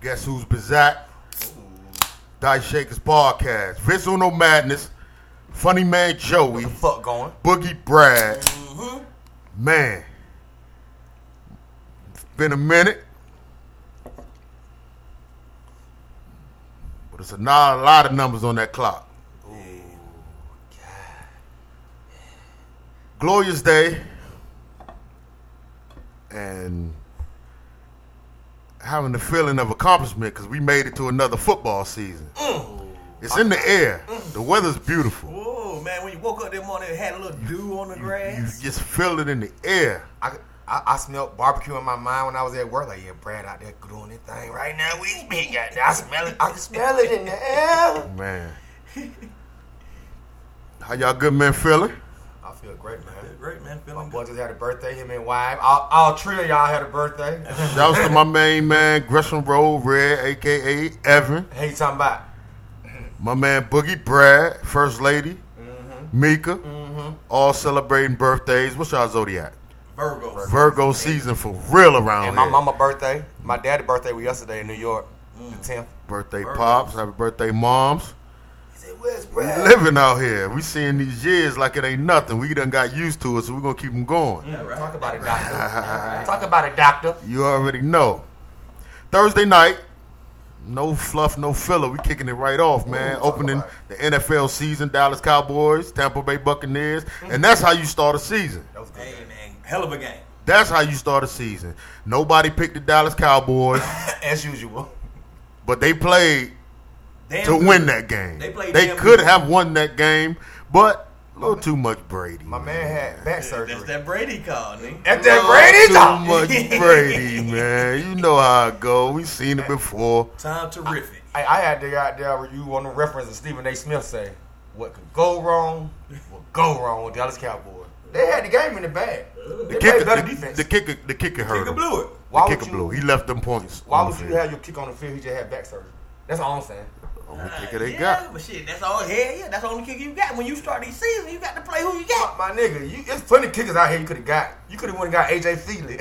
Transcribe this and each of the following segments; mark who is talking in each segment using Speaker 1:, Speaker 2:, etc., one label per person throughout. Speaker 1: Guess who's Bizat? Dice Shakers Podcast. Visual No Madness. Funny Man Joey.
Speaker 2: Fuck going.
Speaker 1: Boogie Brad.
Speaker 3: Mm-hmm.
Speaker 1: Man. It's been a minute. But it's a, not a lot of numbers on that clock. Glorious day. And having the feeling of accomplishment because we made it to another football season. It's in the air. The weather's beautiful.
Speaker 2: Whoa, Oh, man, when you woke up this morning, it had a little dew on the
Speaker 1: You
Speaker 2: grass.
Speaker 1: just feel it in the air.
Speaker 3: I, I, I smelled barbecue in my mind when I was at work. Like, yeah, Brad out there doing his thing right now. We big out there. I smell it. I can smell it in the air.
Speaker 1: Man. How y'all good men feeling?
Speaker 3: I feel great, man.
Speaker 2: Great, man.
Speaker 3: My
Speaker 2: Feeling
Speaker 3: boy
Speaker 2: good.
Speaker 3: just had a birthday. Him and wife. All, all three of y'all had a birthday.
Speaker 1: Shouts to my main man, Gresham Road Red, aka Evan.
Speaker 3: hey, talking about
Speaker 1: My man Boogie Brad, First Lady,
Speaker 3: Mm-hmm.
Speaker 1: Mika, all celebrating birthdays. What's y'all zodiac?
Speaker 2: Virgo.
Speaker 1: Virgo season for real around
Speaker 3: and my
Speaker 1: here.
Speaker 3: mama birthday. My daddy birthday was yesterday in New York, the tenth.
Speaker 1: birthday
Speaker 2: Virgo.
Speaker 1: pops, happy birthday moms.
Speaker 3: He said, "Where's
Speaker 1: We
Speaker 3: Brad?"
Speaker 1: living out here. We seeing these years like it ain't nothing. We done got used to it, so we're gonna keep them going.
Speaker 2: Yeah, right.
Speaker 3: Talk about it, doctor. Talk about it, doctor.
Speaker 1: You already know. Thursday night, no fluff, no filler. We kicking it right off, man. Opening the NFL season, Dallas Cowboys, Tampa Bay Buccaneers, and that's how you start a season.
Speaker 3: That was good.
Speaker 2: Hey, man. Hell of a game.
Speaker 1: That's how you start a season. Nobody picked the Dallas Cowboys,
Speaker 3: As usual.
Speaker 1: but they played
Speaker 2: Damn
Speaker 1: to
Speaker 2: good.
Speaker 1: win that game.
Speaker 2: They played damn
Speaker 1: could
Speaker 2: good.
Speaker 1: have won that game, but a little too much Brady.
Speaker 3: My man had back surgery.
Speaker 2: That's that Brady call, nigga.
Speaker 3: That's
Speaker 1: Little
Speaker 3: that Brady
Speaker 1: Too
Speaker 3: talk.
Speaker 1: much Brady, man. You know how it go. We seen it before.
Speaker 2: Time terrific.
Speaker 3: I, I had to get out there where you want to reference to Stephen A. Smith say, "What could go wrong? Will go wrong with Dallas Cowboys." They had the game in the bag. They
Speaker 1: The
Speaker 3: played
Speaker 1: kicker,
Speaker 3: better
Speaker 1: the,
Speaker 3: defense.
Speaker 1: the kicker, the kicker hurt
Speaker 2: Nigga
Speaker 1: him.
Speaker 2: blew it.
Speaker 3: why
Speaker 1: the
Speaker 3: would
Speaker 1: kicker
Speaker 3: you?
Speaker 1: blew. He left them points.
Speaker 3: Why
Speaker 1: on
Speaker 3: would
Speaker 1: the
Speaker 3: you
Speaker 1: field.
Speaker 3: have your kick on the field? He just had back surgery. That's the only thing.
Speaker 1: Only kicker they
Speaker 2: yeah,
Speaker 1: got.
Speaker 2: but shit, that's all. Hell yeah, that's the only kicker you got. When you start these seasons, you got to play who you
Speaker 3: My,
Speaker 2: got.
Speaker 3: my nigga, you, it's plenty of kickers out here you could have got. You could have went and got AJ Thielen.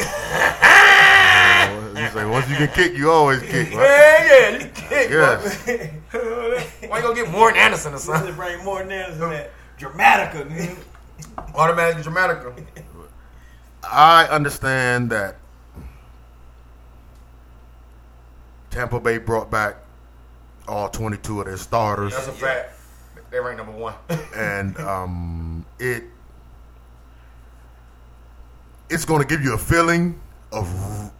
Speaker 1: Uh, he's like, once you can kick, you always kick. Right?
Speaker 3: yeah, yeah, you kick.
Speaker 1: Yes.
Speaker 3: bro. Why you gonna get Warren Anderson or
Speaker 2: This
Speaker 3: something?
Speaker 2: is bring more nails than that. Dramatica, nigga.
Speaker 3: Automatic Dramatica.
Speaker 1: I understand that Tampa Bay brought back all 22 of their starters,
Speaker 3: That's a fact. They rank number one.
Speaker 1: and um, it it's going to give you a feeling of r-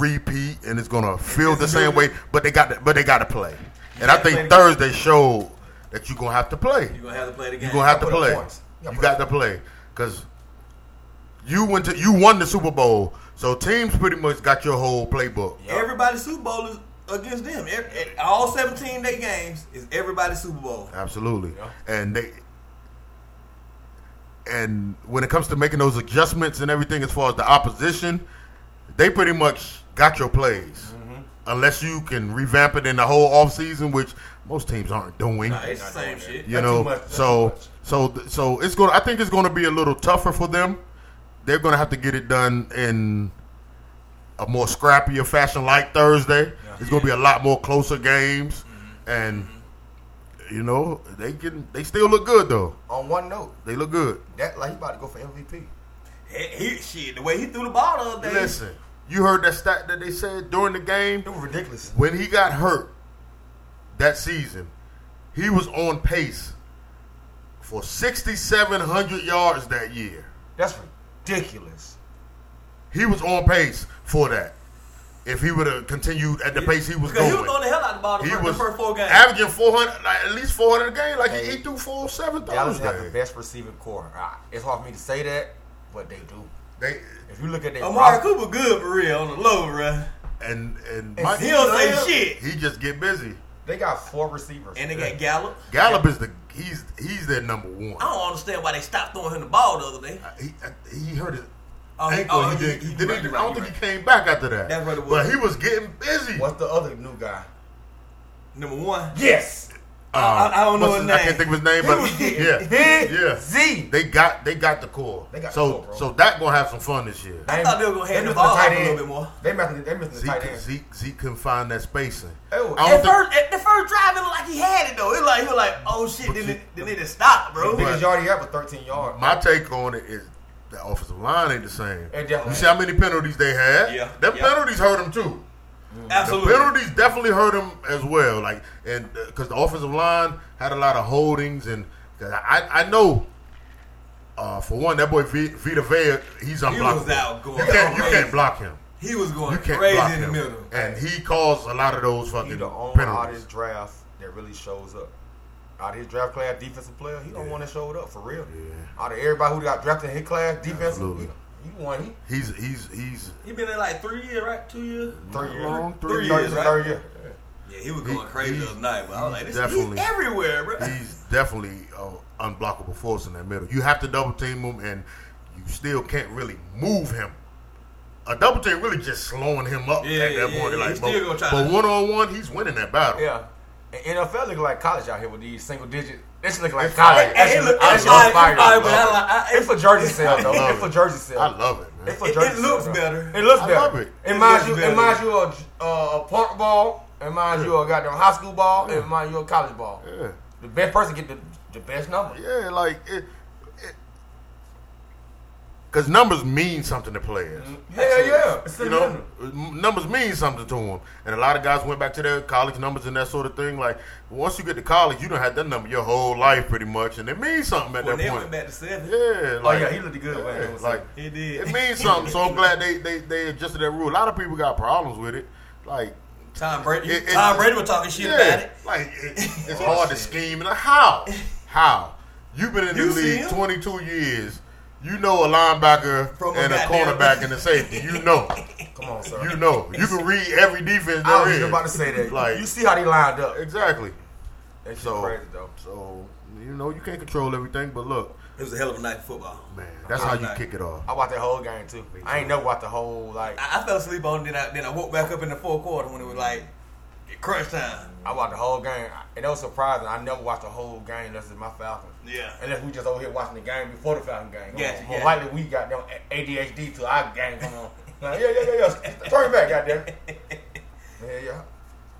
Speaker 1: repeat, and it's going to feel the same way. But they got to, but they got to play, and I think Thursday showed that you're going to have to play.
Speaker 2: You're going to have to play the game.
Speaker 1: You're gonna have to
Speaker 3: Gotta put up
Speaker 1: play.
Speaker 3: points.
Speaker 1: You
Speaker 3: Gotta put
Speaker 1: got to play because you went to you won the Super Bowl, so teams pretty much got your whole playbook.
Speaker 2: Everybody's Super Bowl is against them. Every, eh, all 17 day games is everybody's Super Bowl.
Speaker 1: Absolutely,
Speaker 3: Yeah.
Speaker 1: and they and when it comes to making those adjustments and everything as far as the opposition, they pretty much got your plays.
Speaker 2: Mm-hmm.
Speaker 1: Unless you can revamp it in the whole offseason, which most teams aren't doing.
Speaker 2: Nah, it's the same shit.
Speaker 1: you
Speaker 3: Not
Speaker 1: know
Speaker 3: too much, not
Speaker 1: so
Speaker 3: too much.
Speaker 1: so th- so it's going to i think it's going to be a little tougher for them they're going to have to get it done in a more scrappier fashion like thursday it's going to be a lot more closer games
Speaker 3: Mm-hmm.
Speaker 1: and you know they can they still look good though
Speaker 3: on one note,
Speaker 1: they look good
Speaker 3: that like he about to go for MVP.
Speaker 2: He, he, shit, the way he threw the ball the other day.
Speaker 1: listen you heard that stat that they said during the game
Speaker 3: It was ridiculous.
Speaker 1: when he got hurt that season, he was on pace for 6,700 yards that year.
Speaker 3: That's ridiculous.
Speaker 1: He was on pace for that. If he would have continued at the pace he was going,
Speaker 2: Because he was throwing the hell out of the ball the,
Speaker 1: He
Speaker 2: first,
Speaker 1: was
Speaker 2: the first four games.
Speaker 1: averaging 400, like at least 400 a game. Like
Speaker 3: Hey,
Speaker 1: he threw four, seven
Speaker 3: Dallas
Speaker 1: times.
Speaker 3: got the best receiving core. Ah, It's hard for me to say that, but they do.
Speaker 1: They
Speaker 3: If you look at their
Speaker 2: Amari
Speaker 3: roster-
Speaker 2: Cooper good for real on the low, bruh.
Speaker 1: and and
Speaker 3: And
Speaker 1: Mike-
Speaker 2: He don't say shit.
Speaker 1: He just get busy.
Speaker 3: they got four receivers.
Speaker 2: And they got Gallup.
Speaker 1: Gallup is the he's he's their number one.
Speaker 2: I don't understand why they stopped throwing him the ball the other day.
Speaker 1: he, he hurt his
Speaker 2: Oh, he-
Speaker 1: ankle. he,
Speaker 2: oh, he-
Speaker 1: did,
Speaker 2: he-
Speaker 1: he did,
Speaker 2: right,
Speaker 1: I don't
Speaker 2: right,
Speaker 1: think
Speaker 2: right.
Speaker 1: he came back after that.
Speaker 2: That's what it was.
Speaker 1: But he was getting busy.
Speaker 3: What's the other new guy?
Speaker 2: Number one.
Speaker 3: Yes,
Speaker 2: I- I don't know
Speaker 1: Uh, what's
Speaker 2: his
Speaker 1: I can't
Speaker 2: name.
Speaker 1: think of his name, but yeah,
Speaker 3: yeah.
Speaker 1: Yeah.
Speaker 3: Z.
Speaker 1: they got they got the core.
Speaker 3: They got
Speaker 1: so
Speaker 3: the core, bro.
Speaker 1: so that gonna have some fun this year.
Speaker 2: I thought they were gonna hand the
Speaker 3: missed
Speaker 2: ball
Speaker 3: tight
Speaker 2: off a little
Speaker 3: end.
Speaker 2: bit more.
Speaker 3: They missed, they missed the tight
Speaker 1: Zeke,
Speaker 3: end.
Speaker 1: Zeke, Zeke couldn't find that spacing. I
Speaker 3: Oh,
Speaker 2: At
Speaker 1: don't think
Speaker 2: first, at the first drive, it looked like he had it though. It like he was like, oh shit, then it, then it just stopped, bro.
Speaker 1: But-
Speaker 3: Biggest yard he ever, 13 yards.
Speaker 1: my take on it is the offensive line ain't the same.
Speaker 3: It definitely
Speaker 1: You see how many penalties they had?
Speaker 2: Yeah.
Speaker 1: Them
Speaker 2: Yeah.
Speaker 1: penalties hurt them too. The
Speaker 2: Absolutely.
Speaker 1: penalties definitely hurt him as well. Like, and because the offensive line had a lot of holdings, and 'cause I, I know, uh, for one, that boy v, Vita Vea, he's unblockable.
Speaker 2: out going
Speaker 1: you can't, you
Speaker 2: crazy.
Speaker 1: can't block him.
Speaker 2: He was going
Speaker 1: You can't block
Speaker 2: crazy in the
Speaker 1: him.
Speaker 2: middle.
Speaker 1: And he caused a lot of those fucking
Speaker 3: He's the only out of
Speaker 1: penalties.
Speaker 3: his draft that really shows up. Out of his draft class, defensive player, he don't
Speaker 1: Yeah.
Speaker 3: want to show it up for real.
Speaker 1: Yeah.
Speaker 3: Out of everybody who got drafted in his class, defensive,
Speaker 1: Absolutely.
Speaker 3: he, he won. He
Speaker 1: He's he's he's
Speaker 2: He been there like three years, right? Two years.
Speaker 3: three years,
Speaker 1: Long
Speaker 2: three
Speaker 3: third-
Speaker 2: years, right?
Speaker 3: third year.
Speaker 2: Yeah, he was
Speaker 1: He-
Speaker 2: going crazy
Speaker 1: he-
Speaker 2: the other night, but I was like, this
Speaker 1: definitely-
Speaker 2: he's everywhere, bro.
Speaker 1: he's definitely an unblockable force in that middle. You have to double team him, and you still can't really move him. A double team really just slowing him up
Speaker 2: Yeah,
Speaker 1: at that
Speaker 2: yeah,
Speaker 1: point.
Speaker 2: yeah,
Speaker 1: like,
Speaker 2: he's still
Speaker 1: but
Speaker 2: gonna try to-
Speaker 1: one on one, he's winning that battle.
Speaker 3: Yeah. And NFL looking like college out here with these single digit. This look like
Speaker 1: It's fire.
Speaker 3: college.
Speaker 1: It-
Speaker 3: That
Speaker 2: it
Speaker 3: shit
Speaker 2: look-
Speaker 3: look- that
Speaker 2: it's
Speaker 3: shit look
Speaker 2: fire,
Speaker 3: fire.
Speaker 2: it's fire, but I
Speaker 3: Love
Speaker 2: like-
Speaker 3: it. It's for jersey sale though.
Speaker 1: love
Speaker 3: It's for
Speaker 1: it.
Speaker 3: jersey sale.
Speaker 1: I love it, man.
Speaker 3: It's for
Speaker 2: It- it
Speaker 3: jersey
Speaker 2: looks
Speaker 3: sale,
Speaker 2: better.
Speaker 3: It looks
Speaker 1: I
Speaker 3: better.
Speaker 1: love it.
Speaker 3: It
Speaker 2: It
Speaker 3: reminds
Speaker 2: looks
Speaker 3: you. It
Speaker 2: better.
Speaker 3: reminds you of uh, a park ball. It reminds you of a goddamn high school ball. It reminds you of college ball.
Speaker 1: Yeah,
Speaker 3: The best person get the the best number.
Speaker 1: yeah, like it. Because numbers mean something to players.
Speaker 2: Mm-hmm.
Speaker 3: Hell yeah. It's
Speaker 1: you know, m- numbers mean something to them. And a lot of guys went back to their college numbers and that sort of thing. Like, once you get to college, you don't have that number your whole life, pretty much, and it means something at
Speaker 2: when
Speaker 1: that
Speaker 2: they
Speaker 1: point.
Speaker 2: went back to seven,
Speaker 1: Yeah,
Speaker 3: Oh
Speaker 1: like,
Speaker 3: yeah, he looked good. when he
Speaker 1: yeah,
Speaker 3: was
Speaker 1: like
Speaker 2: he did.
Speaker 1: it means something. So I'm glad they, they they adjusted that rule. A lot of people got problems with it. Like,
Speaker 2: Tom Brady.
Speaker 1: It- it-
Speaker 2: Tom Brady was talking shit about
Speaker 1: yeah,
Speaker 2: it.
Speaker 1: like it, it's hard to scheme. And how? How? You've been in the
Speaker 2: You see
Speaker 1: league
Speaker 2: him?
Speaker 1: 22 years. You know a linebacker
Speaker 2: From a
Speaker 1: and a
Speaker 2: goddamn-
Speaker 1: cornerback and a safety. You know.
Speaker 3: come on, sir.
Speaker 1: You know. You can read every defense
Speaker 3: I
Speaker 1: there
Speaker 3: was
Speaker 1: is.
Speaker 3: just about to say that.
Speaker 1: Like
Speaker 3: you see how they lined up.
Speaker 1: exactly.
Speaker 3: That shit
Speaker 1: So-
Speaker 3: crazy though.
Speaker 1: So you know you can't control everything, but look,
Speaker 2: It was a hell of a night for football.
Speaker 1: man, that's how you kick it off.
Speaker 3: I watched that whole game too. I ain't never watched the whole like.
Speaker 2: I, I fell asleep on it. Then I then I woke back up in the fourth quarter when it was like crunch time.
Speaker 3: I watched the whole game, and that was surprising. I never watched the whole game unless it's my Falcons.
Speaker 2: Yeah.
Speaker 3: Unless we just over here watching the game before the Falcon game.
Speaker 2: Gotcha,
Speaker 3: More
Speaker 2: gotcha.
Speaker 3: likely we got them ADHD to our game. Come on. Like, yeah, yeah, yeah, yeah. Turn back, goddamn. Yeah, yeah.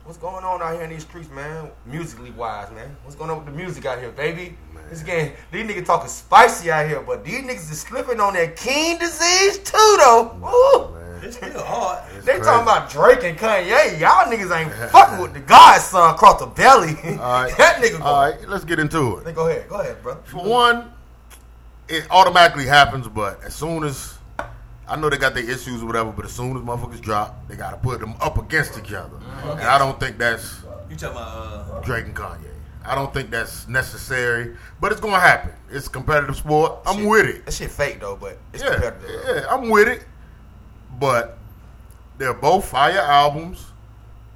Speaker 3: What's going on out here in these streets, man? Musically wise, man. What's going on with the music out here, baby? This game, these niggas talking spicy out here, but these niggas is slipping on that King disease too, though. Ooh.
Speaker 1: Man,
Speaker 2: It's still hard.
Speaker 1: it's
Speaker 3: They
Speaker 1: crazy.
Speaker 3: talking about Drake and Kanye. Y'all niggas ain't fucking with the godson across the belly.
Speaker 1: All right.
Speaker 3: that nigga. Go,
Speaker 1: All right, let's get into it.
Speaker 3: Then Go ahead. Go ahead, bro.
Speaker 1: For one, it automatically happens, but as soon as I know they got their issues or whatever, but as soon as motherfuckers drop, they gotta put them up against each other.
Speaker 3: Mm-hmm.
Speaker 1: And I don't think that's
Speaker 2: You talking about uh,
Speaker 1: Drake and Kanye. I don't think that's necessary, but it's gonna happen. It's a competitive sport. I'm with it.
Speaker 3: That shit fake though, but it's
Speaker 1: Yeah,
Speaker 3: competitive.
Speaker 1: yeah, I'm with it. But they're both fire albums,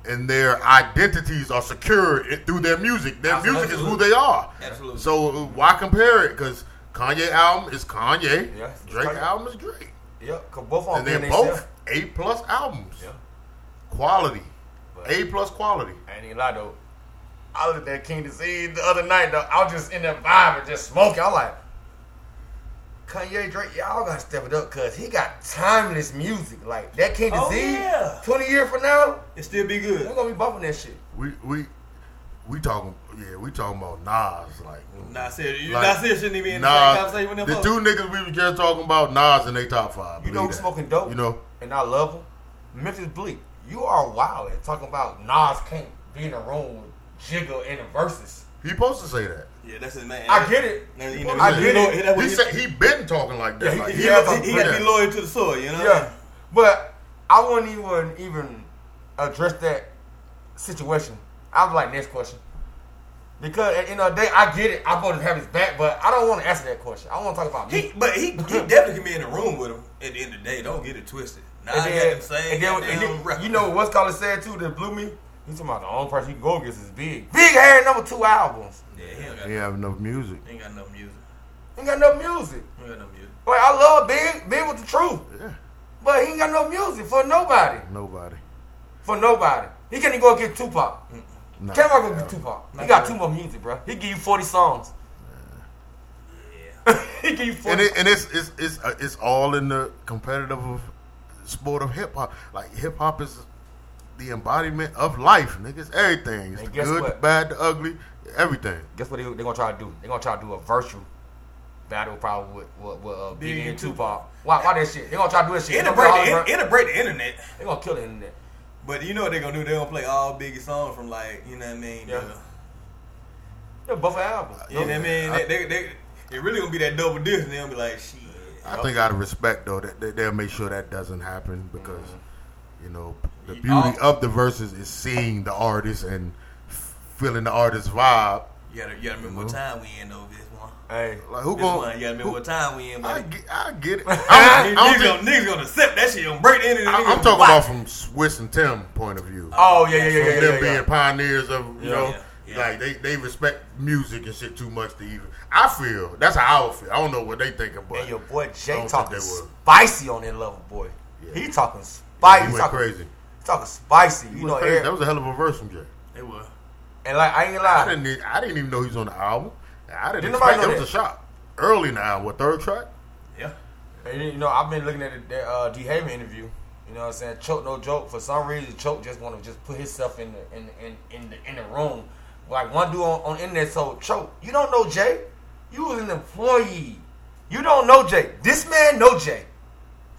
Speaker 1: and their identities are secured i- through their music. Their music is who
Speaker 2: Absolutely.
Speaker 1: they are.
Speaker 2: Absolutely.
Speaker 1: So uh, why compare it? Because Kanye album is Kanye.
Speaker 3: Yeah.
Speaker 1: Drake
Speaker 3: Kanye. Oh,
Speaker 1: album is Drake.
Speaker 3: Yep. Cause both of
Speaker 1: And
Speaker 3: them
Speaker 1: they're both A plus albums.
Speaker 3: Yeah.
Speaker 1: Quality.
Speaker 3: But-
Speaker 1: A plus quality.
Speaker 3: I ain't even lie though. I looked at King Disease the other night though. I was just in that vibe and just smoking. I'm like, Kanye Drake, y'all gotta step it up, cause he got timeless music. Like that King
Speaker 2: Oh,
Speaker 3: Disease,
Speaker 2: yeah.
Speaker 3: twenty years from now,
Speaker 2: it still be
Speaker 3: we're
Speaker 2: good.
Speaker 3: gonna be bumping that shit.
Speaker 1: We we we talking yeah we talking about Nas like
Speaker 2: Nah, seriously, you
Speaker 1: Like,
Speaker 2: not serious shouldn't even be in the
Speaker 1: Nas-
Speaker 2: same conversation with them.
Speaker 1: the
Speaker 2: folks.
Speaker 1: two niggas we was just talking about Nas in they top five.
Speaker 3: You
Speaker 1: believe
Speaker 3: know who's
Speaker 1: that.
Speaker 3: smoking dope?
Speaker 1: You know
Speaker 3: and I love him. Memphis Bleak, you are wild and talking about Nas can't be in a room with Jigga in the verses.
Speaker 1: he supposed to say that.
Speaker 2: Yeah, that's his man.
Speaker 3: I get it.
Speaker 2: And you
Speaker 3: I
Speaker 2: know,
Speaker 3: get
Speaker 2: know,
Speaker 3: it.
Speaker 2: that's what
Speaker 1: He said he been talking like that.
Speaker 3: Yeah,
Speaker 1: like,
Speaker 2: he,
Speaker 3: yeah,
Speaker 1: been talking
Speaker 2: he, he
Speaker 1: like
Speaker 2: got to be
Speaker 1: that.
Speaker 2: loyal to the soil, you know.
Speaker 3: Yeah, but I wouldn't even even address that situation. I was like, next question. Because at the end of the day, I get it. I voted to have his back, but I don't want to answer that question. I want to talk about me.
Speaker 2: He, but he, he definitely can be in the room with him. At the end of the day, don't get it twisted. Nah,
Speaker 3: And
Speaker 2: I
Speaker 3: then-
Speaker 2: got the same
Speaker 3: and then- and
Speaker 2: goddamn
Speaker 3: then-
Speaker 2: record.
Speaker 3: you know what's called said too that blew me? He's talking about the only person you can go against is Big. Big had number two albums.
Speaker 2: Yeah, he don't got,
Speaker 1: He have enough music.
Speaker 2: he ain't got no music.
Speaker 3: Ain't got no music.
Speaker 2: He ain't got no music.
Speaker 3: Like I love Big, Big with the truth,
Speaker 1: Yeah,
Speaker 3: but he ain't got no music for nobody.
Speaker 1: nobody.
Speaker 3: For nobody, he can't even go against Tupac.
Speaker 1: Nah,
Speaker 3: Can't rock
Speaker 1: yeah.
Speaker 3: with Tupac. He
Speaker 2: Not
Speaker 3: got
Speaker 2: really.
Speaker 3: too much music, bro. He give you forty songs. he give you forty.
Speaker 1: and, it, and it's it's it's uh, it's all in the competitive of sport of hip hop. Like hip hop is the embodiment of life, niggas. Everything, it's
Speaker 3: And
Speaker 1: the
Speaker 3: guess
Speaker 1: good,
Speaker 3: what?
Speaker 1: bad, the ugly, everything.
Speaker 3: Guess what they are gonna try to do? They are gonna try to do a virtual battle probably with with, with uh, Biggie and Tupac. Why why that shit? They gonna try to do that shit. Don't
Speaker 2: It'll
Speaker 3: be
Speaker 2: break,
Speaker 3: all
Speaker 2: the,
Speaker 3: right.
Speaker 2: it, it'll break the internet.
Speaker 3: They gonna kill it in there.
Speaker 2: But you know what they're gonna do? They're gonna play all Biggie songs from like, you know what I mean?
Speaker 3: Yeah.
Speaker 2: the-
Speaker 3: They'll buff an album.
Speaker 2: You know what I mean? They, they, they, it really gonna be that double disc, and they'll be like, shit.
Speaker 1: I think out of respect though that that they'll make sure that doesn't happen because you know the beauty
Speaker 2: All-
Speaker 1: of the verses is seeing the artist and f- feeling the artist's vibe.
Speaker 2: You gotta, you gotta remember what time we in though. This one,
Speaker 3: Hey,
Speaker 1: Like who
Speaker 2: this one,
Speaker 1: going?
Speaker 2: you gotta remember what time we in.
Speaker 1: I
Speaker 2: But
Speaker 1: get, I get it.
Speaker 2: niggas,
Speaker 1: I'm, I'm,
Speaker 2: gonna- niggas gonna accept that shit. Gonna break the internet.
Speaker 1: I'm,
Speaker 2: niggas
Speaker 1: I'm talking
Speaker 2: whack.
Speaker 1: about from Swiss and Tim point of view.
Speaker 3: Oh yeah, yeah, yeah,
Speaker 1: from
Speaker 3: yeah,
Speaker 1: them
Speaker 3: yeah,
Speaker 1: being
Speaker 3: yeah.
Speaker 1: pioneers of you
Speaker 3: Yeah.
Speaker 1: know,
Speaker 2: Yeah. Yeah.
Speaker 1: like they, they respect music and shit too much to even. I feel that's how I would feel. I don't know what they thinking, but
Speaker 3: And your boy
Speaker 1: I
Speaker 3: Jay
Speaker 1: don't
Speaker 3: talking
Speaker 1: think they would.
Speaker 3: spicy on that level, boy.
Speaker 1: Yeah.
Speaker 3: He talking
Speaker 1: Yeah,
Speaker 3: spicy.
Speaker 1: he
Speaker 3: he
Speaker 1: went
Speaker 3: talking,
Speaker 1: crazy.
Speaker 3: he talking spicy.
Speaker 1: He
Speaker 3: You
Speaker 1: went
Speaker 3: know,
Speaker 1: crazy.
Speaker 3: every-
Speaker 1: that was a hell of a verse from Jay.
Speaker 2: They were.
Speaker 3: and like I ain't
Speaker 1: I
Speaker 3: lying.
Speaker 1: didn't e- I didn't even know he was on the album. I didn't
Speaker 3: Didn't
Speaker 1: expect it
Speaker 3: nobody know
Speaker 1: was a shock. Early in the album, what third track?
Speaker 2: Yeah.
Speaker 3: And, you know, I've been looking at the uh, D Haven interview. You know what I'm saying? Choke no joke. For some reason, Choke just want to just put himself in the in in in the, in the room. Like one dude on, on internet told Choke, you don't know Jay. You was an employee. You don't know Jay. This man know Jay.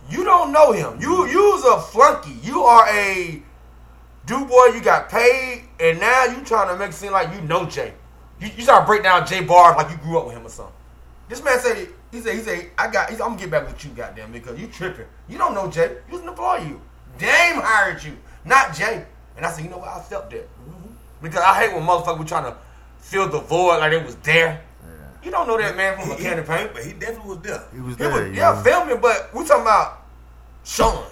Speaker 3: You don't know him. You you was a flunky. You are a dude boy. You got paid, and now you trying to make it seem like you know Jay. You, you start break down Jay bars like you grew up with him or something. This man said he said he said I got he said, I'm gonna get back with you, goddamn, because you tripping. You don't know Jay. You was an employee. Dame hired you, not Jay. And I said, you know what? I felt that because I hate when motherfuckers were trying to fill the void like it was there. You don't know that man from a can of paint.
Speaker 2: but he definitely was there.
Speaker 1: He was
Speaker 3: It
Speaker 1: there.
Speaker 3: was,
Speaker 1: you
Speaker 3: yeah,
Speaker 1: know?
Speaker 3: filming, but we talking about Sean.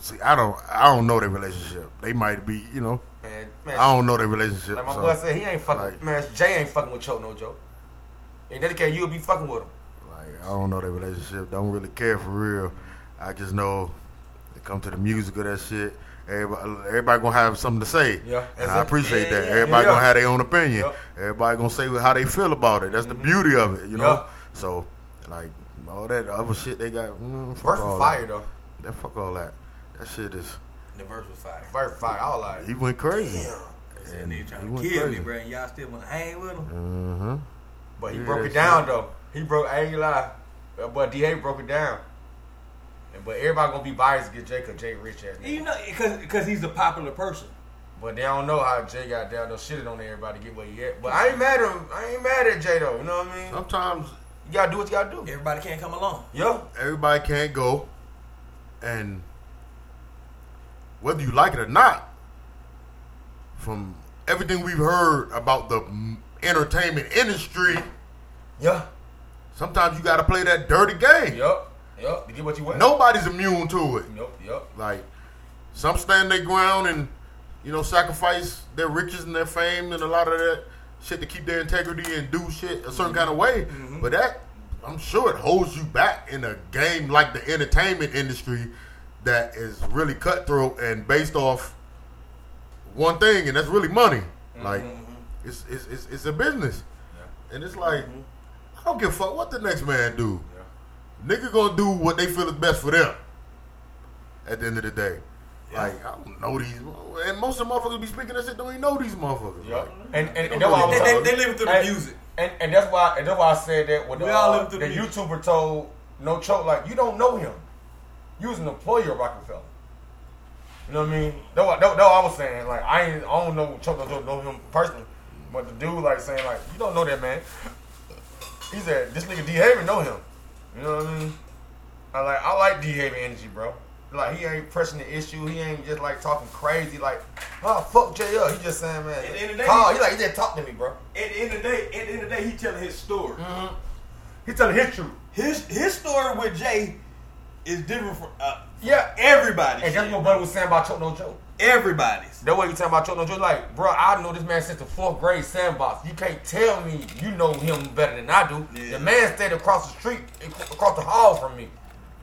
Speaker 1: See, I don't I don't know their relationship. They might be, you know.
Speaker 3: Man,
Speaker 1: I
Speaker 3: man,
Speaker 1: don't know their relationship.
Speaker 3: like my
Speaker 1: so-
Speaker 3: boy said, he ain't fucking.
Speaker 1: like-
Speaker 3: man, Jay ain't fucking with Choke no joke. In that case, you'll be fucking with him.
Speaker 1: Like I don't know their relationship. Don't really care for real. I just know they come to the music of that shit. Everybody, everybody gonna have something to say.
Speaker 3: Yeah,
Speaker 1: and
Speaker 3: exactly.
Speaker 1: I appreciate
Speaker 2: Yeah,
Speaker 1: that.
Speaker 2: yeah,
Speaker 1: everybody
Speaker 3: yeah.
Speaker 1: gonna have their own opinion.
Speaker 3: Yep. Mm-hmm.
Speaker 1: Everybody gonna say how they feel about it. That's the beauty of it, you know.
Speaker 3: Yeah.
Speaker 1: So, like all that other shit they got. Mm, fuck
Speaker 3: Verse
Speaker 1: all
Speaker 3: was fire
Speaker 1: that.
Speaker 3: though.
Speaker 1: That fuck all that. That shit is.
Speaker 2: The verse was fire.
Speaker 3: Verse was fire. I was like,
Speaker 1: He went crazy.
Speaker 3: damn.
Speaker 2: And they trying
Speaker 1: went
Speaker 2: to kill
Speaker 1: crazy.
Speaker 2: me, bro. And y'all still wanna hang with him?
Speaker 1: Mm-hmm.
Speaker 3: But he
Speaker 1: Yeah,
Speaker 3: broke
Speaker 1: that
Speaker 3: it down
Speaker 1: shit.
Speaker 3: though. He broke. I ain't gonna lie. That boy DA broke it down. And but everybody gonna be biased against Jay because Jay rich ass. nigga.
Speaker 2: You know, cause, cause he's a popular person.
Speaker 3: But they don't know how Jay got down. Though shitted on everybody to get where he at. But I ain't mad at him. I ain't mad at Jay though. You know what I mean?
Speaker 1: Sometimes
Speaker 3: You gotta do what you gotta do.
Speaker 2: Everybody can't come along.
Speaker 3: Yo.
Speaker 1: everybody can't go, and whether you like it or not, from everything we've heard about the m- entertainment industry,
Speaker 3: Yeah.
Speaker 1: sometimes you got to play that dirty game.
Speaker 3: Yup. Yup. You get what you want.
Speaker 1: Nobody's immune to it.
Speaker 3: Nope. Yup.
Speaker 1: Like some stand their ground and you know sacrifice their riches and their fame and a lot of that shit to keep their integrity and do shit a certain kind of way. But that I'm sure it holds you back in a game like the entertainment industry that is really cutthroat and based off one thing, and that's really money. Like it's, it's it's it's a business, and it's like I don't give a fuck what the next man do.
Speaker 3: Yeah.
Speaker 1: Nigga gonna do what they feel is best for them. At the end of the day, like I don't know these, and most of the motherfuckers be speaking that shit don't even know these motherfuckers.
Speaker 3: Yup.
Speaker 1: Like,
Speaker 3: And and, and that's why I was
Speaker 2: They, they,
Speaker 3: talking-
Speaker 2: they living through the
Speaker 3: Hey,
Speaker 2: music.
Speaker 3: And, and that's why and that's why I said that when the,
Speaker 2: We all
Speaker 3: uh,
Speaker 2: live
Speaker 3: the
Speaker 2: through the music.
Speaker 3: YouTuber told No Choke like you don't know him. You was an employee of Rockefeller. You know what I mean? That's what, that's what I was saying. Like I ain't I don't know Choke No Choke know him personally, but the dude like saying like you don't know that man. He said this nigga D Haven know him. You know what I mean? I like I like D Haven energy, bro. Like he ain't pressing the issue. He ain't just like talking crazy. Like, oh fuck J up. He just saying, man.
Speaker 2: At the end of the day,
Speaker 3: call.
Speaker 2: he-
Speaker 3: He like he just talk to me, bro.
Speaker 2: At the end of the day, at the end of the day, he telling his story.
Speaker 3: He telling his truth.
Speaker 2: His his story with Jay is different from uh,
Speaker 3: Yeah.
Speaker 2: everybody's.
Speaker 3: And that's what brother was saying about Choke No Joke.
Speaker 2: everybody's.
Speaker 3: That way you talking about Choke No Joke, like, bro, I know this man since the fourth grade sandbox. You can't tell me you know him better than I do.
Speaker 2: Yeah.
Speaker 3: The man stayed across the street, ac- across the hall from me.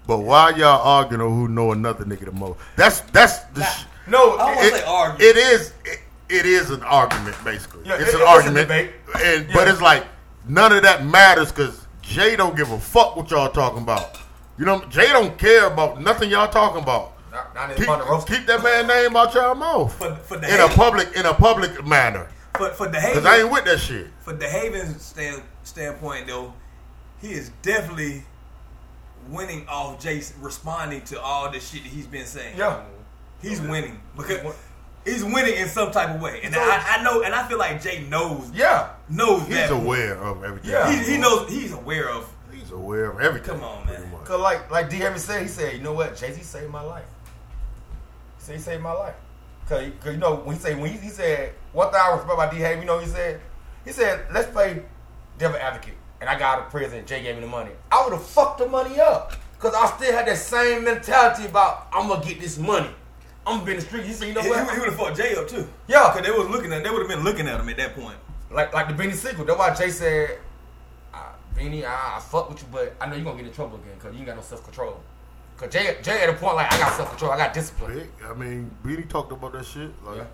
Speaker 1: But why y'all arguing over who know another nigga the most? That's that's the. Sh-
Speaker 3: No,
Speaker 2: I
Speaker 3: it-
Speaker 2: wanna say argue.
Speaker 1: It is. It, it is an argument, basically.
Speaker 3: Yeah,
Speaker 1: it's
Speaker 3: it-
Speaker 1: an
Speaker 3: it's a
Speaker 1: argument,
Speaker 3: debate.
Speaker 1: and
Speaker 3: Yeah.
Speaker 1: but it's like none of that matters because Jay don't give a fuck what y'all talking about. You know, Jay don't care about nothing y'all talking about.
Speaker 3: Not, not in
Speaker 1: Keep,
Speaker 3: front of roast.
Speaker 1: keep that man name out y'all mouth
Speaker 2: For, for the
Speaker 1: in a
Speaker 2: Haven,
Speaker 1: public in a public manner.
Speaker 2: for, for the
Speaker 1: Cause I ain't
Speaker 2: Haven,
Speaker 1: with that shit.
Speaker 2: for the Haven stand, standpoint though, he is definitely winning off Jason responding to all the shit that he's been saying.
Speaker 3: Yeah.
Speaker 2: He's winning
Speaker 3: He's win-
Speaker 2: because he's winning in some type of way, and I, I know, and I feel like Jay knows
Speaker 3: Yeah.
Speaker 2: knows
Speaker 1: He's
Speaker 2: that
Speaker 1: aware of everything.
Speaker 3: Yeah.
Speaker 2: he, he knows he's aware of.
Speaker 1: He's aware of everything.
Speaker 2: Come on, man.
Speaker 1: pretty much.
Speaker 3: Cause like like D Heavy said, he said, you know what, Jay Z saved my life. He said he saved my life. Cause, 'cause you know when he said when he, he said one thing I respect about D Heavy, you know what he said he said let's play devil advocate, and I got out of prison. Jay gave me the money. I would have fucked the money up because I still had that same mentality about I'm gonna get this money. I'm gonna be in the street. He said, you know
Speaker 2: He,
Speaker 3: what?
Speaker 2: would have fucked Jay up too.
Speaker 3: Yeah.
Speaker 2: because they was looking at. They would have been looking at him at that point.
Speaker 3: Like like the Benny sequel. That's why Jay said, "Ah, Benny, I, I fuck with you, but I know you're gonna get in trouble again because you ain't got no self control. Cause Jay Jay at a point like I got self control, I got discipline.
Speaker 1: Big. I mean, Beatty talked about that shit. Like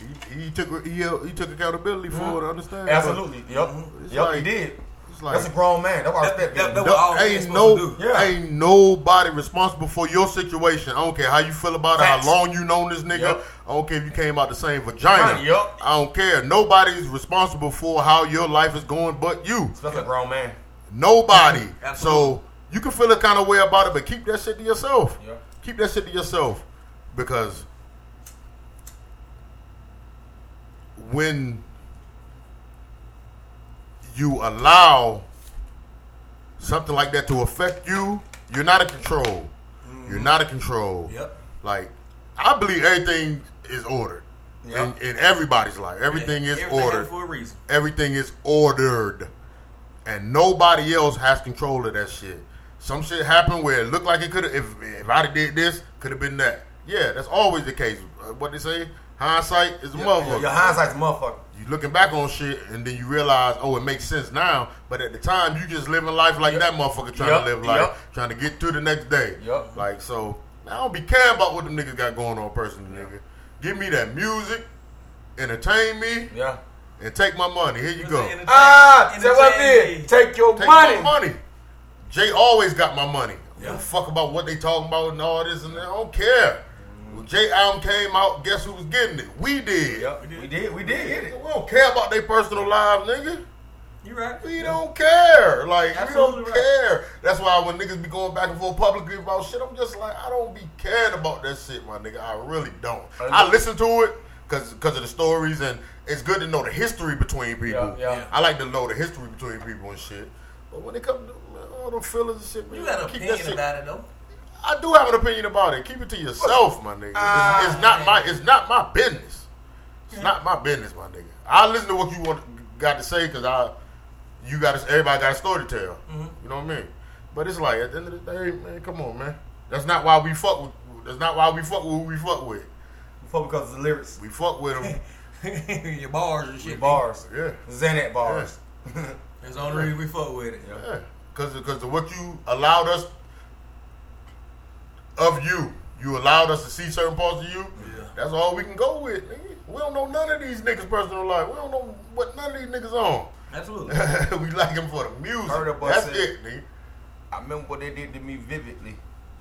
Speaker 1: he, he took he, uh, he took accountability for it. I understand. but
Speaker 3: Absolutely. Yep.
Speaker 1: It's
Speaker 3: Yep.
Speaker 1: like-
Speaker 3: he did.
Speaker 1: it's like-
Speaker 3: That's a grown man. That's why I
Speaker 2: That-
Speaker 3: respect
Speaker 2: that-
Speaker 3: Benny.
Speaker 2: that- all
Speaker 1: No,
Speaker 2: they
Speaker 1: ain't
Speaker 2: supposed
Speaker 1: no,
Speaker 2: to
Speaker 3: do. Yeah.
Speaker 1: ain't nobody responsible for your situation. I don't care how you feel about
Speaker 3: Facts.
Speaker 1: it, how long you known this nigga.
Speaker 3: Yup.
Speaker 1: I don't care if you came out the same vagina.
Speaker 3: Right, yup.
Speaker 1: I don't care. Nobody's responsible for how your life is going, but you.
Speaker 3: That's a grown man.
Speaker 1: Nobody.
Speaker 2: Absolutely.
Speaker 1: so you can feel a kind of way about it, but keep that shit to yourself.
Speaker 3: Yup.
Speaker 1: Keep that shit to yourself, because when you allow something like that to affect you, you're not in control. You're not in control.
Speaker 2: Mm-hmm. Yep.
Speaker 1: Like I believe everything is ordered.
Speaker 2: Yep.
Speaker 1: In, in everybody's life, everything is
Speaker 2: Everything
Speaker 1: ordered
Speaker 2: for a reason.
Speaker 1: everything is ordered and nobody else has control of that shit some shit happened where it looked like it could have if, if i'd have did this could have been that yeah that's always the case Uh, what they say hindsight is a
Speaker 3: Your,
Speaker 1: motherfucker
Speaker 3: your hindsight's a motherfucker.
Speaker 1: you looking back on shit and then you realize oh it makes sense now but at the time you just living life like that motherfucker trying
Speaker 3: Yep,
Speaker 1: to live life
Speaker 3: yep.
Speaker 1: trying to get to the next day
Speaker 3: Yep.
Speaker 1: like so i don't be caring about what them niggas got going on personally nigga give me that music entertain me
Speaker 3: Yeah.
Speaker 1: and take my money here you go
Speaker 2: Entertain-
Speaker 3: Ah, say what
Speaker 2: entertain
Speaker 3: did? Take your
Speaker 1: Take
Speaker 3: money.
Speaker 1: my money. Jay always got my money. I
Speaker 2: Yeah.
Speaker 1: Don't fuck about what they talking about and all this and that. I don't care. When Jay album came out, guess who was getting it? We did.
Speaker 3: Yep. We did. We did get
Speaker 1: We
Speaker 3: it.
Speaker 1: don't care about their personal lives, nigga.
Speaker 2: You right?
Speaker 1: We don't care. Like
Speaker 2: Absolutely
Speaker 1: we don't
Speaker 2: right.
Speaker 1: care. That's why when niggas be going back and forth publicly about shit, I'm just like, I don't be caring about that shit, my nigga. I really don't.
Speaker 3: I know.
Speaker 1: I listen to it because of the stories and it's good to know the history between people.
Speaker 3: Yeah, yeah.
Speaker 1: I like to know the history between people and shit. But when it comes to man, all the feelings and shit, man,
Speaker 2: You got an
Speaker 1: keep that
Speaker 2: opinion
Speaker 1: shit-
Speaker 2: about it though.
Speaker 1: I do have an opinion about it. Keep it to yourself, my nigga. It's, it's not my it's not my business. It's not my business, my nigga. I listen to what you want got to say because I you got to, everybody got a story to tell. You know what I mean? But it's like at the end of the day, man, come on, man. That's not why we fuck with. That's not why we fuck with who we fuck with.
Speaker 3: Before because of the lyrics,
Speaker 1: We fuck with them.
Speaker 2: Your bars and
Speaker 3: the
Speaker 2: shit.
Speaker 3: bars,
Speaker 1: Yeah.
Speaker 3: Xanax bars.
Speaker 2: That's the only reason we fuck with it.
Speaker 1: Yeah, because because of what you allowed us of you, you allowed us to see certain parts of you.
Speaker 2: Yeah.
Speaker 1: That's all we can go with. Nigga. We don't know none of these niggas' personal life. We don't know what none of these niggas on.
Speaker 2: Absolutely.
Speaker 1: we like them for the music.
Speaker 3: Heard about
Speaker 1: That's
Speaker 3: that.
Speaker 1: it, nigga.
Speaker 3: I remember what they did to me vividly.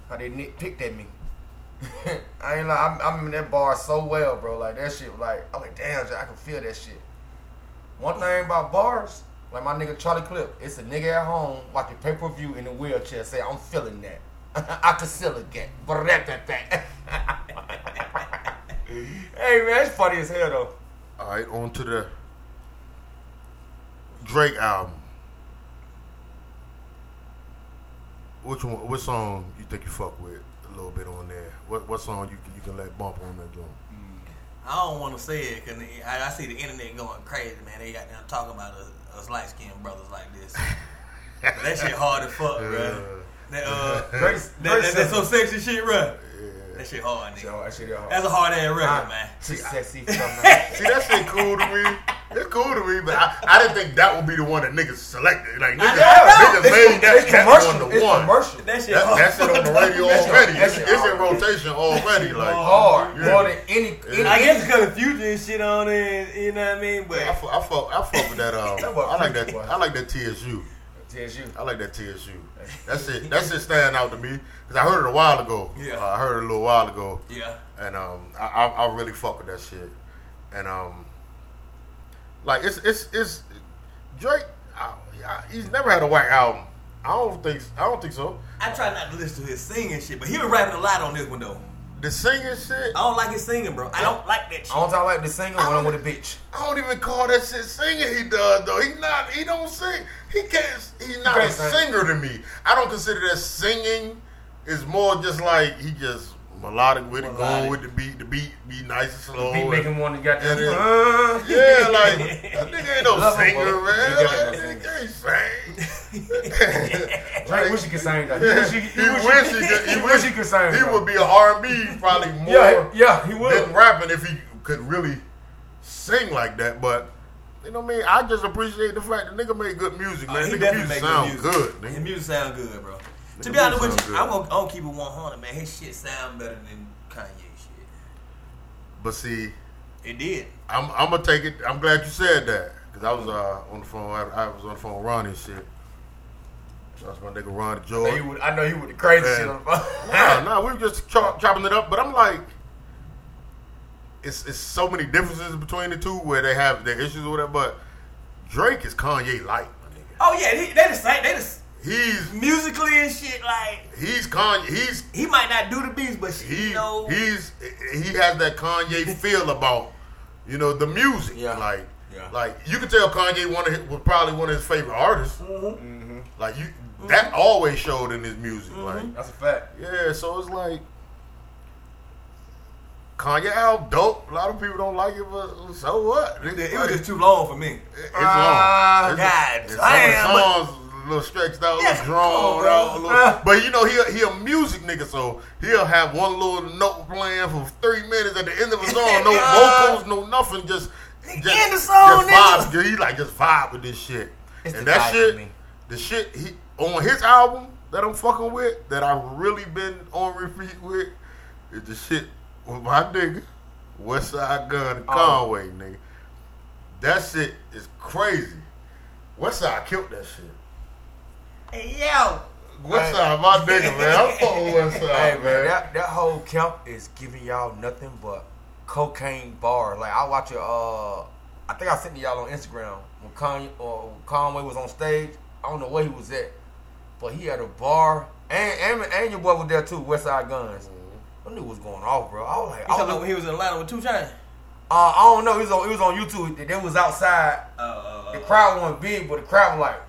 Speaker 3: How they nitpicked at me. I ain't like I'm, I'm in that bar so well, bro. Like that shit. Like I'm like, damn, I can feel that shit. One thing about bars, like my nigga Charlie Clip, it's a nigga at home watching pay per view in a wheelchair. Say I'm feeling that. I can still get. hey man, it's funny as hell though.
Speaker 1: All right, on to the Drake album. Which one? What song you think you fuck with a little bit on there? What what song you can- you can let bump on that joint?
Speaker 2: I don't want to say it because I, I see the internet going crazy, man. They got them talking about us, us light skinned brothers like this. but that shit hard as fuck, bruh. That, uh,
Speaker 3: Grace,
Speaker 2: that, that, that so sexy shit, bruh.
Speaker 1: Yeah.
Speaker 2: That shit hard, nigga.
Speaker 3: So that shit is hard.
Speaker 2: That's a hard ass record,
Speaker 3: Nah,
Speaker 2: man.
Speaker 3: She's sexy from the
Speaker 1: See, that shit cool to me. It's cool to me, but I, I didn't think that would be the one that niggas selected. Like, niggas,
Speaker 2: know.
Speaker 1: niggas
Speaker 3: It's-
Speaker 1: made that,
Speaker 3: it's
Speaker 1: that one
Speaker 3: commercial.
Speaker 1: the
Speaker 3: it's
Speaker 1: one.
Speaker 3: commercial.
Speaker 2: That shit
Speaker 1: That,
Speaker 2: hard.
Speaker 1: that shit on the radio
Speaker 3: That's
Speaker 1: already.
Speaker 3: your- that's
Speaker 1: It's,
Speaker 3: your
Speaker 1: it's in
Speaker 3: hard.
Speaker 1: rotation already. Like,
Speaker 3: hard
Speaker 1: yeah.
Speaker 3: more than any. any
Speaker 2: I guess because of Future and shit on it, you know what I mean? But
Speaker 1: I fuck, I fuck, I fuck with that. Um,
Speaker 3: That was
Speaker 1: I like that.
Speaker 3: freaky, boy.
Speaker 1: I like that TSU.
Speaker 3: TSU.
Speaker 1: I like that TSU. That's it. That's it. Stand out to me because I heard it a while ago.
Speaker 2: Yeah.
Speaker 1: Uh, I heard it a little while ago,
Speaker 2: yeah,
Speaker 1: and um, I, I, I really fuck with that shit. And um, like it's it's it's Drake. I, I, he's never had a whack album. I don't think I don't think so.
Speaker 2: I try not to listen to his singing shit, but he was rapping a lot on this one though.
Speaker 1: The singing shit,
Speaker 2: I don't like his singing, bro. I don't like that shit.
Speaker 3: I don't talk like the singer when I'm with a bitch.
Speaker 1: I don't even call that shit singing. He does though. He not. He don't sing. He can't. He's not a
Speaker 3: can't sing.
Speaker 1: singer to me. I don't consider that singing. It's more just like he just melodic with it, going
Speaker 2: Melodic.
Speaker 1: with the beat. The beat be nice and slow.
Speaker 3: Beat making Uh, one that got
Speaker 1: and then-
Speaker 3: that.
Speaker 1: yeah, like that nigga ain't no
Speaker 3: Love him,
Speaker 1: singer,
Speaker 3: bro.
Speaker 1: man.
Speaker 3: He
Speaker 1: Like,
Speaker 3: definitely
Speaker 1: that nigga
Speaker 3: no
Speaker 1: can't sing.
Speaker 3: Drake wish he could sing that. He
Speaker 1: Yeah,
Speaker 3: wish he, he wish he,
Speaker 1: could.
Speaker 3: he wish he could sing.
Speaker 1: He
Speaker 3: bro.
Speaker 1: would be an R and B probably more
Speaker 3: Yeah, he- yeah, he would.
Speaker 1: than rapping if he could really sing like that. But you know what I mean? I just appreciate the fact that nigga made good music, man.
Speaker 2: Uh, he
Speaker 1: nigga
Speaker 2: definitely
Speaker 1: music
Speaker 2: make
Speaker 1: sound
Speaker 2: good
Speaker 1: good.
Speaker 2: music. His
Speaker 1: nigga.
Speaker 2: music sound good, bro. to
Speaker 1: Nigga
Speaker 2: be
Speaker 1: music
Speaker 2: honest with
Speaker 1: sound
Speaker 2: you,
Speaker 1: good.
Speaker 2: I'm gonna, I'm gonna keep it 100, man. His shit sound better than Kanye shit.
Speaker 1: But see,
Speaker 2: It did.
Speaker 1: I'm I'm gonna take it. I'm glad you said that because I was uh, on the phone. I, I was on the phone with Ronnie and shit. That's my nigga Ron
Speaker 3: I
Speaker 1: George.
Speaker 3: know he would. I know he would. The crazy
Speaker 1: Man.
Speaker 3: shit on the phone.
Speaker 1: Nah, nah, we were just chop, chopping it up. But I'm like, it's it's so many differences between the two where they have their issues or whatever. But Drake is Kanye like.
Speaker 2: Oh yeah, they, they the same. They just
Speaker 1: He's
Speaker 2: musically and shit. Like
Speaker 1: he's Kanye. He's
Speaker 2: he might not do the beats, but
Speaker 1: he
Speaker 2: she, you know,
Speaker 1: he's he has that Kanye feel about you know the music.
Speaker 3: Yeah.
Speaker 1: Like
Speaker 3: Yeah.
Speaker 1: like you can tell Kanye one of his, was probably one of his favorite artists.
Speaker 2: Mm-hmm.
Speaker 1: Like you that always showed in his music.
Speaker 2: Mm-hmm.
Speaker 1: Like
Speaker 3: That's a fact.
Speaker 1: Yeah, so it's like Kanye album dope. A lot of people don't like it, but so what? It's,
Speaker 2: it
Speaker 1: like- Eh,
Speaker 2: was just too long for me.
Speaker 1: it's long.
Speaker 3: Ah,
Speaker 1: It's-
Speaker 2: Oh, God
Speaker 1: it's-
Speaker 2: damn,
Speaker 1: Some
Speaker 2: but-
Speaker 1: of the songs a little stretched out, a
Speaker 2: That's
Speaker 1: little drawn
Speaker 2: cool,
Speaker 1: out, a
Speaker 2: bro.
Speaker 1: little, but you know he he a music nigga, so he'll have one little note playing for three minutes at the end of a song, no
Speaker 2: Yeah.
Speaker 1: vocals, no nothing, just just,
Speaker 2: Uh, end of song,
Speaker 1: just vibes. Dude, He like just vibe with this shit,
Speaker 3: It's
Speaker 1: and
Speaker 3: the
Speaker 1: that
Speaker 3: vibe
Speaker 1: shit,
Speaker 3: for me.
Speaker 1: the shit he on his album that I'm fucking with, that I've really been on repeat with, is the shit with my nigga Westside Gun and
Speaker 3: Oh.
Speaker 1: Conway, nigga. That shit is crazy. Westside killed that shit. eh.
Speaker 2: Hey
Speaker 1: Oh,
Speaker 2: yo,
Speaker 1: Westside, my nigga, man. I'm fucking
Speaker 3: Hey
Speaker 1: Westside,
Speaker 3: Oh, man,
Speaker 1: man.
Speaker 3: that, that whole camp is giving y'all nothing but cocaine bar. Like I watch it. Uh, I think I sent it to y'all on Instagram when Kanye or when Conway was on stage. I don't know where he was at, but he had a bar, and and, and your boy was there too. Westside Guns. I knew was going off, bro. I was like,
Speaker 2: you
Speaker 3: I
Speaker 2: talking
Speaker 3: don't
Speaker 2: about
Speaker 3: know.
Speaker 2: when he was in Atlanta with Two Chainz?
Speaker 3: Uh, I don't know. He was on. He was on YouTube. They- They was outside. The
Speaker 2: Uh,
Speaker 3: crowd wasn't big, but the crowd was like,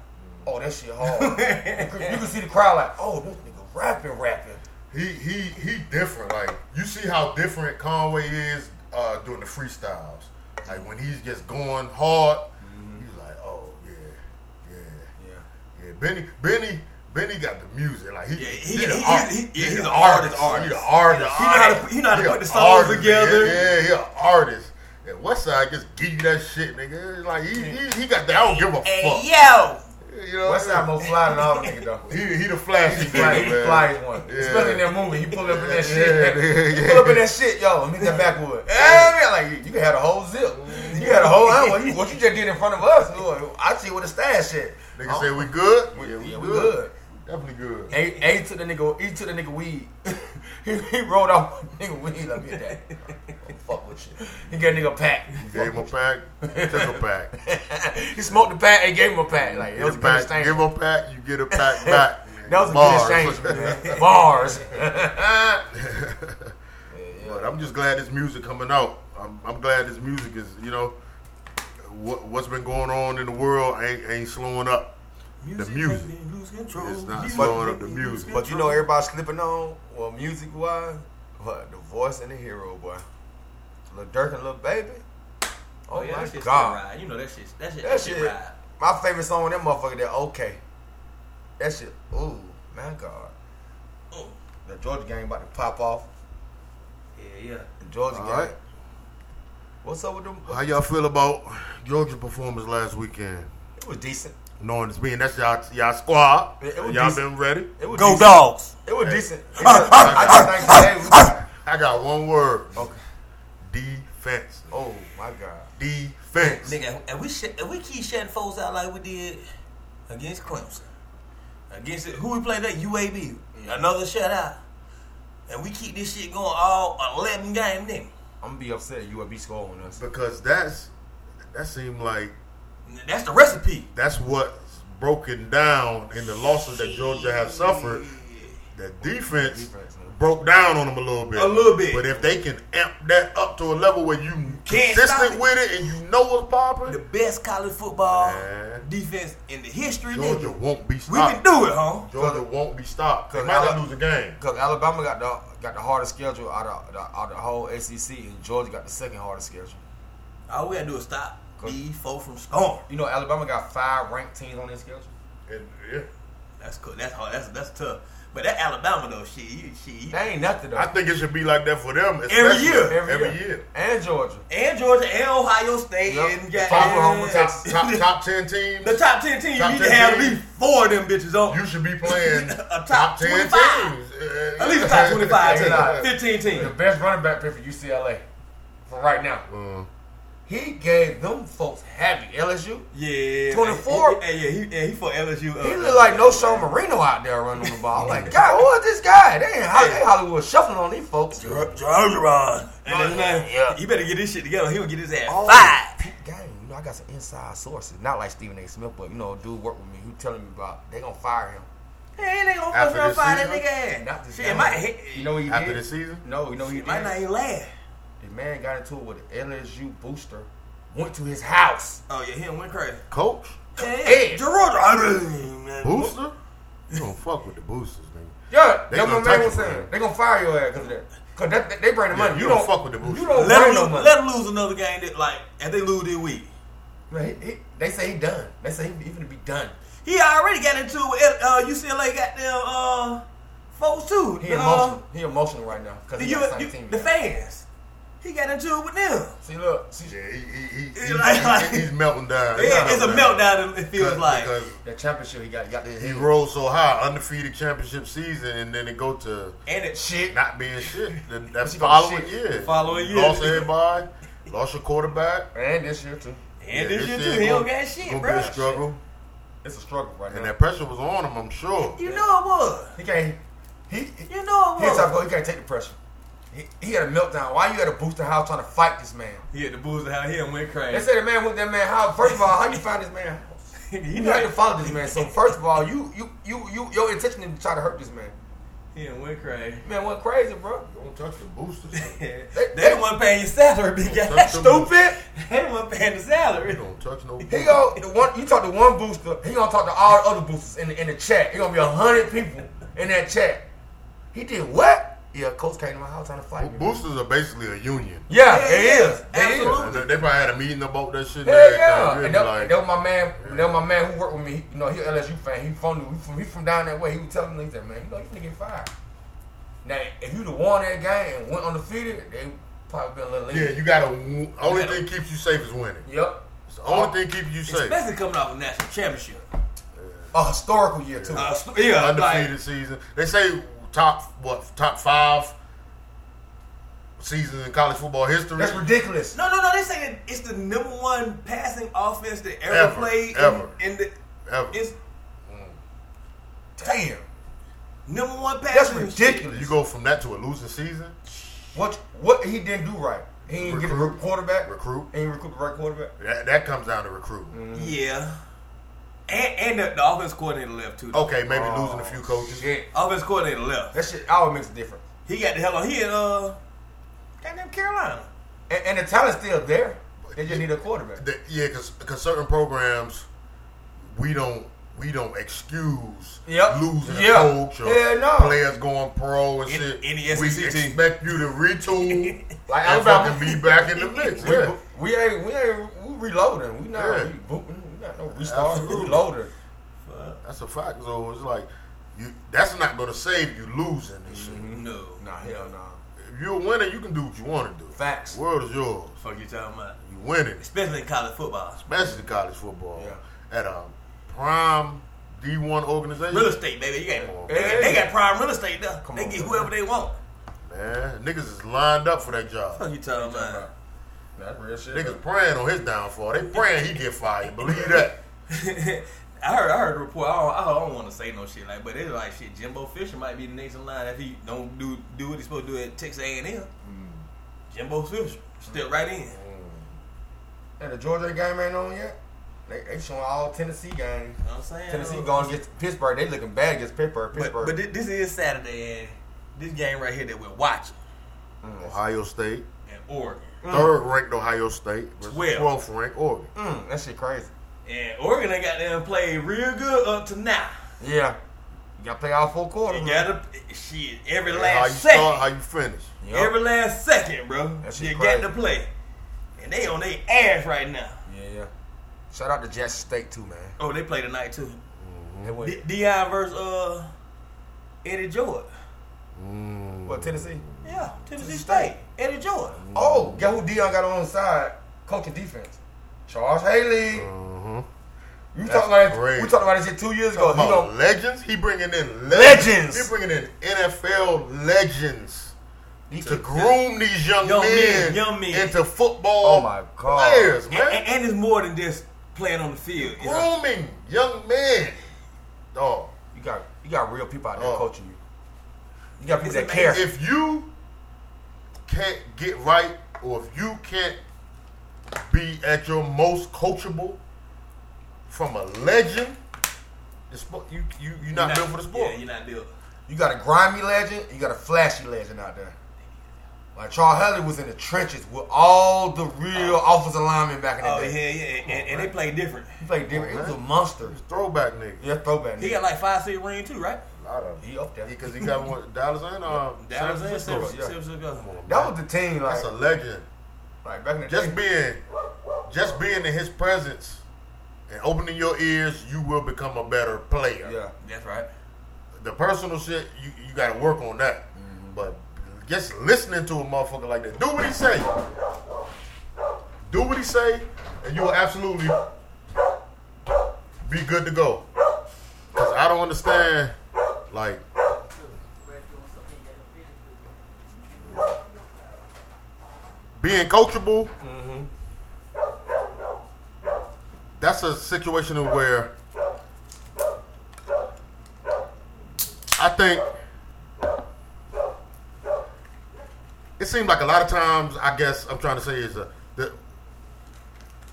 Speaker 3: "Oh, that shit hard." you can see the crowd like, "Oh, this nigga rapping, rapping."
Speaker 1: He he he different. Like you see how different Conway is uh, doing the freestyles. Like when he's just going hard,
Speaker 3: Mm-hmm.
Speaker 1: he's like, oh yeah, yeah,
Speaker 3: Yeah.
Speaker 1: yeah. Benny Benny Benny got the music. Like he
Speaker 2: Yeah, he-
Speaker 1: a
Speaker 2: he-
Speaker 1: art-
Speaker 2: he- he- yeah, he's
Speaker 1: a
Speaker 2: an artist,
Speaker 1: He's an
Speaker 2: artist.
Speaker 1: artist.
Speaker 2: He know how to- he know how to
Speaker 1: He a
Speaker 2: put the songs
Speaker 1: artist,
Speaker 2: together.
Speaker 1: Yeah, yeah, he an artist. And Westside just give you that shit, nigga. Like he, he, he got that. I don't give a fuck.
Speaker 2: hey yo,
Speaker 1: You know what I'm
Speaker 3: Westside
Speaker 1: saying?
Speaker 3: more fly than all the niggas though.
Speaker 1: He, he the flashy nigga,
Speaker 3: He fly, he
Speaker 1: man.
Speaker 3: fly as one.
Speaker 1: Yeah.
Speaker 3: Especially in that movie, he pull up in that
Speaker 1: Yeah,
Speaker 3: shit.
Speaker 1: yeah,
Speaker 3: He pull up in that shit, yo. Let me get that backwood. Yeah, man, like you can have a whole zip. You had a whole what you, what you just did in front of us. Lord, I see what a stash shit.
Speaker 1: Nigga say
Speaker 2: Oh.
Speaker 1: we good.
Speaker 3: yeah, we good.
Speaker 1: Definitely good.
Speaker 3: A, A took the nigga, he took the nigga weed. he, he rolled off one nigga weed. Let me get that. Don't fuck with you. He gave nigga a pack.
Speaker 1: Gave him a pack. Took a pack.
Speaker 3: he smoked the pack and gave him a pack. Like it
Speaker 1: Give
Speaker 3: was a
Speaker 1: a
Speaker 3: good
Speaker 1: pack.
Speaker 3: exchange.
Speaker 1: Give him a pack. You get a pack back.
Speaker 3: That was a
Speaker 1: Bars.
Speaker 3: good exchange, man. Bars. yeah,
Speaker 1: But I'm just glad this music coming out. I'm, I'm glad this music is. You know, what what's been going on in the world ain't ain't slowing up. The music.
Speaker 2: make me lose control.
Speaker 1: It's not
Speaker 2: Music
Speaker 1: slowing
Speaker 2: make
Speaker 1: up the
Speaker 2: me lose
Speaker 1: music.
Speaker 3: But you know everybody slipping on, well, music wise, what the voice and the hero boy, Lil Durk and Lil Baby. Oh,
Speaker 2: Oh yeah, that
Speaker 3: my
Speaker 2: shit still
Speaker 3: god,
Speaker 2: ride. You know that shit. That shit.
Speaker 3: that shit.
Speaker 2: ride.
Speaker 3: My favorite song on that motherfucker, that okay. That shit. Ooh, my god,
Speaker 2: Oh,
Speaker 3: Mm. the Georgia game about to pop off.
Speaker 2: Yeah, yeah.
Speaker 3: Georgia
Speaker 1: All
Speaker 3: got
Speaker 1: right.
Speaker 3: it. What's up with them?
Speaker 1: How y'all feel about Georgia performance last weekend?
Speaker 3: It was decent.
Speaker 1: Knowing it's being that's y'all y'all squad,
Speaker 3: It- it was
Speaker 1: y'all
Speaker 3: decent.
Speaker 1: been ready.
Speaker 3: It was
Speaker 4: Go
Speaker 3: decent.
Speaker 4: dogs.
Speaker 3: It was decent. I just think today was-
Speaker 1: I got one word:
Speaker 3: Okay.
Speaker 1: defense.
Speaker 3: Oh my God.
Speaker 1: Defense.
Speaker 4: Nigga, and we sh- and we keep shutting folks out like we did against Clemson. Against it, who we played that UAB. Another shutout. And we keep this shit going all eleven game nigga.
Speaker 3: I'm gonna be upset if UAB score on us.
Speaker 1: Because that's that seemed like
Speaker 4: That's the recipe.
Speaker 1: that's what's broken down in the losses that Georgia have suffered. The defense
Speaker 3: Defense, man.
Speaker 1: broke down on them a little bit.
Speaker 2: A little bit.
Speaker 1: But if they can amp that up to a level where you
Speaker 2: Can't stop
Speaker 1: consistent
Speaker 2: it.
Speaker 1: with it and you know what's
Speaker 2: The
Speaker 1: popping,
Speaker 4: Best college football.
Speaker 1: man,
Speaker 2: Defense in the history,
Speaker 1: Georgia
Speaker 2: nigga.
Speaker 1: won't be
Speaker 2: We can
Speaker 1: stopped.
Speaker 2: do it, huh?
Speaker 1: Georgia won't be stopped. They
Speaker 3: Cause
Speaker 1: might not
Speaker 3: Alabama-
Speaker 1: lose a game.
Speaker 3: Because Alabama got the got the hardest schedule out of the, out of the whole SEC, and Georgia got the second hardest schedule.
Speaker 4: All we gotta do is stop these folks from scoring.
Speaker 3: You know, Alabama got five ranked teams on their schedule.
Speaker 1: And, yeah.
Speaker 4: That's cool. That's hard. That's that's tough. But that Alabama though, shit, you, shit.
Speaker 3: That ain't nothing though.
Speaker 1: I think it should be like that for them.
Speaker 4: Every year.
Speaker 1: especially Every, year.
Speaker 3: and Georgia.
Speaker 4: and Georgia and Ohio State
Speaker 3: Yep.
Speaker 4: and
Speaker 3: The
Speaker 4: got
Speaker 3: top of
Speaker 4: and-
Speaker 3: them,
Speaker 1: Top, top, top 10 teams.
Speaker 4: the top ten team.
Speaker 1: Top
Speaker 4: you need
Speaker 1: 10
Speaker 4: to have at
Speaker 1: team.
Speaker 4: least four of them bitches on.
Speaker 1: You should be playing
Speaker 4: A top
Speaker 1: top, 10
Speaker 4: 25.
Speaker 1: teams. Uh,
Speaker 4: at least a top twenty-five team,
Speaker 3: Yeah.
Speaker 4: fifteen
Speaker 3: The
Speaker 4: team.
Speaker 3: best running back pick for UCLA for right now.
Speaker 1: Uh,
Speaker 3: He gave them folks happy. LSU.
Speaker 2: Yeah.
Speaker 3: 24?
Speaker 2: Hey, yeah, he, yeah, he for LSU. Uh,
Speaker 3: He looked like no Sean Marino out there running the ball. I'm like, God, who is this guy? They ain't Holly- they Hollywood shuffling on these folks.
Speaker 4: Georgia
Speaker 2: And his
Speaker 4: uh,
Speaker 2: name,
Speaker 3: Yeah.
Speaker 2: You better get this shit together. He'll get his ass.
Speaker 3: Oh,
Speaker 4: Five.
Speaker 3: Pete Gang, you know, I got some inside sources. Not like Stephen A. Smith, but you know, a dude work with me who telling me about they gonna fire him.
Speaker 4: Hey, they gonna
Speaker 1: After
Speaker 4: fuck around
Speaker 1: this
Speaker 4: fire that
Speaker 1: season?
Speaker 4: nigga ass.
Speaker 3: Not this
Speaker 4: Shit,
Speaker 3: guy.
Speaker 4: it might hit.
Speaker 3: You know what he
Speaker 1: after
Speaker 3: did?
Speaker 1: the season?
Speaker 3: No, you know what he
Speaker 4: It might
Speaker 3: did.
Speaker 4: not even last.
Speaker 3: The man got into it with an LSU booster. Went to his house.
Speaker 2: Oh yeah, him went crazy.
Speaker 1: Coach?
Speaker 4: Hey,
Speaker 3: Hey.
Speaker 4: Georgia. I mean, man.
Speaker 1: Booster? You don't fuck with the boosters, man.
Speaker 3: Yeah,
Speaker 1: They
Speaker 3: that's
Speaker 1: gonna
Speaker 3: what man
Speaker 1: touch
Speaker 3: was
Speaker 1: him,
Speaker 3: saying.
Speaker 1: man.
Speaker 3: They gonna fire your ass because of that. Cause that, that- they bring the
Speaker 1: Yeah,
Speaker 3: money.
Speaker 1: you don't fuck with the booster.
Speaker 3: You don't
Speaker 4: Let them,
Speaker 3: bring no
Speaker 4: lose,
Speaker 3: money.
Speaker 4: let 'em lose another game that like if they lose this week.
Speaker 3: Man, he- he- they say he done. They say he even to be done.
Speaker 4: He already got into it with uh, UCLA got them uh, folks too.
Speaker 3: He
Speaker 4: The, uh,
Speaker 3: emotional. He emotional right now because
Speaker 4: the,
Speaker 3: he
Speaker 4: U-
Speaker 3: got the same
Speaker 4: U-
Speaker 3: team.
Speaker 4: the fans. He got into it with them.
Speaker 3: See, look, see,
Speaker 1: Yeah, he, he, he,
Speaker 4: It's like- like-
Speaker 1: he- he's melting down. He's
Speaker 4: Yeah, it's a
Speaker 1: down.
Speaker 4: meltdown. It feels
Speaker 1: Because-
Speaker 4: like.
Speaker 1: because
Speaker 3: the championship he got, he got the
Speaker 1: he rose so high, undefeated championship season, and then it go to
Speaker 4: and it
Speaker 3: shit.
Speaker 1: not being shit. The, that
Speaker 3: She gonna
Speaker 1: following
Speaker 3: shit.
Speaker 1: year,
Speaker 4: following year.
Speaker 1: lost everybody, lost your quarterback.
Speaker 3: And this year too.
Speaker 4: and
Speaker 1: Yeah,
Speaker 4: this year
Speaker 1: year
Speaker 4: too, he don't
Speaker 1: gonna-
Speaker 4: got
Speaker 1: gonna
Speaker 4: shit,
Speaker 1: Be
Speaker 4: bro.
Speaker 1: a struggle,
Speaker 3: It's a struggle right
Speaker 1: and
Speaker 3: now.
Speaker 1: that pressure was on him. I'm sure.
Speaker 4: You know it was.
Speaker 3: He can't. He he,
Speaker 4: You know it
Speaker 3: he, a
Speaker 2: Oh.
Speaker 3: type of
Speaker 4: was.
Speaker 3: guy, he can't take the pressure. He, he had a meltdown. Why you at a booster house trying to fight this man?
Speaker 2: He had the booze out here and went
Speaker 3: They
Speaker 2: crazy.
Speaker 3: said the man went that man house. First of all, how you find this man? house?
Speaker 2: he
Speaker 3: You
Speaker 2: not
Speaker 3: had to follow this man. So first of all, you you you you your intention is to try to hurt this man.
Speaker 2: He done went crazy.
Speaker 3: Man went crazy, bro.
Speaker 1: Don't touch the boosters. man.
Speaker 2: they
Speaker 3: they-
Speaker 2: they want paying your salary, big guy.
Speaker 1: Touch them boosters.
Speaker 3: Stupid.
Speaker 2: they want paying the salary.
Speaker 1: Don't touch no.
Speaker 3: He
Speaker 1: boosters.
Speaker 3: go the one. You talk to one booster. He gonna talk to all the other boosters in the, in the chat. It gonna be a hundred people in that chat. He did what? Yeah, coach came to my house trying to fight me.
Speaker 1: Boosters are basically a union.
Speaker 3: Yeah,
Speaker 4: Yeah,
Speaker 3: it
Speaker 4: yeah,
Speaker 3: is. It is.
Speaker 4: absolutely.
Speaker 1: And They they probably had a meeting about that shit. and
Speaker 3: Hell
Speaker 1: everything.
Speaker 3: yeah!
Speaker 1: Really,
Speaker 3: And that,
Speaker 1: like,
Speaker 3: that was my man. That was my man who worked with me. He, you know, he a LSU fan. He from he from, he from down that way. He was telling me he said, man, you know, you finna get fired. Now, if you'd have won that game and went undefeated, they probably been a little
Speaker 1: yeah,
Speaker 3: lazy.
Speaker 1: you gotta. w- Only thing keeps you safe is winning.
Speaker 3: Yep.
Speaker 1: It's the only thing keeping you safe.
Speaker 4: Especially coming off a national championship.
Speaker 3: A historical year too.
Speaker 4: Uh, st- yeah,
Speaker 1: undefeated
Speaker 4: like,
Speaker 1: season. They say top what top five seasons in college football history.
Speaker 3: That's ridiculous.
Speaker 4: no, no, no. They saying it's the number one passing offense that ever,
Speaker 1: Ever,
Speaker 4: played. in-
Speaker 1: ever.
Speaker 4: In, the
Speaker 1: Ever.
Speaker 4: it's
Speaker 3: Damn.
Speaker 4: number one
Speaker 3: That's
Speaker 4: passing.
Speaker 3: ridiculous.
Speaker 1: You go from that to a losing season.
Speaker 3: What what he didn't do right? He didn't get a
Speaker 1: Recruit.
Speaker 3: quarterback.
Speaker 1: Recruit.
Speaker 3: He didn't recruit the right quarterback.
Speaker 1: That, that comes down to recruiting.
Speaker 2: Mm-hmm.
Speaker 4: Yeah.
Speaker 2: And, and the, the offense coordinator left too.
Speaker 1: Okay, maybe
Speaker 3: Oh,
Speaker 1: losing a few coaches.
Speaker 3: Shit.
Speaker 2: Offense coordinator left.
Speaker 3: That shit always makes a difference.
Speaker 2: He got the hell on. He in uh, goddamn Carolina.
Speaker 3: And, and the talent's still there. They just need a quarterback.
Speaker 1: That- yeah, because certain programs we don't we don't excuse
Speaker 3: Yep.
Speaker 1: losing
Speaker 3: Yeah.
Speaker 1: a coach or
Speaker 3: Hell no.
Speaker 1: players going pro and
Speaker 2: In-
Speaker 1: shit.
Speaker 2: any
Speaker 1: we
Speaker 2: SEC team.
Speaker 1: expect you to retool
Speaker 3: E Like
Speaker 1: and
Speaker 3: Alabama.
Speaker 1: fucking be back in the mix.
Speaker 3: We,
Speaker 1: Yeah.
Speaker 3: we ain't we ain't we reloading. We not
Speaker 1: Yeah.
Speaker 3: rebooting. We not no restart. We
Speaker 1: Absolutely.
Speaker 3: reloading.
Speaker 1: That's a fact. So it's like you. That's not going to save you losing this shit.
Speaker 2: No.
Speaker 3: Nah, hell
Speaker 1: You
Speaker 3: nah.
Speaker 1: you're a winner, you can do what you want to do.
Speaker 3: Mm-hmm. Facts.
Speaker 1: The world is yours.
Speaker 2: Fuck you talking about.
Speaker 1: You winning,
Speaker 4: especially in college football.
Speaker 1: especially college football.
Speaker 3: Yeah.
Speaker 1: At a prime D1 organization.
Speaker 4: Real estate, baby. You got,
Speaker 1: Come
Speaker 4: they, got- they got prime real estate though.
Speaker 3: Oh. Come
Speaker 4: they
Speaker 3: on,
Speaker 4: get
Speaker 3: man.
Speaker 4: whoever they want.
Speaker 1: Man, niggas is lined up for that job.
Speaker 4: Fuck you talking about.
Speaker 3: That real shit.
Speaker 1: Niggas praying on his downfall. They praying he get fired. Believe that.
Speaker 2: I heard, I heard a report. I don't, I don't want to say no shit like, but they like shit. Jimbo Fisher might be the next in line if he don't do do what he's supposed to do at Texas A and M.
Speaker 3: Mm.
Speaker 2: Jimbo Fisher step right in.
Speaker 3: And the Georgia game ain't on yet. They, they showing all Tennessee games.
Speaker 4: You know what I'm saying?
Speaker 3: Tennessee going against Pittsburgh. They looking bad against Pittsburgh.
Speaker 4: But,
Speaker 3: Pittsburgh.
Speaker 4: but thi- this is Saturday, and this game right here that we're watching
Speaker 1: Ohio State,
Speaker 4: in Oregon.
Speaker 1: third ranked Ohio State, versus
Speaker 4: Mm. Twelve.
Speaker 1: 12th ranked Oregon.
Speaker 3: mm, that shit crazy.
Speaker 4: And Oregon ain't got them played real good up to now.
Speaker 3: Yeah. You gotta play all four quarters.
Speaker 4: You gotta shit every
Speaker 1: How you
Speaker 4: last second.
Speaker 1: start, how you finish.
Speaker 3: Yup.
Speaker 4: Every last second, bro.
Speaker 3: That shit
Speaker 4: You
Speaker 3: crazy.
Speaker 4: got to play. And they on their ass right now.
Speaker 3: yeah, yeah. Shout out to Jackson State too, man.
Speaker 4: Oh, they play tonight too.
Speaker 3: They went,
Speaker 4: D- Dion versus uh Eddie Jordan.
Speaker 1: Mm.
Speaker 3: what Tennessee?
Speaker 4: Yeah, Tennessee State. Eddie Jordan.
Speaker 3: Oh, guess who Dion got on his side? Coaching defense. Charles Haley.
Speaker 1: Mhm.
Speaker 3: You
Speaker 1: That's
Speaker 3: talking about
Speaker 1: crazy.
Speaker 3: we talked about this shit two years ago. He
Speaker 1: Talking about
Speaker 3: don't
Speaker 1: legends. He bringing in
Speaker 3: Legends.
Speaker 1: legends. He bringing in NFL legends
Speaker 3: he
Speaker 1: to
Speaker 3: took
Speaker 1: groom these young,
Speaker 4: Young men,
Speaker 1: men,
Speaker 4: young men.
Speaker 1: into football
Speaker 3: Oh my God.
Speaker 1: players, man.
Speaker 4: And, and, and it's more than just playing on the field. It's
Speaker 1: Grooming young men. Dog.
Speaker 3: You got you got real people out there
Speaker 1: Oh.
Speaker 3: coaching you. You got people
Speaker 4: It's
Speaker 3: that care.
Speaker 1: If you can't get right, or if you can't be at your most coachable from a legend, it's, spo- you you you're not built for the sport.
Speaker 4: Yeah, you're not built.
Speaker 3: You got a grimy legend, you got a flashy legend out there. Like Charles Haley was in the trenches with all the real offensive linemen back in the
Speaker 4: Oh yeah, yeah,
Speaker 3: day.
Speaker 4: and, and, and they play different.
Speaker 3: He played different.
Speaker 1: Oh,
Speaker 3: He was a monster.
Speaker 1: Throwback nigga.
Speaker 3: Yeah, throwback.
Speaker 4: He got like five six ring too, right?
Speaker 1: A lot of
Speaker 3: he up there.
Speaker 1: because he got one Dallas and uh,
Speaker 4: Dallas and San
Speaker 1: San Francisco.
Speaker 4: Francisco. San Francisco.
Speaker 3: that was the team. Like,
Speaker 1: That's a legend.
Speaker 3: like back in the
Speaker 1: Just
Speaker 3: day.
Speaker 1: being, just being in his presence and opening your ears, you will become a better player.
Speaker 3: Yeah,
Speaker 4: That's right.
Speaker 1: the personal shit, you, you got to work on that. But just listening to a motherfucker like that, do what he say, do what he say, and you'll absolutely be good to go. Cause I don't understand, like. Being coachable, that's a situation in where I think it seemed like a lot of times. I guess I'm trying to say is uh, the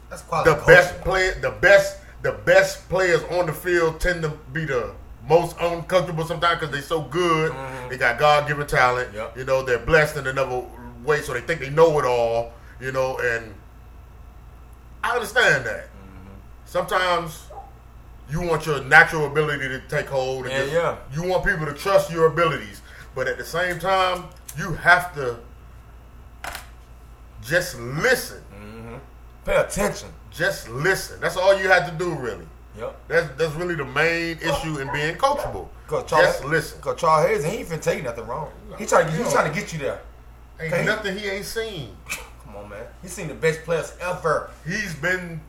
Speaker 3: that's quality.
Speaker 1: the
Speaker 3: coaching.
Speaker 1: best player, the best the best players on the field tend to be the most uncomfortable sometimes because they're so good. They got God given talent.
Speaker 3: Mm-hmm. Yep.
Speaker 1: You know they're blessed in another way, so they think they know it all. You know, and I understand that.
Speaker 3: Mm-hmm.
Speaker 1: Sometimes you want your natural ability to take hold. And
Speaker 3: Yeah,
Speaker 1: just-
Speaker 3: yeah.
Speaker 1: You want people to trust your abilities, but at the same time, you have to just listen.
Speaker 3: Pay attention.
Speaker 1: Just listen. That's all you have to do, really.
Speaker 3: Yep.
Speaker 1: That's that's really the main issue in being coachable.
Speaker 3: Cause Charles,
Speaker 1: Just listen.
Speaker 3: Cause Charles Hayes, he ain't finna tell you nothing wrong. He trying to he trying to get you there.
Speaker 1: Ain't nothing he ain't seen.
Speaker 3: Come on, man. He seen the best players ever.
Speaker 1: He's been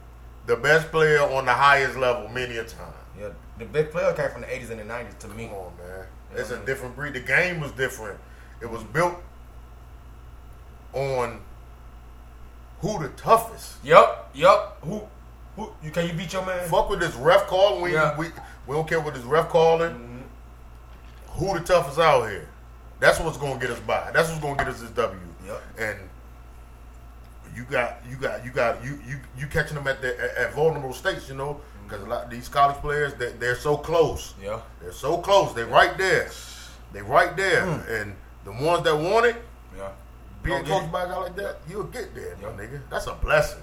Speaker 1: the best player on the highest level many a time.
Speaker 3: Yeah, the best player came from the '80s and the '90s to me.
Speaker 1: Come on, man. It's a different breed. The game was different. It was built on who the toughest.
Speaker 3: Yep, yep. Who, who? You can you beat your man?
Speaker 1: Fuck with this ref call. We,
Speaker 3: Yeah.
Speaker 1: we we don't care what this ref calling.
Speaker 3: Mm-hmm.
Speaker 1: Who the toughest out here? That's what's gonna get us by. That's what's gonna get us this W.
Speaker 3: Yep.
Speaker 1: And you got you got you got you you you catching them at the at, at vulnerable states, you know, because a lot of these college players they, they're so close.
Speaker 3: Mm-hmm. Yeah.
Speaker 1: They're so close. They're right there. They're right there. And the ones that want it,
Speaker 3: Yeah.
Speaker 1: being
Speaker 3: Mm. Don't get
Speaker 1: coached
Speaker 3: it.
Speaker 1: by a guy like that, you'll get there, my
Speaker 3: Yep.
Speaker 1: nigga. That's a blessing.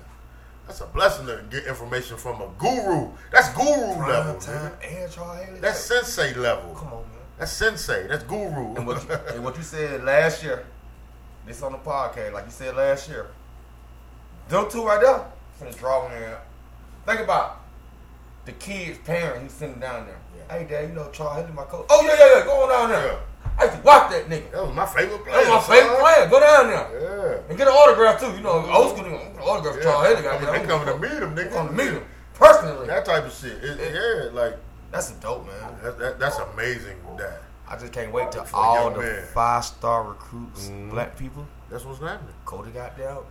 Speaker 1: That's a blessing to get information from a guru. That's guru
Speaker 3: Prime
Speaker 1: level.
Speaker 3: time
Speaker 1: nigga.
Speaker 3: and Charles Haley.
Speaker 1: That's sensei level.
Speaker 3: come on, man.
Speaker 1: That's sensei. That's guru.
Speaker 3: And what, you, and what you said last year, this on the podcast, like you said last year, them two right there, finna draw one there. Think about the kid's parent who's sitting down there. Hey, dad, you know Charles Haley, my coach. Oh yeah, yeah, yeah. Go on down there. I used to watch that nigga.
Speaker 1: That was my favorite player.
Speaker 3: That's my
Speaker 1: son.
Speaker 3: favorite player. Go down there.
Speaker 1: Yeah.
Speaker 3: And get an autograph too. You know, old school nigga. I'm gonna autograph
Speaker 1: yeah.
Speaker 3: Charles Haley.
Speaker 1: I mean, they
Speaker 3: goddamn.
Speaker 1: coming to meet him. They
Speaker 3: I'm gonna meet him personally.
Speaker 1: That type of shit. It- yeah, like
Speaker 3: That's dope, man.
Speaker 1: that, that, that's amazing. That
Speaker 3: I just can't wait till
Speaker 1: For a
Speaker 3: all
Speaker 1: young
Speaker 3: the
Speaker 1: man. Mm-hmm.
Speaker 3: five star recruits, black people,
Speaker 1: that's what's happening.
Speaker 3: go to goddamn.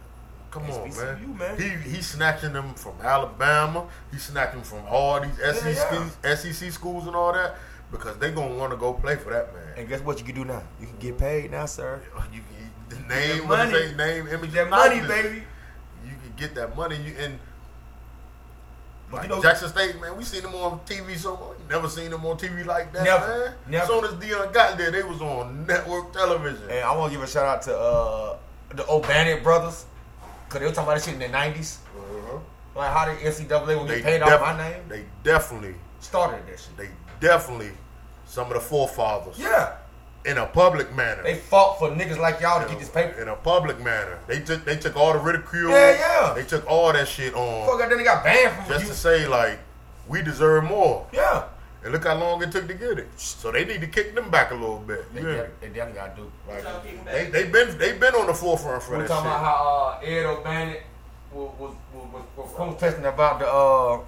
Speaker 1: Come
Speaker 3: It's
Speaker 1: on,
Speaker 3: VCU,
Speaker 1: man.
Speaker 3: man.
Speaker 1: He he's snatching them from Alabama. He's snatching from all these E SEC
Speaker 3: Yeah,
Speaker 1: SEC schools and all that because they gonna want to go play for that man.
Speaker 3: And guess what you can do now? You can get paid now, sir.
Speaker 1: You, you, the name,
Speaker 3: that
Speaker 1: what
Speaker 3: money.
Speaker 1: they say, name, image,
Speaker 3: That
Speaker 1: and
Speaker 3: money,
Speaker 1: likeness.
Speaker 3: baby.
Speaker 1: You can get that money. You and
Speaker 3: But
Speaker 1: like
Speaker 3: you know-
Speaker 1: Jackson State, man, we seen them on TV so much. Never seen them on TV like that,
Speaker 3: Never.
Speaker 1: man.
Speaker 3: Never.
Speaker 1: As soon as Dion got there, they was on network television.
Speaker 3: And I want to give a shout out to uh, the O'Bannon brothers, cause they were talking about this shit in the '90s.
Speaker 1: Uh-huh.
Speaker 3: Like how the NCAA would get
Speaker 1: They,
Speaker 3: paid
Speaker 1: def-
Speaker 3: off my name.
Speaker 1: they definitely,
Speaker 3: Started that shit.
Speaker 1: they definitely, some of the forefathers
Speaker 3: Yeah,
Speaker 1: in a public manner.
Speaker 3: they fought for niggas like y'all to get this paper.
Speaker 1: in a public manner. They took they took all the ridicule.
Speaker 3: Yeah, yeah.
Speaker 1: They took all that shit on
Speaker 3: Fuck, then they got banned from
Speaker 1: just to
Speaker 3: you.
Speaker 1: say like we deserve more.
Speaker 3: Yeah,
Speaker 1: And look how long it took to get it. So they need to kick them back a little bit.
Speaker 3: they,
Speaker 1: You hear me?
Speaker 3: def- they definitely got to do.
Speaker 1: Like,
Speaker 2: Y'all kick them back.
Speaker 1: they they been they been on the forefront for
Speaker 3: We're
Speaker 1: that
Speaker 3: talking about
Speaker 1: shit.
Speaker 3: how uh, Ed O'Bannon was was was, was, was protesting about the uh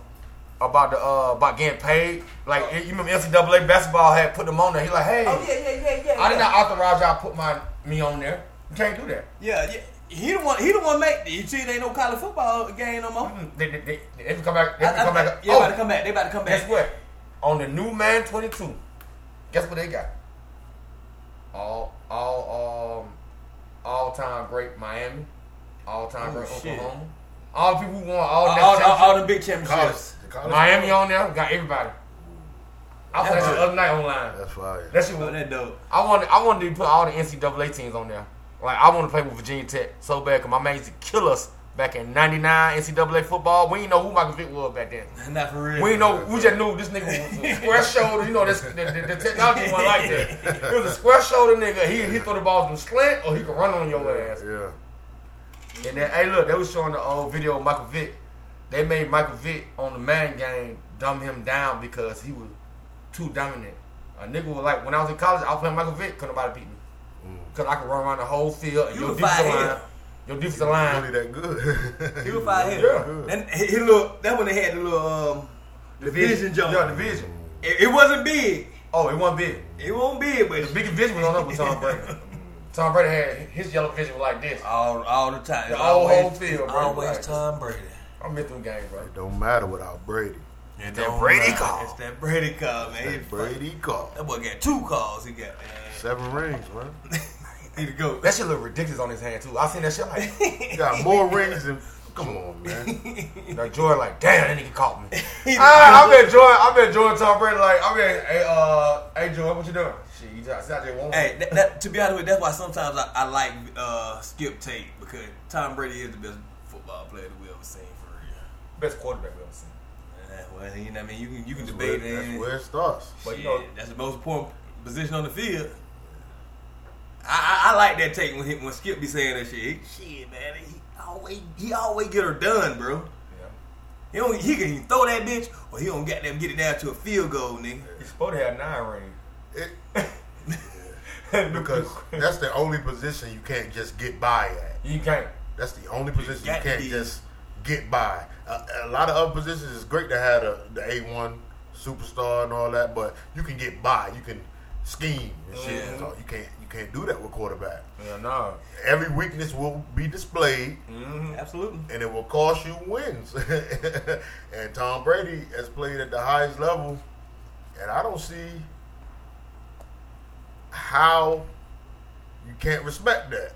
Speaker 3: about the uh about getting paid. Like you remember NCAA basketball had put them on there. He like, hey,
Speaker 2: Oh yeah, yeah, yeah, yeah.
Speaker 3: I did
Speaker 2: yeah.
Speaker 3: not authorize y'all put my me on there. You can't do that.
Speaker 2: Yeah, yeah. He the one. He the one make. You see, it ain't no college football game no more.
Speaker 3: Mm, They they they, they have to come back. They
Speaker 2: I,
Speaker 3: have to
Speaker 2: I,
Speaker 3: come back.
Speaker 2: yeah, about to
Speaker 3: Oh,
Speaker 2: come back. They about to come back.
Speaker 3: guess what? On the new man twenty two, guess what they got? All all um all time great Miami, all time
Speaker 2: Oh,
Speaker 3: great
Speaker 2: shit.
Speaker 3: Oklahoma, all the people who won all
Speaker 2: All,
Speaker 3: that
Speaker 2: all, all,
Speaker 3: championship.
Speaker 2: all the big
Speaker 1: College,
Speaker 2: championships.
Speaker 1: the college-
Speaker 3: Miami on there, got everybody. I played
Speaker 2: That's
Speaker 3: that shit
Speaker 2: right.
Speaker 3: the other night online.
Speaker 1: That's fire.
Speaker 3: That shit
Speaker 2: Oh,
Speaker 3: was,
Speaker 2: that dope.
Speaker 3: I wanted I wanted to put all the NCAA teams on there. Like I want to play with Virginia Tech so bad because my man used to kill us back in '99 NCAA football. We didn't know who Michael Vick was back then.
Speaker 2: Not for real.
Speaker 3: We didn't know. We just knew this nigga was a square shoulder. You know, this the, the, the technology wasn't like that. He was a square shoulder nigga. He he throw the balls in slant or he could run on your ass.
Speaker 1: Yeah.
Speaker 3: And then, hey, look, they was showing the old video of Michael Vick. They made Michael Vick on the man game dumb him down because he was too dominant. A nigga was like, when I was in college, I was playing Michael Vick, couldn't nobody beat me. Because I could run around the whole field and
Speaker 2: You
Speaker 3: your
Speaker 2: was fire
Speaker 3: defensive
Speaker 2: here.
Speaker 3: line. Your defensive line.
Speaker 1: Really that good.
Speaker 2: He was out
Speaker 3: Yeah.
Speaker 2: here. And he he look. That when they had the little um, division jump.
Speaker 3: Yeah, division.
Speaker 2: It, it wasn't big.
Speaker 3: Oh, it wasn't big.
Speaker 2: It won't big, but
Speaker 3: The
Speaker 2: it's big
Speaker 3: biggest vision was on up with Tom Brady. Tom Brady had his yellow vision was like this.
Speaker 2: all all the time.
Speaker 3: The
Speaker 2: It's
Speaker 3: whole
Speaker 2: always-
Speaker 3: whole field, bro.
Speaker 4: Always
Speaker 3: Like,
Speaker 4: Tom Brady.
Speaker 3: I miss them games, bro.
Speaker 1: It don't matter without Brady.
Speaker 4: It's
Speaker 3: that Brady call.
Speaker 2: It's that Brady call, man. He
Speaker 1: That Brady call.
Speaker 2: That boy got two calls. He got man.
Speaker 1: Seven rings, man.
Speaker 2: He the goat.
Speaker 3: That shit look ridiculous on his hand, too. I seen that shit like,
Speaker 1: You got more rings than. Come on, man.
Speaker 3: Like Jordan, like damn, that nigga caught me.
Speaker 2: He-
Speaker 3: I, I bet Jordan, I bet Jordan Tom Brady, like I bet, hey, uh, hey Jordan, what you doing? Shit, you just, I just want.
Speaker 2: Hey, that, that, to be honest with you, that's why sometimes I, I like uh, skip tape because Tom Brady is the best football player that we ever seen for real.
Speaker 3: best quarterback we ever seen.
Speaker 2: Uh, well, you know, what I mean, you can you can
Speaker 1: That's where,
Speaker 2: debate
Speaker 1: that's
Speaker 2: it.
Speaker 1: where it starts.
Speaker 3: But you
Speaker 2: Shit,
Speaker 3: know-
Speaker 2: that's the most important position on the field. I, I, I like that tape when he, when Skip be saying that shit. He- Shit, man, he always he always get her done, bro.
Speaker 3: Yeah.
Speaker 2: He don't, he can either throw that bitch or he don't goddamn get it down to a field goal, nigga.
Speaker 3: He's supposed to have nine
Speaker 1: It,
Speaker 3: rings
Speaker 1: because that's the only position you can't just get by at.
Speaker 3: you can't.
Speaker 1: That's the only position you
Speaker 2: got
Speaker 1: can't
Speaker 2: these.
Speaker 1: just get by. A, a lot of other positions, it's great to have the, the A1 superstar and all that, but you can get by. You can scheme and shit.
Speaker 2: Yeah.
Speaker 1: So you can't you can't do that with quarterback.
Speaker 3: Yeah, no.
Speaker 1: Every weakness will be displayed,
Speaker 2: Mm-hmm.
Speaker 3: Mm-hmm.
Speaker 2: Absolutely.
Speaker 1: and it will cost you wins. and Tom Brady has played at the highest level, and I don't see how you can't respect that.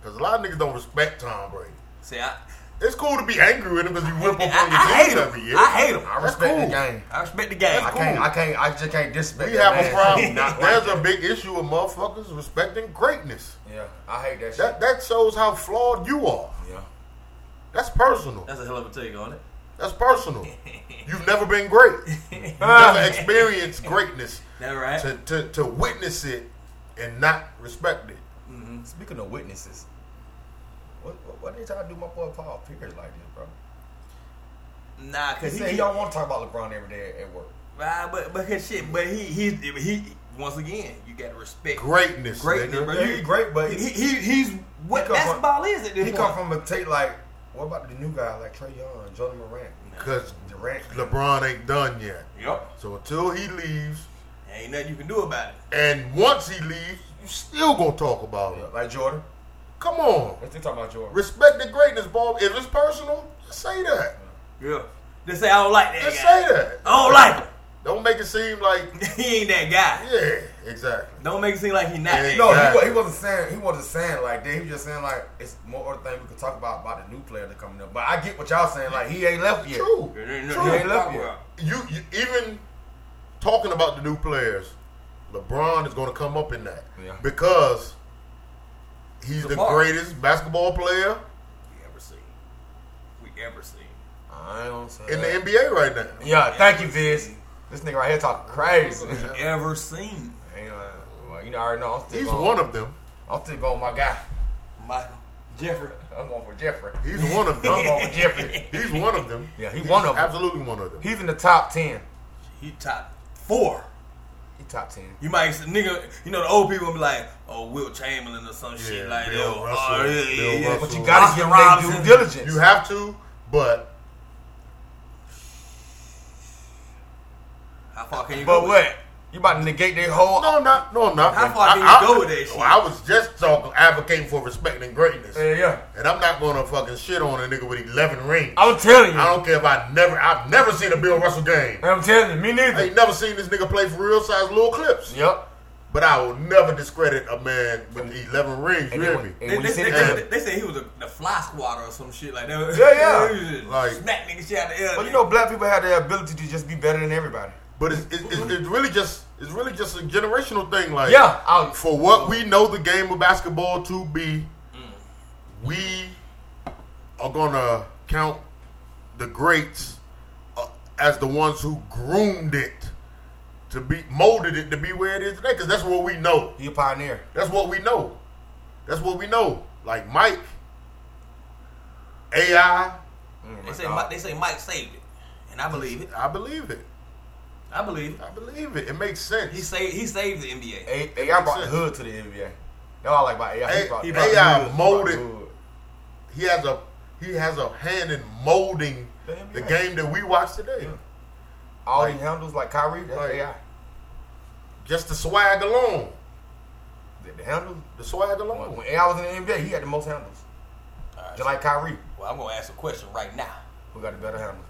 Speaker 1: Because a lot of niggas don't respect Tom Brady.
Speaker 2: See, I
Speaker 1: It's cool to be angry with him because you whip up on your
Speaker 2: I, I
Speaker 1: team
Speaker 2: hate
Speaker 1: every
Speaker 2: him.
Speaker 1: year.
Speaker 2: I hate him.
Speaker 3: I
Speaker 1: That's
Speaker 3: respect
Speaker 1: cool.
Speaker 3: the game.
Speaker 2: I respect the game.
Speaker 3: I can't. I can't. I just can't disrespect.
Speaker 1: We
Speaker 3: that
Speaker 1: have a
Speaker 3: man.
Speaker 1: problem.
Speaker 3: Not like
Speaker 1: There's
Speaker 3: that.
Speaker 1: a big issue with motherfuckers respecting greatness.
Speaker 3: Yeah, I hate that shit.
Speaker 1: That that shows how flawed you are.
Speaker 3: yeah.
Speaker 1: That's personal.
Speaker 2: That's a hell of a take on it.
Speaker 1: That's personal. You've never been great. You've never experienced greatness.
Speaker 2: That right?
Speaker 1: To, to, to witness it and not respect it.
Speaker 3: Speaking of witnesses, what what, what did y'all do my boy Paul Pierce like this, bro?
Speaker 2: Nah,
Speaker 3: He
Speaker 2: cause he,
Speaker 3: said y'all want to talk about LeBron every day at work.
Speaker 2: Right, but but his shit, but he he he once again, you got to respect
Speaker 1: Greatness,
Speaker 2: Greatness,
Speaker 1: nigga.
Speaker 2: bro.
Speaker 3: Yeah,
Speaker 2: You-
Speaker 3: he great, but
Speaker 2: He, he, he's what
Speaker 3: come from-
Speaker 2: basketball is at this
Speaker 3: he
Speaker 2: point.
Speaker 3: come from a tape like what about the new guy like Trey Young, Jordan Morant,
Speaker 1: Because
Speaker 3: Durant?
Speaker 1: LeBron ain't done yet.
Speaker 2: Yep.
Speaker 1: So until he leaves,
Speaker 2: Ain't nothing you can do about it.
Speaker 1: and once he leaves, you still gonna talk about
Speaker 3: Yeah,
Speaker 1: him.
Speaker 3: like Jordan.
Speaker 1: Come on.
Speaker 3: Let's just talk about Jordan.
Speaker 1: Respect the greatness, Bob. If it's personal, just say that.
Speaker 2: Yeah. Just say I don't like that
Speaker 1: Just
Speaker 2: guy.
Speaker 1: say that.
Speaker 2: I don't like him.
Speaker 1: Don't make it seem like,
Speaker 2: he ain't that guy.
Speaker 1: yeah, exactly.
Speaker 2: Don't make it seem like he not.
Speaker 1: Yeah.
Speaker 2: that
Speaker 3: No,
Speaker 2: guy.
Speaker 3: he,
Speaker 1: Exactly.
Speaker 3: wa- he wasn't saying he wasn't saying like that. He was just saying like it's more other things we could talk about about the new player that coming up. But I get what y'all saying. Like he ain't left yet.
Speaker 1: True.
Speaker 2: It ain't
Speaker 1: True.
Speaker 2: nothing
Speaker 3: He ain't
Speaker 2: to
Speaker 3: left
Speaker 2: talk
Speaker 3: yet.
Speaker 2: about.
Speaker 1: You, you even talking about the new players, LeBron is going to come up in that
Speaker 3: Yeah.
Speaker 1: because he's the
Speaker 2: Lamar.
Speaker 1: greatest basketball player
Speaker 2: We ever seen. We ever seen.
Speaker 3: I don't say
Speaker 1: in the
Speaker 3: that.
Speaker 1: NBA right now.
Speaker 3: Yeah, thank you, Viz. This nigga right here talking crazy.
Speaker 2: We ever seen.
Speaker 3: Ain't like- well, you know, I already know. I'm still
Speaker 1: He's
Speaker 3: going,
Speaker 1: one of them.
Speaker 3: I'm still going with my guy.
Speaker 2: Michael. Jeffrey.
Speaker 3: I'm going for Jeffrey.
Speaker 1: He's one of
Speaker 3: I'm
Speaker 1: them.
Speaker 3: going for Jeffrey.
Speaker 1: He's one of them.
Speaker 3: Yeah, he one of them.
Speaker 1: Absolutely one of them.
Speaker 3: He's in the top ten.
Speaker 2: He top four.
Speaker 3: He top ten.
Speaker 2: You might say, nigga, you know the old people be like, oh, Will Chamberlain or some shit
Speaker 1: Yeah,
Speaker 2: like that.
Speaker 1: Bill
Speaker 2: Oh,
Speaker 1: Russell,
Speaker 2: yeah, yeah,
Speaker 1: Bill
Speaker 2: yeah.
Speaker 1: Russell.
Speaker 3: But you gotta
Speaker 2: Oscar
Speaker 3: give him
Speaker 2: Robinson.
Speaker 3: their due diligence.
Speaker 1: You have to, but
Speaker 2: How far can you
Speaker 3: but
Speaker 2: go?
Speaker 3: what? You about to negate their whole?
Speaker 1: no, I'm not no, I'm not.
Speaker 2: How far can you go with that shit?
Speaker 1: Well, I was just talking, advocating for respecting greatness,
Speaker 3: Yeah, yeah.
Speaker 1: and I'm not going to fucking shit on a nigga with 11 rings. I
Speaker 3: I'm telling you.
Speaker 1: don't care if I never, I've never seen a Bill Russell game.
Speaker 3: I'm telling you.
Speaker 1: I
Speaker 3: Me neither.
Speaker 1: ain't never seen this nigga play for real size little clips.
Speaker 3: Yep.
Speaker 1: But I will never discredit a man with 11 rings. You
Speaker 3: And
Speaker 1: hear
Speaker 3: then
Speaker 1: me?
Speaker 3: when-
Speaker 2: They,
Speaker 3: and when
Speaker 2: they,
Speaker 3: you sit
Speaker 2: they,
Speaker 3: down-
Speaker 2: they, they said he was a, the fly squatter or some shit like that.
Speaker 3: Yeah, yeah.
Speaker 2: He was just
Speaker 1: Like-
Speaker 2: smack nigga shit out the air.
Speaker 3: But you know, black people have the ability to just be better than everybody.
Speaker 1: But it's, it's, it's, it's really just it's really just a generational thing. Like
Speaker 3: Yeah, I'll-
Speaker 1: for what we know the game of basketball to be,
Speaker 3: Mm.
Speaker 1: we are gonna count the greats uh, as the ones who groomed it to be molded it to be where it is today. Because that's what we know.
Speaker 3: He a pioneer.
Speaker 1: That's what we know. That's what we know. Like Mike, AI,
Speaker 3: Oh
Speaker 2: they say Mi- they say Mike saved it, and I believe it.
Speaker 1: I believe it.
Speaker 2: I believe it.
Speaker 1: I believe it. It makes sense.
Speaker 2: He saved he saved the NBA.
Speaker 3: A- AI brought the hood to the NBA. That's all I like about AI.
Speaker 1: A-
Speaker 3: He brought,
Speaker 1: he
Speaker 3: the hood.
Speaker 1: AI
Speaker 3: He brought
Speaker 1: molded-
Speaker 3: the hood.
Speaker 1: he has a he has a hand in molding
Speaker 3: The E NBA.
Speaker 1: the game that we watch today.
Speaker 3: All
Speaker 1: Like-
Speaker 3: he handles like Kyrie, that's
Speaker 1: like-
Speaker 3: AI.
Speaker 1: Just the swag alone,
Speaker 3: The, the handles.
Speaker 1: the swag alone.
Speaker 3: When, when AI was in the NBA, he had the most handles. Just like Kyrie,
Speaker 2: Well, I'm gonna ask a question right now.
Speaker 3: who got the better handle.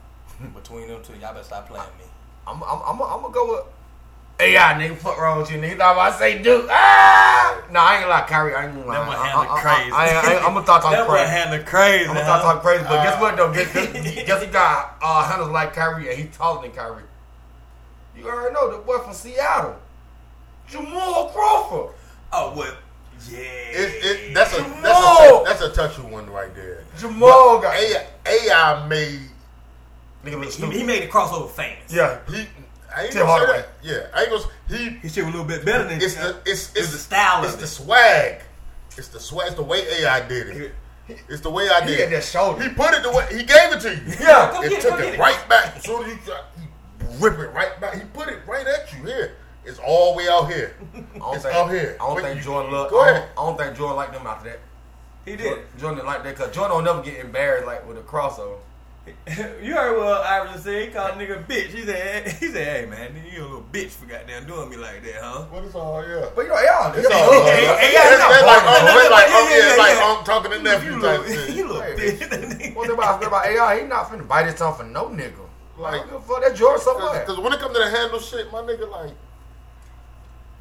Speaker 2: Between them two, y'all better stop playing me.
Speaker 3: I'm, I'm, I'm, I'm gonna go with AI, nigga. Fuck wrong with you, nigga. Thought I say Duke. Ah! Nah, I ain't like Kyrie. I ain't gonna lie.
Speaker 2: That one
Speaker 3: I- I-
Speaker 2: handle
Speaker 3: I- I-
Speaker 2: crazy.
Speaker 3: I, am gonna start talking
Speaker 2: That boy
Speaker 3: crazy.
Speaker 2: handle crazy.
Speaker 3: I'm gonna start
Speaker 2: huh?
Speaker 3: talking crazy. But guess what though? Guess, guess, guess he got uh, handles like Kyrie, and he taller than Kyrie. You already know the boy from Seattle, Jamal Crawford.
Speaker 2: Oh what? Yeah.
Speaker 1: It's, it, that's a that's
Speaker 3: Jamal!
Speaker 1: a that's a touchy one right there.
Speaker 3: Jamal got
Speaker 1: AI, AI made
Speaker 3: nigga look
Speaker 2: he,
Speaker 3: stupid.
Speaker 2: he made the crossover famous.
Speaker 3: yeah,
Speaker 1: he. I ain't
Speaker 3: Tim
Speaker 1: gonna say
Speaker 3: Hardaway.
Speaker 1: that. Yeah, I ain't gonna. s- He
Speaker 2: His shit was a little bit better than
Speaker 1: it's the it's it's
Speaker 2: It was the style
Speaker 1: It's
Speaker 2: of
Speaker 1: the
Speaker 2: it.
Speaker 1: swag. It's the swag. It's the way AI did it. It's the way I
Speaker 3: he
Speaker 1: did
Speaker 3: had
Speaker 1: it.
Speaker 3: that shoulder.
Speaker 1: He put it the way he gave it to you.
Speaker 3: yeah,
Speaker 2: Come
Speaker 1: It
Speaker 2: get it,
Speaker 1: took
Speaker 2: come
Speaker 1: it
Speaker 2: get it.
Speaker 1: right back. As soon as you got, he rip it right back. He put it right at you here. It's all way out here.
Speaker 3: I don't
Speaker 1: It's
Speaker 3: think,
Speaker 1: out here.
Speaker 3: I don't
Speaker 1: When
Speaker 3: think
Speaker 1: you-
Speaker 3: Jordan loved.
Speaker 1: Go
Speaker 3: I, don't,
Speaker 1: ahead.
Speaker 3: I don't think Jordan liked them after that.
Speaker 2: he did.
Speaker 3: Jordan, Jordan didn't like that because Jordan don't never get embarrassed like with a crossover.
Speaker 2: you heard what Iverson said. He called a nigga a bitch. He said, he said, hey man, you a little bitch for goddamn doing me like that, huh?
Speaker 1: What is all yeah?
Speaker 3: But you know, y'all,
Speaker 1: It's all love.
Speaker 2: yeah,
Speaker 1: It's-
Speaker 2: yeah,
Speaker 1: it's
Speaker 2: yeah,
Speaker 1: like
Speaker 2: yeah,
Speaker 1: um, it's
Speaker 2: yeah,
Speaker 1: like
Speaker 2: yeah,
Speaker 1: um,
Speaker 2: yeah,
Speaker 1: yeah, it's like
Speaker 2: yeah.
Speaker 1: um, talking to nephew
Speaker 2: you
Speaker 1: type
Speaker 2: look,
Speaker 1: shit.
Speaker 2: you look bitch.
Speaker 3: One thing about, about AI, he not finna bite his tongue for no nigga. Like, I
Speaker 1: Like-
Speaker 3: don't give a fuck that Jordan so much.
Speaker 1: Because when it comes to the handle shit, my nigga, like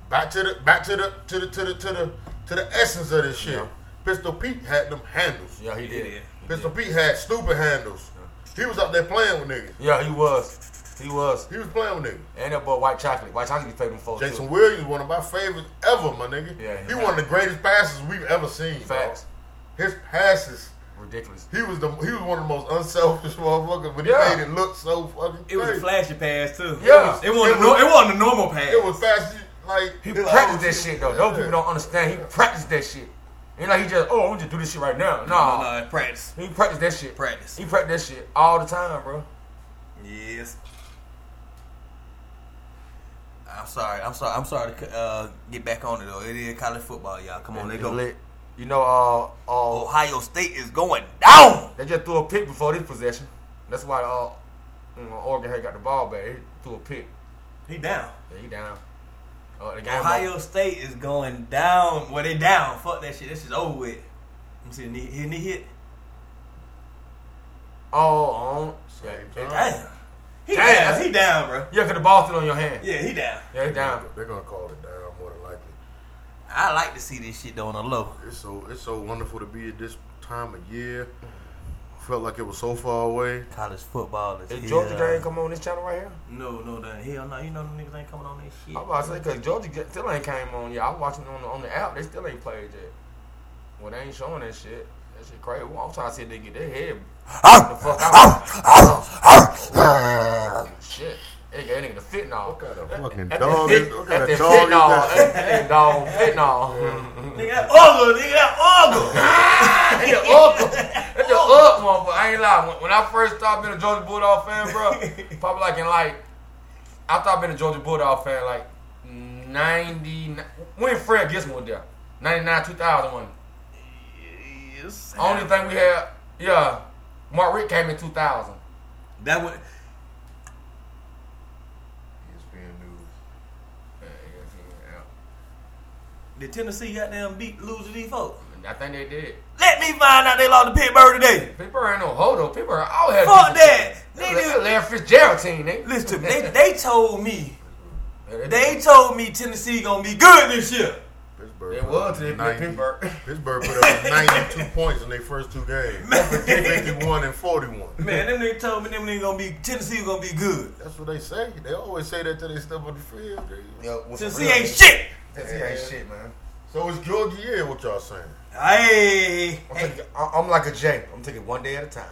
Speaker 1: back to the back to the to the to the to the to the essence of this shit.
Speaker 3: Yeah.
Speaker 1: Pistol Pete had them handles.
Speaker 3: Yeah, he
Speaker 2: Yeah.
Speaker 3: did.
Speaker 1: Pistol Pete had stupid handles. He was out there playing with niggas.
Speaker 3: Yeah, he was. He was.
Speaker 1: He was playing with niggas.
Speaker 3: And that boy White Chocolate. White Chocolate played them folks
Speaker 1: Jason
Speaker 3: too.
Speaker 1: Williams, one of my favorites ever, my nigga.
Speaker 3: Yeah,
Speaker 1: he
Speaker 3: yeah.
Speaker 1: one of the greatest passes we've ever seen. bro.
Speaker 3: Facts.
Speaker 1: His passes,
Speaker 3: Ridiculous.
Speaker 1: he was the he was one of the most unselfish motherfuckers, but he
Speaker 3: Yeah.
Speaker 1: made it look so fucking.
Speaker 2: It was a
Speaker 1: crazy.
Speaker 2: flashy pass too.
Speaker 3: Yeah.
Speaker 1: It
Speaker 2: it wasn't. It, was,
Speaker 1: was-
Speaker 2: it wasn't a normal pass.
Speaker 1: It was fast. you- Like
Speaker 3: He
Speaker 1: it's like,
Speaker 3: practiced
Speaker 1: oh,
Speaker 3: that shit though. Those people don't understand. He practiced that shit. Ain't like he just, oh, I'm just do this shit right now.
Speaker 2: No,
Speaker 3: Nah.
Speaker 2: no, it's practice.
Speaker 3: He practiced that shit.
Speaker 2: Practice.
Speaker 3: He practiced that shit all the time, bro.
Speaker 2: Yes.
Speaker 4: I'm sorry. I'm sorry. I'm sorry to uh, get back on it though. It is college football, y'all. Come on,
Speaker 3: They
Speaker 4: let go.
Speaker 3: lit. You know, uh,
Speaker 2: Oh,
Speaker 3: uh,
Speaker 4: Ohio State is going down.
Speaker 3: they just threw a pick before this possession. That's why uh, you know, Oregon had got the ball back. They threw a pick.
Speaker 2: He down.
Speaker 3: Yeah, he down. Uh, the game
Speaker 2: Ohio State is going down. Well, they down. Fuck that shit. This is over with. Let me see. Knee, hit, knee hit.
Speaker 3: all Oh, on. Yeah,
Speaker 1: time.
Speaker 2: Damn. He
Speaker 3: Damn.
Speaker 2: down. He down, bro.
Speaker 3: yeah, cause the ball still on your hand. Yeah,
Speaker 2: Yeah, he down.
Speaker 3: he down.
Speaker 1: They're gonna call it down more than likely.
Speaker 4: I like to see this shit though on the low.
Speaker 1: It's so it's so wonderful to be at this time of year. Felt like it was so far away. E
Speaker 4: College football is
Speaker 3: Is
Speaker 4: here.
Speaker 3: Georgia game come on this channel right here?
Speaker 2: No, no, that hell no. You know them niggas ain't coming on that shit.
Speaker 3: I was about to say, cause Georgia get- still ain't came on. Yeah, I was watching on the, on the app. They still ain't played yet. Well, they ain't showing that shit. That shit crazy. Well, I'm trying to see if they get their head the fuck out. shit. They got nigga the fentanyl.
Speaker 1: What kind of fucking
Speaker 3: That
Speaker 1: dog
Speaker 3: fit-
Speaker 1: is what
Speaker 3: that
Speaker 1: kind of
Speaker 3: fit
Speaker 1: dog is
Speaker 3: dog,
Speaker 1: that?
Speaker 3: that dog fentanyl.
Speaker 2: Nigga, that ugly. Nigga, that ugly.
Speaker 3: That's your up. That's your up, motherfucker. I ain't lying. When, when I first started being a Georgia Bulldog fan, bro, probably like in like, I started being a Georgia Bulldog fan like 99. When Fred Gizmo was there? 99, 2001.
Speaker 2: Yes.
Speaker 3: Only thing we had, yeah, Mark Rick came in 2000.
Speaker 2: That would.
Speaker 1: ESPN News.
Speaker 2: Did Tennessee goddamn beat lose to these folks?
Speaker 3: I think they did.
Speaker 4: Let me find out they lost to Pittsburgh today.
Speaker 3: People ain't no hold up. People are all had
Speaker 4: Fuck that.
Speaker 3: They
Speaker 4: Nigga.
Speaker 3: Larry Fitzgerald team, nigga.
Speaker 4: Listen to me. They, they told me.
Speaker 3: They,
Speaker 4: They told me Tennessee gonna be good this year.
Speaker 1: Pittsburgh.
Speaker 3: It
Speaker 1: put
Speaker 3: was
Speaker 1: up
Speaker 3: today, but
Speaker 1: 90
Speaker 3: Pittsburgh.
Speaker 1: Pittsburgh put up 92 points in their first two games. 51 and 41.
Speaker 4: Man, them niggas told me them niggas gonna be Tennessee gonna be good.
Speaker 1: That's what they say. They always say that till they step on the field. dude.
Speaker 4: Tennessee ain't shit.
Speaker 3: Tennessee ain't shit, man.
Speaker 1: So it's Georgia year, what y'all saying?
Speaker 4: Hey.
Speaker 3: I'm, taking, I- I'm like a J. I'm taking one day at a time.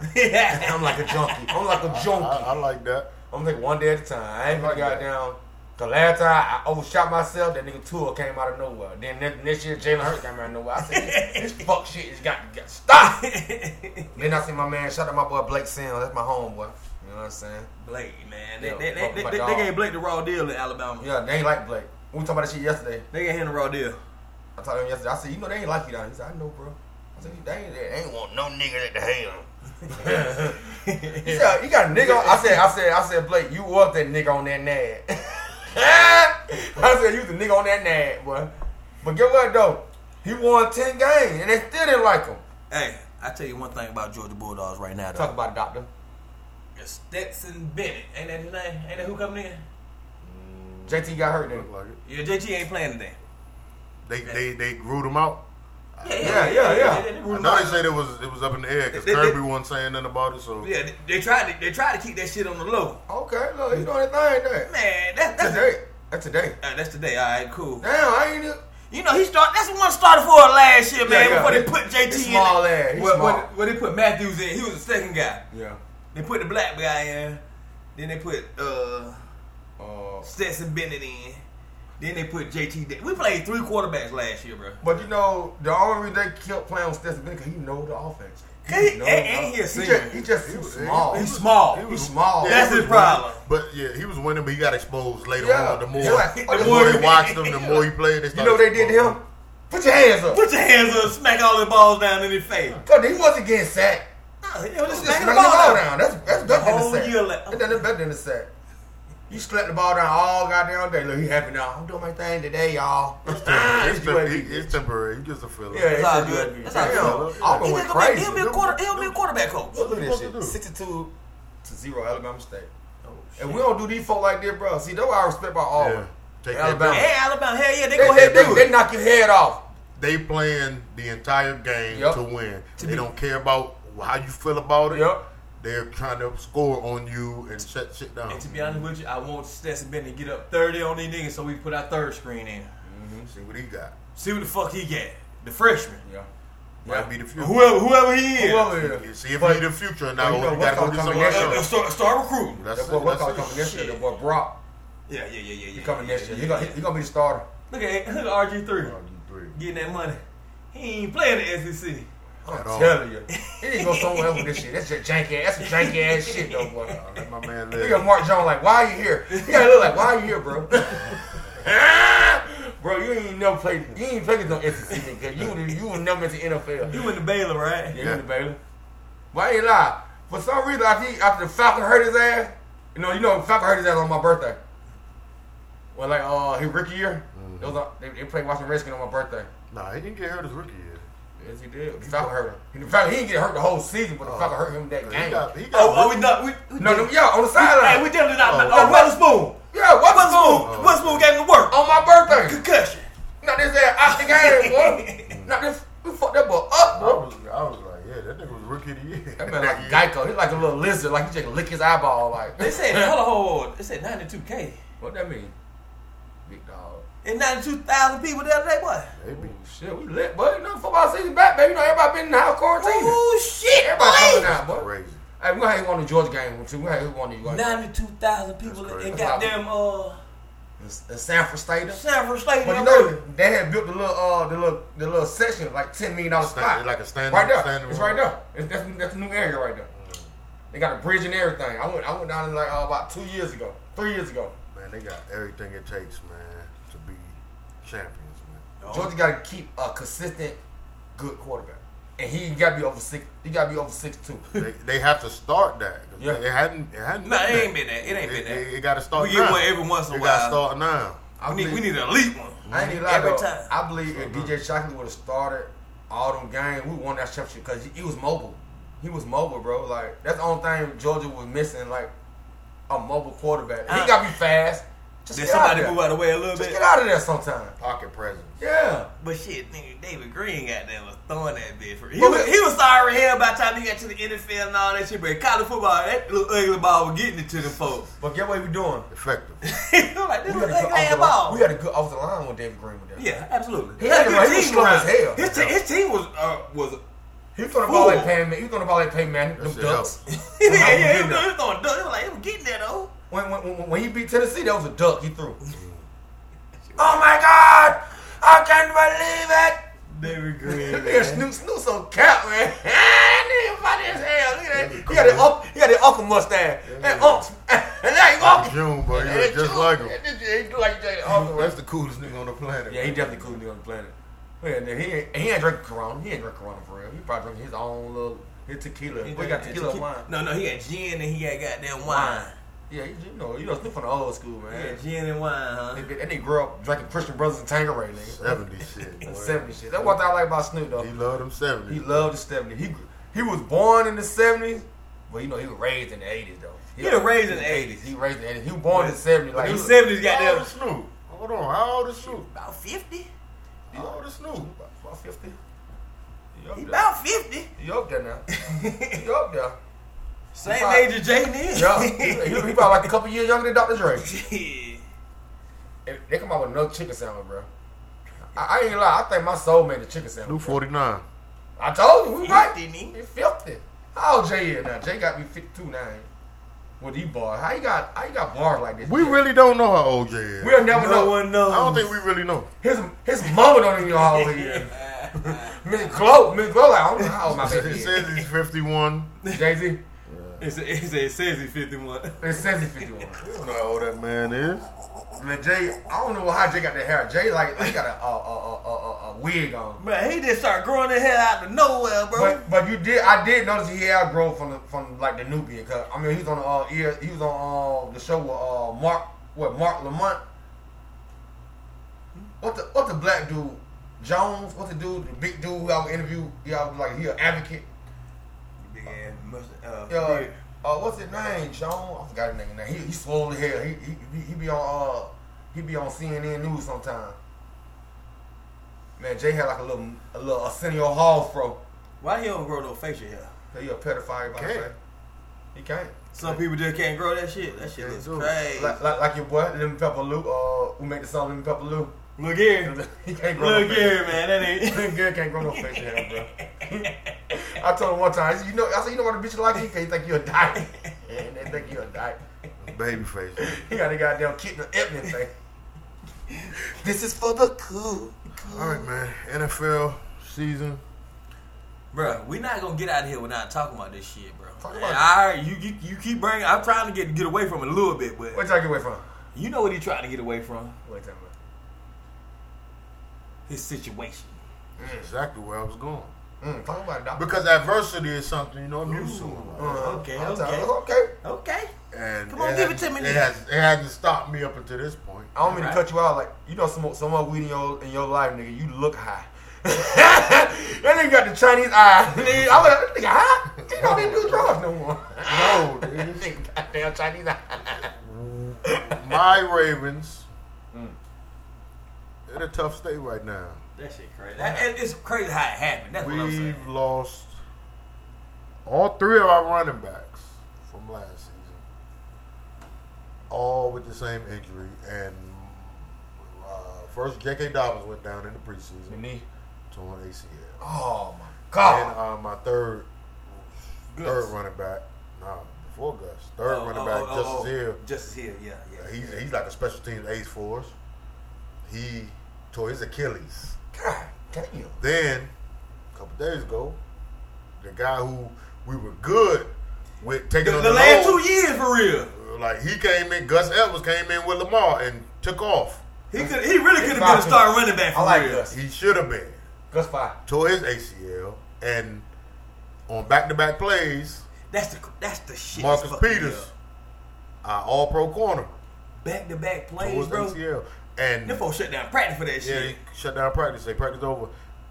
Speaker 3: I'm like a junkie. I'm like a
Speaker 1: I, I
Speaker 3: junkie.
Speaker 1: like that.
Speaker 3: I'm taking one day at a time. I ain't gonna got down. The last time I overshot myself, that nigga Tua came out of nowhere. Then next, next year, Jalen Hurts came out of nowhere. I said, this fuck shit has got to stop. then I see my man, shout out my boy Blake Sims. That's my homeboy. You know what I'm saying?
Speaker 2: Blake, man. They,
Speaker 3: Yeah,
Speaker 2: they,
Speaker 3: fuck
Speaker 2: they, they,
Speaker 3: my
Speaker 2: they,
Speaker 3: dog.
Speaker 2: gave Blake the raw deal in Alabama.
Speaker 3: Yeah, they ain't like Blake. We talking about that shit yesterday.
Speaker 2: They gave him the raw deal.
Speaker 3: I told him yesterday. I said, you know they ain't like you down. here." He said, I know, bro. I said, they ain't, they ain't want no nigga at the helm. he said, you got a nigga. on-" I said, I said, I said, Blake, you was that nigga on that nag. I said, you was the nigga on that nag, boy. But get what though? He won ten games and they still didn't like him.
Speaker 4: Hey, I tell you one thing about Georgia Bulldogs right now
Speaker 3: Talk
Speaker 4: though.
Speaker 3: about it, doctor.
Speaker 2: Stetson Bennett. Ain't that his name? Ain't that who coming in?
Speaker 3: JT got hurt then.
Speaker 1: Look like it.
Speaker 2: Yeah, JT ain't playing today.
Speaker 1: They they they grew them out.
Speaker 3: Yeah, yeah, yeah.
Speaker 2: They, they,
Speaker 1: I
Speaker 2: they,
Speaker 1: know they said it was it was up in the air because
Speaker 2: They- they-
Speaker 1: Kirby wasn't saying nothing about it. So
Speaker 2: yeah, they, they tried to they tried to keep that shit on the low.
Speaker 3: Okay, look, he's doing his thing there.
Speaker 2: Man, that, that's
Speaker 3: Today, that's today.
Speaker 2: Uh, that's today. All right, cool.
Speaker 3: Damn, I ain't. even-
Speaker 4: You know he start. That's the one started for her last year, man.
Speaker 3: Yeah, yeah.
Speaker 4: Before they put JT
Speaker 3: He
Speaker 4: in.
Speaker 3: small ass. He
Speaker 2: Well,
Speaker 3: small.
Speaker 2: well, well, they put Matthews in. He was the second guy.
Speaker 3: yeah.
Speaker 2: They put the black guy in. Then they put uh,
Speaker 3: Uh,
Speaker 2: Stetson Bennett in. Then they put JT. Da- We played three quarterbacks last year, bro.
Speaker 3: But you know, the only reason they kept playing with Stetson Bennett because he know the offense.
Speaker 2: He-
Speaker 3: know
Speaker 2: and-
Speaker 3: the
Speaker 2: and he a
Speaker 3: offense. he
Speaker 2: senior.
Speaker 3: just, he just too
Speaker 1: was-
Speaker 3: small.
Speaker 1: he
Speaker 2: He's
Speaker 1: was-
Speaker 2: small.
Speaker 1: he
Speaker 3: He's small.
Speaker 1: yeah, Oh, he
Speaker 2: That's
Speaker 1: was
Speaker 2: his
Speaker 1: winning.
Speaker 2: problem.
Speaker 1: But yeah, he was winning, but he got exposed later
Speaker 3: Yeah.
Speaker 1: on. The more
Speaker 3: Yeah. Oh,
Speaker 1: the more he watched him, the more he played. They Oh,
Speaker 3: you know what they did to him? Put your hands up.
Speaker 2: Put your hands up, smack all the balls down in his face.
Speaker 3: Cause he wasn't getting sacked.
Speaker 2: Nah, he was
Speaker 3: Just
Speaker 2: smacking
Speaker 3: smack
Speaker 2: the ball
Speaker 3: down.
Speaker 2: down.
Speaker 3: That's that's better than
Speaker 2: whole
Speaker 3: the sack.
Speaker 2: year left.
Speaker 3: That's that's better than the sack. You slapped the ball down all goddamn day. Look, he happy now. I'm doing my thing today, y'all. It's
Speaker 1: It's, temp-
Speaker 3: UAB.
Speaker 1: it's temporary. You just a feeling.
Speaker 3: Yeah,
Speaker 1: Yeah.
Speaker 3: it's
Speaker 4: all
Speaker 3: a
Speaker 4: good.
Speaker 3: UAB.
Speaker 4: That's all
Speaker 3: Damn,
Speaker 1: good.
Speaker 3: Auburn
Speaker 4: He's
Speaker 3: went
Speaker 4: gonna be-
Speaker 3: crazy.
Speaker 4: He'll be a quarter. He'll be a quarterback coach.
Speaker 3: Look at this
Speaker 1: What
Speaker 3: shit.
Speaker 1: supposed to
Speaker 3: 62 to 0 Alabama State. If we don't do these folk like that, bro, see, that's what I respect about Auburn.
Speaker 1: Take that
Speaker 3: Alabama.
Speaker 1: down.
Speaker 4: Hey, Alabama. Hell yeah, they
Speaker 3: They,
Speaker 4: go ahead
Speaker 3: they,
Speaker 4: and do
Speaker 3: they,
Speaker 4: it.
Speaker 3: knock your head off.
Speaker 1: They playing the entire game
Speaker 3: Yep.
Speaker 1: to win.
Speaker 3: To
Speaker 1: they
Speaker 3: be-
Speaker 1: don't care about how you feel about it.
Speaker 3: Yep.
Speaker 1: They're trying to score on you and shut shit down.
Speaker 2: And to be honest with you, I want Stetson Bennett to get up 30 on these niggas, so we put our third screen in.
Speaker 1: See what he got.
Speaker 2: See what the fuck he got. The freshman.
Speaker 3: Yeah.
Speaker 1: Might
Speaker 3: Yeah.
Speaker 1: be the future.
Speaker 2: Whoever whoever he is.
Speaker 3: Whoever it
Speaker 1: You
Speaker 3: is.
Speaker 1: See if
Speaker 3: But-
Speaker 1: he the future or
Speaker 3: but
Speaker 1: not.
Speaker 3: you know
Speaker 1: you gotta go get
Speaker 3: what's gonna
Speaker 1: some
Speaker 3: come next
Speaker 2: Uh, uh,
Speaker 1: extra.
Speaker 2: start, start recruiting.
Speaker 1: That's
Speaker 3: That's
Speaker 1: it.
Speaker 3: what we're
Speaker 1: That's
Speaker 3: coming
Speaker 1: it.
Speaker 3: next year. The boy Brock,
Speaker 2: Yeah, yeah, yeah, yeah, yeah.
Speaker 3: he coming next year.
Speaker 2: yeah,
Speaker 3: He gonna,
Speaker 2: yeah.
Speaker 3: he gonna be the starter.
Speaker 2: Look at look at RG three
Speaker 1: One, two, three.
Speaker 2: E getting that money. He ain't playing the SEC.
Speaker 3: I'm
Speaker 1: At all.
Speaker 3: telling you. He didn't go somewhere else with this shit. That's just janky ass. That's some janky ass shit, though, boy.
Speaker 1: Let my man
Speaker 3: Nigga,
Speaker 1: live.
Speaker 3: Mark Jones, like, why are you here? He gotta look like, why are you here, bro? bro, you ain't never played. You ain't played against no SEC nigga. You would- you would never been to NFL. You
Speaker 2: You in the Baylor, right?
Speaker 3: yeah. in the Baylor. Why ain't lie? For some reason, after, he, after the Falcon hurt his ass, you know, you know, Falcon hurt his ass on my birthday. Well, like, uh, his rookie year, it was, uh, they, they played Washington Redskins on my birthday.
Speaker 1: Nah, he didn't get hurt his rookie year.
Speaker 3: Yes, he did. The Falcon hurt him. He- The Falcon, he didn't get hurt the whole season, but the
Speaker 1: Oh.
Speaker 3: Falcon hurt him that
Speaker 1: He
Speaker 3: game.
Speaker 1: got, he got
Speaker 2: Oh, oh,
Speaker 1: rookie-
Speaker 2: we not. We, we
Speaker 3: no, no,
Speaker 2: did-
Speaker 3: yeah, on the
Speaker 2: Hey,
Speaker 3: sideline.
Speaker 2: we definitely not.
Speaker 1: Oh,
Speaker 2: Oh, oh Weatherspoon.
Speaker 3: yeah, what was
Speaker 2: Weatherspoon. Weatherspoon gave him the work.
Speaker 3: on my birthday?
Speaker 2: Concussion.
Speaker 3: Not this ass out the game, boy. Not this. We fucked that boy up,
Speaker 1: I
Speaker 3: bro.
Speaker 1: was, I was like, yeah, that nigga was rookie of the year.
Speaker 3: That man like Geico. He like a little lizard. Like he just lick his eyeball. Like
Speaker 2: They said, hold on, hold on. They said 92K.
Speaker 3: what that mean? Big dog.
Speaker 2: And 92,000 people the other day, boy.
Speaker 1: Maybe.
Speaker 3: Ooh, shit, we lit, boy. You know, football season back, baby. You know, everybody been in the house quarantine.
Speaker 2: Oh, shit,
Speaker 3: Everybody coming
Speaker 2: boy.
Speaker 3: out, boy.
Speaker 1: Crazy.
Speaker 3: Hey, we gonna have you on the Georgia game too. We gonna have you on the Georgia.
Speaker 2: 92,000 people
Speaker 1: That's
Speaker 2: in
Speaker 1: crazy.
Speaker 2: in goddamn uh,
Speaker 3: in Sanford Stadium.
Speaker 2: Sanford Stadium.
Speaker 3: But you know, they had built the little, uh, the little, the little section, like ten million dollar spot,
Speaker 1: Stand- like a stand-
Speaker 3: right there.
Speaker 1: standing
Speaker 3: it's
Speaker 1: room. Mm.
Speaker 3: right there. It's, that's that's the new area right there. They got a bridge and everything. I went, I went down there like uh, about two years ago, three years ago.
Speaker 1: Man, they got everything it takes, man, to be champions, man.
Speaker 3: Georgia got to keep a consistent, good quarterback, and he got to be over six. He got to be over six two.
Speaker 1: They, they have to start that. 'cause
Speaker 3: Yeah.
Speaker 1: It hadn't. It hadn't.
Speaker 2: No,
Speaker 1: been
Speaker 2: it
Speaker 1: that.
Speaker 2: ain't been that. It ain't been
Speaker 1: It,
Speaker 2: that.
Speaker 1: it, got to start.
Speaker 2: We get
Speaker 1: now.
Speaker 2: one every once in a
Speaker 1: It got to
Speaker 2: while.
Speaker 1: start now.
Speaker 3: I
Speaker 2: we, need, we
Speaker 3: believe-
Speaker 2: need an elite one.
Speaker 3: I ain't even lie,
Speaker 2: Every
Speaker 3: though.
Speaker 2: time.
Speaker 3: I believe
Speaker 2: Uh-huh.
Speaker 3: if DJ Shockley would have started all them games, we won that championship because he, he was mobile. He was mobile, bro. Like that's the only thing Georgia was missing, like a mobile quarterback.
Speaker 2: Uh,
Speaker 3: he got to be fast. Just
Speaker 2: Did
Speaker 3: get out
Speaker 2: somebody
Speaker 3: of there.
Speaker 2: move out of the way a little
Speaker 3: Just
Speaker 2: bit?
Speaker 3: get out of there sometime.
Speaker 1: Pocket presence.
Speaker 3: Yeah.
Speaker 2: But shit, nigga, David Green got there was throwing that bitch for he
Speaker 3: But
Speaker 2: was,
Speaker 3: we-
Speaker 2: he was sorry hell by the time he got to the NFL and all that shit, but in college football, that little ugly ball was getting it to the folks.
Speaker 3: But get what we doing.
Speaker 1: Effective.
Speaker 2: I'm like, this
Speaker 3: We had, a
Speaker 2: is ugly
Speaker 3: good
Speaker 2: ass
Speaker 3: offensive
Speaker 2: ball.
Speaker 3: line. we had a good offensive line with David Green with that.
Speaker 2: yeah, absolutely.
Speaker 3: He had
Speaker 2: He
Speaker 3: the right- he
Speaker 2: had a good
Speaker 3: was
Speaker 2: team
Speaker 3: slow as
Speaker 2: around.
Speaker 3: hell.
Speaker 2: His, te- his team was uh, was
Speaker 3: He was throwing the ball
Speaker 2: Fool.
Speaker 3: like Peyton Manning. He was throwing the ball like Peyton Manning. Them
Speaker 1: shit
Speaker 3: ducks.
Speaker 2: yeah,
Speaker 3: How we
Speaker 2: yeah, he
Speaker 3: getting
Speaker 2: was,
Speaker 3: there?
Speaker 2: he was throwing duck. He was like, he was getting there though.
Speaker 3: When, when, when, when he beat Tennessee, that was a duck he threw. oh my God! I can't believe it!
Speaker 2: David Green.
Speaker 3: Look at Snoop Snoop so cap, man. Nigga funny as hell. Look at that.
Speaker 1: Yeah,
Speaker 3: He got the
Speaker 1: come on.
Speaker 3: unc, he got the uncle mustache. That
Speaker 1: Yeah.
Speaker 3: unc, and that he
Speaker 1: Like
Speaker 3: uncle.
Speaker 1: June, but he look just like him.
Speaker 3: He look like Jay the uncle.
Speaker 1: That's the coolest nigga on the planet.
Speaker 3: Yeah, he definitely cool nigga on the planet. Man, nigga, he ain't, he ain't drinking Corona. He ain't drinking Corona for real. He probably drinking his own little his tequila.
Speaker 2: He
Speaker 3: We got
Speaker 2: had
Speaker 3: tequila, wine.
Speaker 2: No, no, he had gin and he had goddamn wine.
Speaker 3: Yeah, you, you know, you know, Snoop from the old school,
Speaker 2: He
Speaker 3: man.
Speaker 2: had gin and wine, huh?
Speaker 3: That And they grew up drinking Christian Brothers and Tangeray, nigga.
Speaker 1: Seventy shit. boy.
Speaker 3: That 70 shit. That's what I like about Snoop, though.
Speaker 1: He loved him seventy.
Speaker 3: He loved the seventies. He he was born in the seventies, but you know he was raised in the eighties though.
Speaker 2: He was raised in the 80s.
Speaker 3: He raised in the eighties. He was born in the seventies. Like "Oh,
Speaker 2: He was
Speaker 3: he-
Speaker 2: 70s
Speaker 1: How old
Speaker 2: goddamn.
Speaker 1: is Snoop? Hold on. How old is Snoop?
Speaker 2: About 50.
Speaker 1: How old is Snoop?
Speaker 3: About- about fifty. He up
Speaker 2: He
Speaker 3: there.
Speaker 2: about 50.
Speaker 3: He up there now. He up there.
Speaker 2: Same
Speaker 3: About-
Speaker 2: age as Jay is.
Speaker 3: Yeah, he, he, he probably like a couple years younger than Dr. Dre.
Speaker 2: Shit.
Speaker 3: If They come out with another chicken sandwich, bro. I, I ain't gonna lie. I think my soul made the chicken
Speaker 1: Snoop
Speaker 3: sandwich. bro.
Speaker 1: forty nine.
Speaker 3: I told you, we right.
Speaker 2: Fifty, nigga.
Speaker 3: He fifty. How old Jay is now? Jay got me fifty-two now. With he bar, how you got? How you got bars like this?
Speaker 1: We really don't know how old Jay is.
Speaker 3: We'll never
Speaker 2: No
Speaker 3: know.
Speaker 2: one knows.
Speaker 1: I don't think we really know.
Speaker 3: His his mama don't even know how old he is. Miss Glow, Miss Glow, like, I don't know how old my
Speaker 1: It
Speaker 3: baby
Speaker 1: says he's fifty one.
Speaker 3: is. Jay Z,
Speaker 2: It's, it's, it says he's 51.
Speaker 3: it says he's 51.
Speaker 1: We don't know how old that man is.
Speaker 3: Man, Jay, I don't know how Jay got the hair. Jay, like, like got a, a, a, a, a, a wig on.
Speaker 2: Man, he just started growing the hair out of nowhere, bro.
Speaker 3: But but you did, I did notice he had grown from the, from like the Nubian. Cause I mean, he was on uh, ear, he was on uh, the show with uh, Mark, what Mark Lamont. What the what the black dude Jones? What the dude, the big dude who I interviewed? Y'all like he an advocate.
Speaker 2: Big ass mustard. Uh,
Speaker 3: Yo,
Speaker 2: beard.
Speaker 3: uh, what's his name? John? I forgot his nigga name. He, he swole as hell. He, he he- he be on uh he be on CNN News sometime. Man, Jay had like a little a little Arsenio Hall fro.
Speaker 2: Why he don't grow no facial hair?
Speaker 3: That you a pedophile by the
Speaker 1: Can't.
Speaker 3: way. He can't.
Speaker 2: Some people just can't grow that shit. That shit
Speaker 1: Can't
Speaker 2: looks
Speaker 1: do it.
Speaker 2: crazy.
Speaker 3: Like, like, like your boy Lemon Pepper Lou. Uh, who made the song Lemon Pepper Lou?
Speaker 2: Look here.
Speaker 3: he can't grow.
Speaker 2: Look
Speaker 3: no facial-
Speaker 2: here, man. That ain't.
Speaker 3: Lemon Gary can't grow no facial hair, bro. I told him one time. I said, You know, I said, you know what a bitch like you? 'Cause He think you a dyke. and they think you a dyke.
Speaker 1: Baby face.
Speaker 3: He got a goddamn kitten of Ebony thing.
Speaker 4: This is for the cool.
Speaker 1: All right, man. NFL season.
Speaker 2: Bro, we not gonna get out of here without talking about this shit, bro.
Speaker 3: Talk about it.
Speaker 2: I, you, you you keep bringing. I'm trying to get get away from it a little bit, but
Speaker 3: What y'all get away from?
Speaker 2: you know what he trying to get away from?
Speaker 3: What y'all get-
Speaker 2: His situation.
Speaker 1: Exactly where I was going.
Speaker 3: Mm, talk about it, dog.
Speaker 1: Because adversity is something you know immune to. Uh-huh.
Speaker 3: Uh,
Speaker 2: Okay,
Speaker 3: I'm tired.
Speaker 2: okay.
Speaker 3: okay.
Speaker 2: Okay.
Speaker 1: And
Speaker 2: Come on,
Speaker 1: it
Speaker 2: give
Speaker 1: hasn't-
Speaker 2: it to me,
Speaker 1: It
Speaker 2: nigga.
Speaker 1: has it hasn't stopped me up until this point.
Speaker 3: I don't mean
Speaker 2: Right.
Speaker 3: to cut you out. Like you don't smoke so much weed in your in your life, nigga. You look high. that nigga got the Chinese eye. Nigga, I look at that nigga high. He don't even do drugs no more.
Speaker 1: No,
Speaker 3: That
Speaker 1: dude.
Speaker 3: nigga goddamn Chinese eye.
Speaker 1: my Ravens. They're in a tough state right now.
Speaker 2: That shit crazy. That, and it's crazy how it happened. That's what I'm saying.
Speaker 1: We've lost all three of our running backs from last season, all with the same injury. And uh, first, J.K. Dobbins went down in the
Speaker 3: Your
Speaker 1: preseason,
Speaker 3: knee.
Speaker 1: torn ACL.
Speaker 3: Oh my
Speaker 1: And
Speaker 3: god.
Speaker 1: uh, my third,
Speaker 2: Ah. Gus.
Speaker 1: third running back, no, before Gus,
Speaker 2: Oh,
Speaker 1: third running back, Justice Hill.
Speaker 2: Justice Hill, yeah, yeah.
Speaker 1: He's, he's like a special teams ace for us. He tore his Achilles.
Speaker 3: God damn.
Speaker 1: Then, a couple days ago, the guy who we were good with taking
Speaker 2: The,
Speaker 1: on
Speaker 2: the
Speaker 1: the
Speaker 2: last
Speaker 1: load,
Speaker 2: two years for real.
Speaker 1: like he came in, Gus Edwards came in with Lamar and took off.
Speaker 2: He could he really could have
Speaker 3: Five
Speaker 2: been a star running back for
Speaker 3: I like
Speaker 2: real.
Speaker 3: Gus.
Speaker 1: He should have been
Speaker 3: Gus five.
Speaker 1: tore his ACL and on back-to-back plays,
Speaker 2: That's the that's the shit. that's
Speaker 1: Marcus
Speaker 2: fucking
Speaker 1: Peters,
Speaker 2: up.
Speaker 1: our All-Pro corner,
Speaker 2: Back to back
Speaker 1: tore
Speaker 2: plays,
Speaker 1: his
Speaker 2: bro.
Speaker 1: ACL, and
Speaker 2: Them folks shut down practice for that
Speaker 1: yeah,
Speaker 2: shit.
Speaker 1: he shut down practice. They practice over,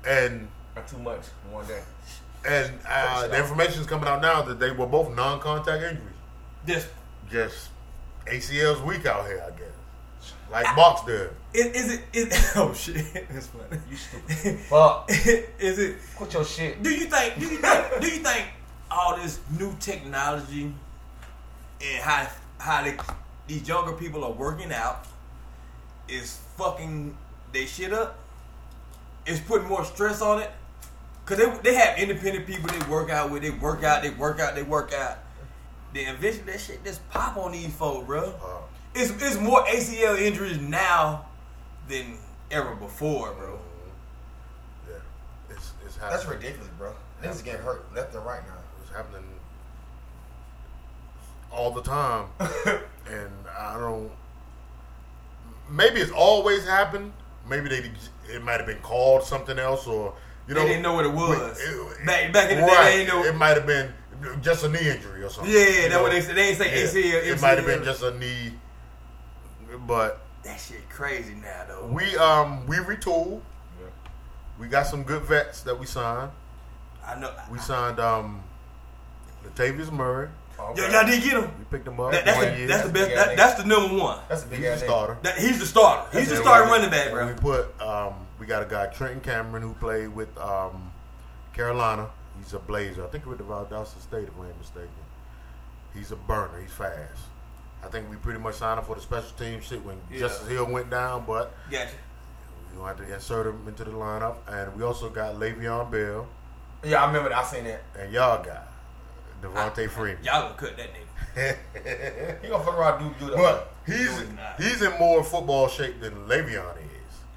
Speaker 1: and
Speaker 3: Not too much in one day.
Speaker 1: and uh, the information is coming out now that they were both non-contact injuries.
Speaker 2: Just
Speaker 1: just ACL's weak out here, I guess. Like Box did.
Speaker 2: is, is it is oh shit that's funny.
Speaker 3: You stupid. Fuck.
Speaker 2: is it
Speaker 3: Quit your shit.
Speaker 2: do you think do you think do you think all this new technology and how how they, these younger people are working out is fucking they shit up? It's putting more stress on it because they they have independent people they work out with they work out they work out they work out. They envision that shit just pop on these folks, bro.
Speaker 1: Uh,
Speaker 2: It's it's more ACL injuries now than ever before, bro.
Speaker 1: yeah, it's it's happening.
Speaker 3: That's ridiculous, bro. Niggas getting hurt left and right now.
Speaker 1: It's happening all the time, and I don't. Maybe it's always happened. Maybe they it might have been called something else, or you
Speaker 2: They
Speaker 1: know
Speaker 2: didn't know what it was.
Speaker 1: it- it-
Speaker 2: back back in the
Speaker 1: right,
Speaker 2: day, they didn't know.
Speaker 1: It might have been just a knee injury or something.
Speaker 2: yeah,
Speaker 1: you
Speaker 2: that's
Speaker 1: know?
Speaker 2: what they said. They ain't say
Speaker 1: Yeah,
Speaker 2: ACL.
Speaker 1: It
Speaker 2: MCL.
Speaker 1: might have been just a knee, but
Speaker 2: that shit crazy now though.
Speaker 1: we um we retooled.
Speaker 3: Yeah.
Speaker 1: We got some good vets that we signed.
Speaker 2: I know.
Speaker 1: We signed um Latavius Murray.
Speaker 3: Oh,
Speaker 2: Y'all-
Speaker 3: okay.
Speaker 2: y'all did get him.
Speaker 1: We picked him up.
Speaker 2: That, that's,
Speaker 1: one
Speaker 2: the,
Speaker 1: year.
Speaker 2: that's the best.
Speaker 3: Yeah,
Speaker 2: That, that's the number one.
Speaker 3: That's a big
Speaker 1: He's a
Speaker 3: ass name.
Speaker 1: starter.
Speaker 2: That, he's the starter. He's the starting running back,
Speaker 1: And we
Speaker 2: bro.
Speaker 1: put um we got a guy Trenton Cameron who played with um Carolina. He's a blazer. I think he was with the Valdosta State if I ain't mistaken. He's a burner. He's fast. I think we pretty much signed him for the special team shit when
Speaker 2: Yeah.
Speaker 1: Justice Hill went down, but
Speaker 2: Gotcha.
Speaker 1: we gonna have to insert him into the lineup. And we also got Le'Veon Bell
Speaker 3: Yeah, I remember that. I seen that.
Speaker 1: and y'all guy Devontae Freeman.
Speaker 2: Y'all gonna cut that nigga?
Speaker 3: He gonna fuck around, dude.
Speaker 1: But he's
Speaker 2: No, he's not.
Speaker 1: he's in more football shape than Le'Veon is.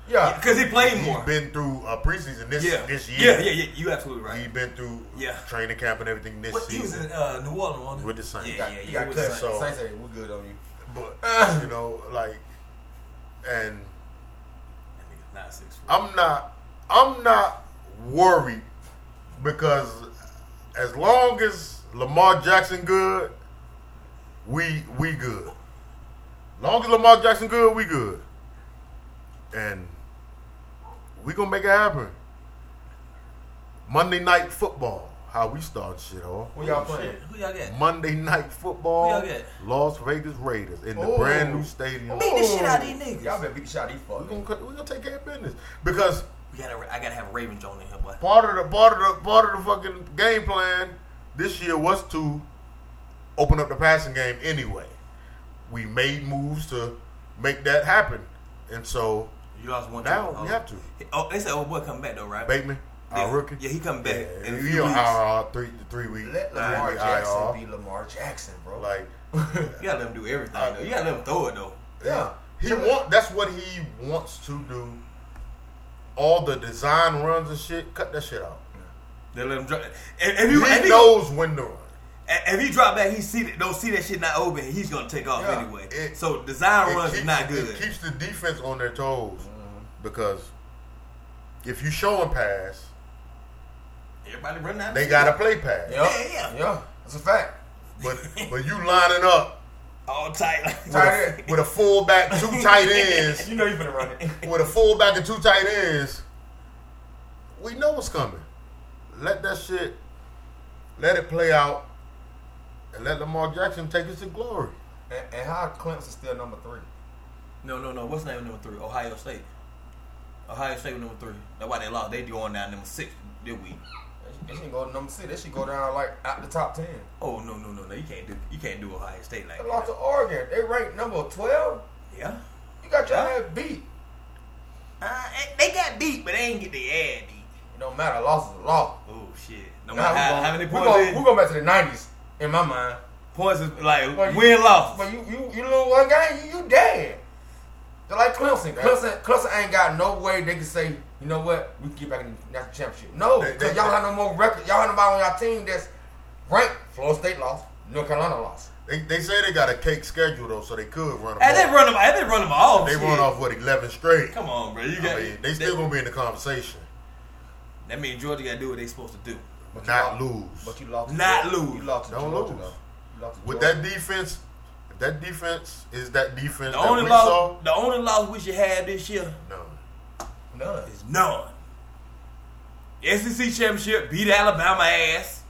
Speaker 3: yeah,
Speaker 2: Because he played
Speaker 1: He's
Speaker 2: more.
Speaker 1: been through uh, preseason this
Speaker 2: Yeah.
Speaker 1: this year.
Speaker 2: Yeah, yeah, yeah. You absolutely right.
Speaker 1: He's been through
Speaker 2: Yeah.
Speaker 1: training camp and everything this
Speaker 2: What he was
Speaker 1: season.
Speaker 2: in uh, New Orleans? wasn't he?
Speaker 1: With the Saints.
Speaker 2: Yeah,
Speaker 3: got,
Speaker 2: yeah,
Speaker 3: you
Speaker 2: yeah.
Speaker 3: got
Speaker 2: with the
Speaker 3: cut.
Speaker 2: Saints.
Speaker 1: so-
Speaker 3: Saints say we good on you.
Speaker 1: But you know, like, and
Speaker 2: That nigga's not six foot.
Speaker 1: I'm not I'm not worried because as long as Lamar Jackson good, we we good. Long as Lamar Jackson good, we good. And we gonna make it happen. Monday night football, how we start shit off.
Speaker 3: Who y'all
Speaker 2: Shit,
Speaker 3: playing?
Speaker 2: Who y'all got?
Speaker 1: Monday night football,
Speaker 2: Who y'all got?
Speaker 1: Las Vegas Raiders in the
Speaker 3: Oh.
Speaker 1: brand new stadium.
Speaker 2: Beat the shit out of these niggas.
Speaker 3: Y'all better beat the shit out of these
Speaker 1: We gonna
Speaker 3: fuckers.
Speaker 1: we gonna take care of business because
Speaker 2: We gotta. I gotta have Ravens on in here, boy.
Speaker 1: part of the part of the part of the fucking game plan this year was to open up the passing game anyway. We made moves to make that hapen, and so
Speaker 2: You lost one.
Speaker 1: now
Speaker 2: two.
Speaker 1: we
Speaker 2: Oh.
Speaker 1: have to.
Speaker 2: Oh, they said old boy coming back though, right?
Speaker 1: Bateman,
Speaker 2: Yeah.
Speaker 1: our rookie,
Speaker 2: Yeah, he coming back in a
Speaker 1: he
Speaker 2: few
Speaker 1: on
Speaker 2: weeks.
Speaker 1: IR three three weeks.
Speaker 3: Let
Speaker 1: three
Speaker 3: Lamar
Speaker 1: week IR.
Speaker 3: Jackson be Lamar Jackson, bro.
Speaker 1: like
Speaker 2: You gotta let him do everything
Speaker 1: Uh,
Speaker 2: though. You gotta let him throw it though.
Speaker 3: yeah,
Speaker 1: He want that's what he wants to do. All the design runs and shit, cut that shit out.
Speaker 2: They let him drop. If, if
Speaker 1: He
Speaker 2: you if he,
Speaker 1: knows when to run.
Speaker 2: if he drop back, he see that don't see that shit not open. He's gonna take off
Speaker 1: Yeah,
Speaker 2: anyway.
Speaker 1: it-
Speaker 2: so design
Speaker 1: It
Speaker 2: runs
Speaker 1: keeps-
Speaker 2: is not
Speaker 1: It
Speaker 2: good.
Speaker 1: keeps the defense on their toes because if you show a pass,
Speaker 2: Everybody running out.
Speaker 1: they gotta play pass.
Speaker 3: Yeah,
Speaker 2: Yeah.
Speaker 3: yeah, that's a fact.
Speaker 1: But but you lining up
Speaker 2: all tight.
Speaker 3: Tight end.
Speaker 1: with a fullback, two tight ends,
Speaker 3: You know you finna run it.
Speaker 1: with a fullback and two tight ends. We know what's coming. Let that shit, let it play out, and let Lamar Jackson take us to glory.
Speaker 3: And, and how Clemson still number three?
Speaker 2: no, no, no. What's name number three? Ohio State. Ohio State was number three. That's why they lost. They going down number six this week.
Speaker 3: They should go to number six. They should go down like out the top ten.
Speaker 2: Oh no, no, no, no. You can't do. You can't do Ohio State like
Speaker 3: They lost
Speaker 2: that.
Speaker 3: to Oregon. They ranked number twelve.
Speaker 2: Yeah.
Speaker 3: You got your
Speaker 2: Yeah.
Speaker 3: ass beat.
Speaker 2: Uh, they got beat, but they ain't get the ad beat.
Speaker 3: It don't matter. Loss is a loss.
Speaker 2: Oh shit! No
Speaker 3: Nah,
Speaker 2: matter
Speaker 3: we
Speaker 2: how,
Speaker 3: gon-
Speaker 2: how many
Speaker 3: we
Speaker 2: points,
Speaker 3: gon-
Speaker 2: is-
Speaker 3: We going back to the nineties in my mind.
Speaker 2: points is like
Speaker 3: But you-
Speaker 2: win loss.
Speaker 3: But you you, you lose one game, you, you dead. They're like Clemson. Clemson Clemson ain't got no way they can say, you know what, we can get back in the national championship. No,
Speaker 1: They-
Speaker 3: because
Speaker 1: they-
Speaker 3: y'all have no more record. Y'all have nobody on y'all team that's ranked. Florida State lost. North Carolina lost.
Speaker 1: They, they say they got a cake schedule though, so they could run. them
Speaker 2: And
Speaker 1: off.
Speaker 2: they run them. And they run them off.
Speaker 1: They
Speaker 2: shit.
Speaker 1: run off with eleven straight.
Speaker 2: Come on, bro. You
Speaker 1: I
Speaker 2: got.
Speaker 1: mean, they still gonna be in the conversation,
Speaker 2: That means Georgia got to do what they supposed to do.
Speaker 1: but
Speaker 3: you
Speaker 1: not
Speaker 3: lost.
Speaker 1: lose.
Speaker 3: But you lost. to
Speaker 2: Not
Speaker 3: Georgia.
Speaker 2: lose.
Speaker 3: You lost to
Speaker 1: Don't
Speaker 3: Georgia,
Speaker 1: lose.
Speaker 3: though. You lost to
Speaker 1: With
Speaker 3: Georgia.
Speaker 1: that defense, if that defense is that defense
Speaker 2: The
Speaker 1: that
Speaker 2: only
Speaker 1: we
Speaker 2: loss.
Speaker 1: saw.
Speaker 2: The only loss we should have this year
Speaker 1: No,
Speaker 3: none.
Speaker 2: is none. SEC championship beat Alabama ass.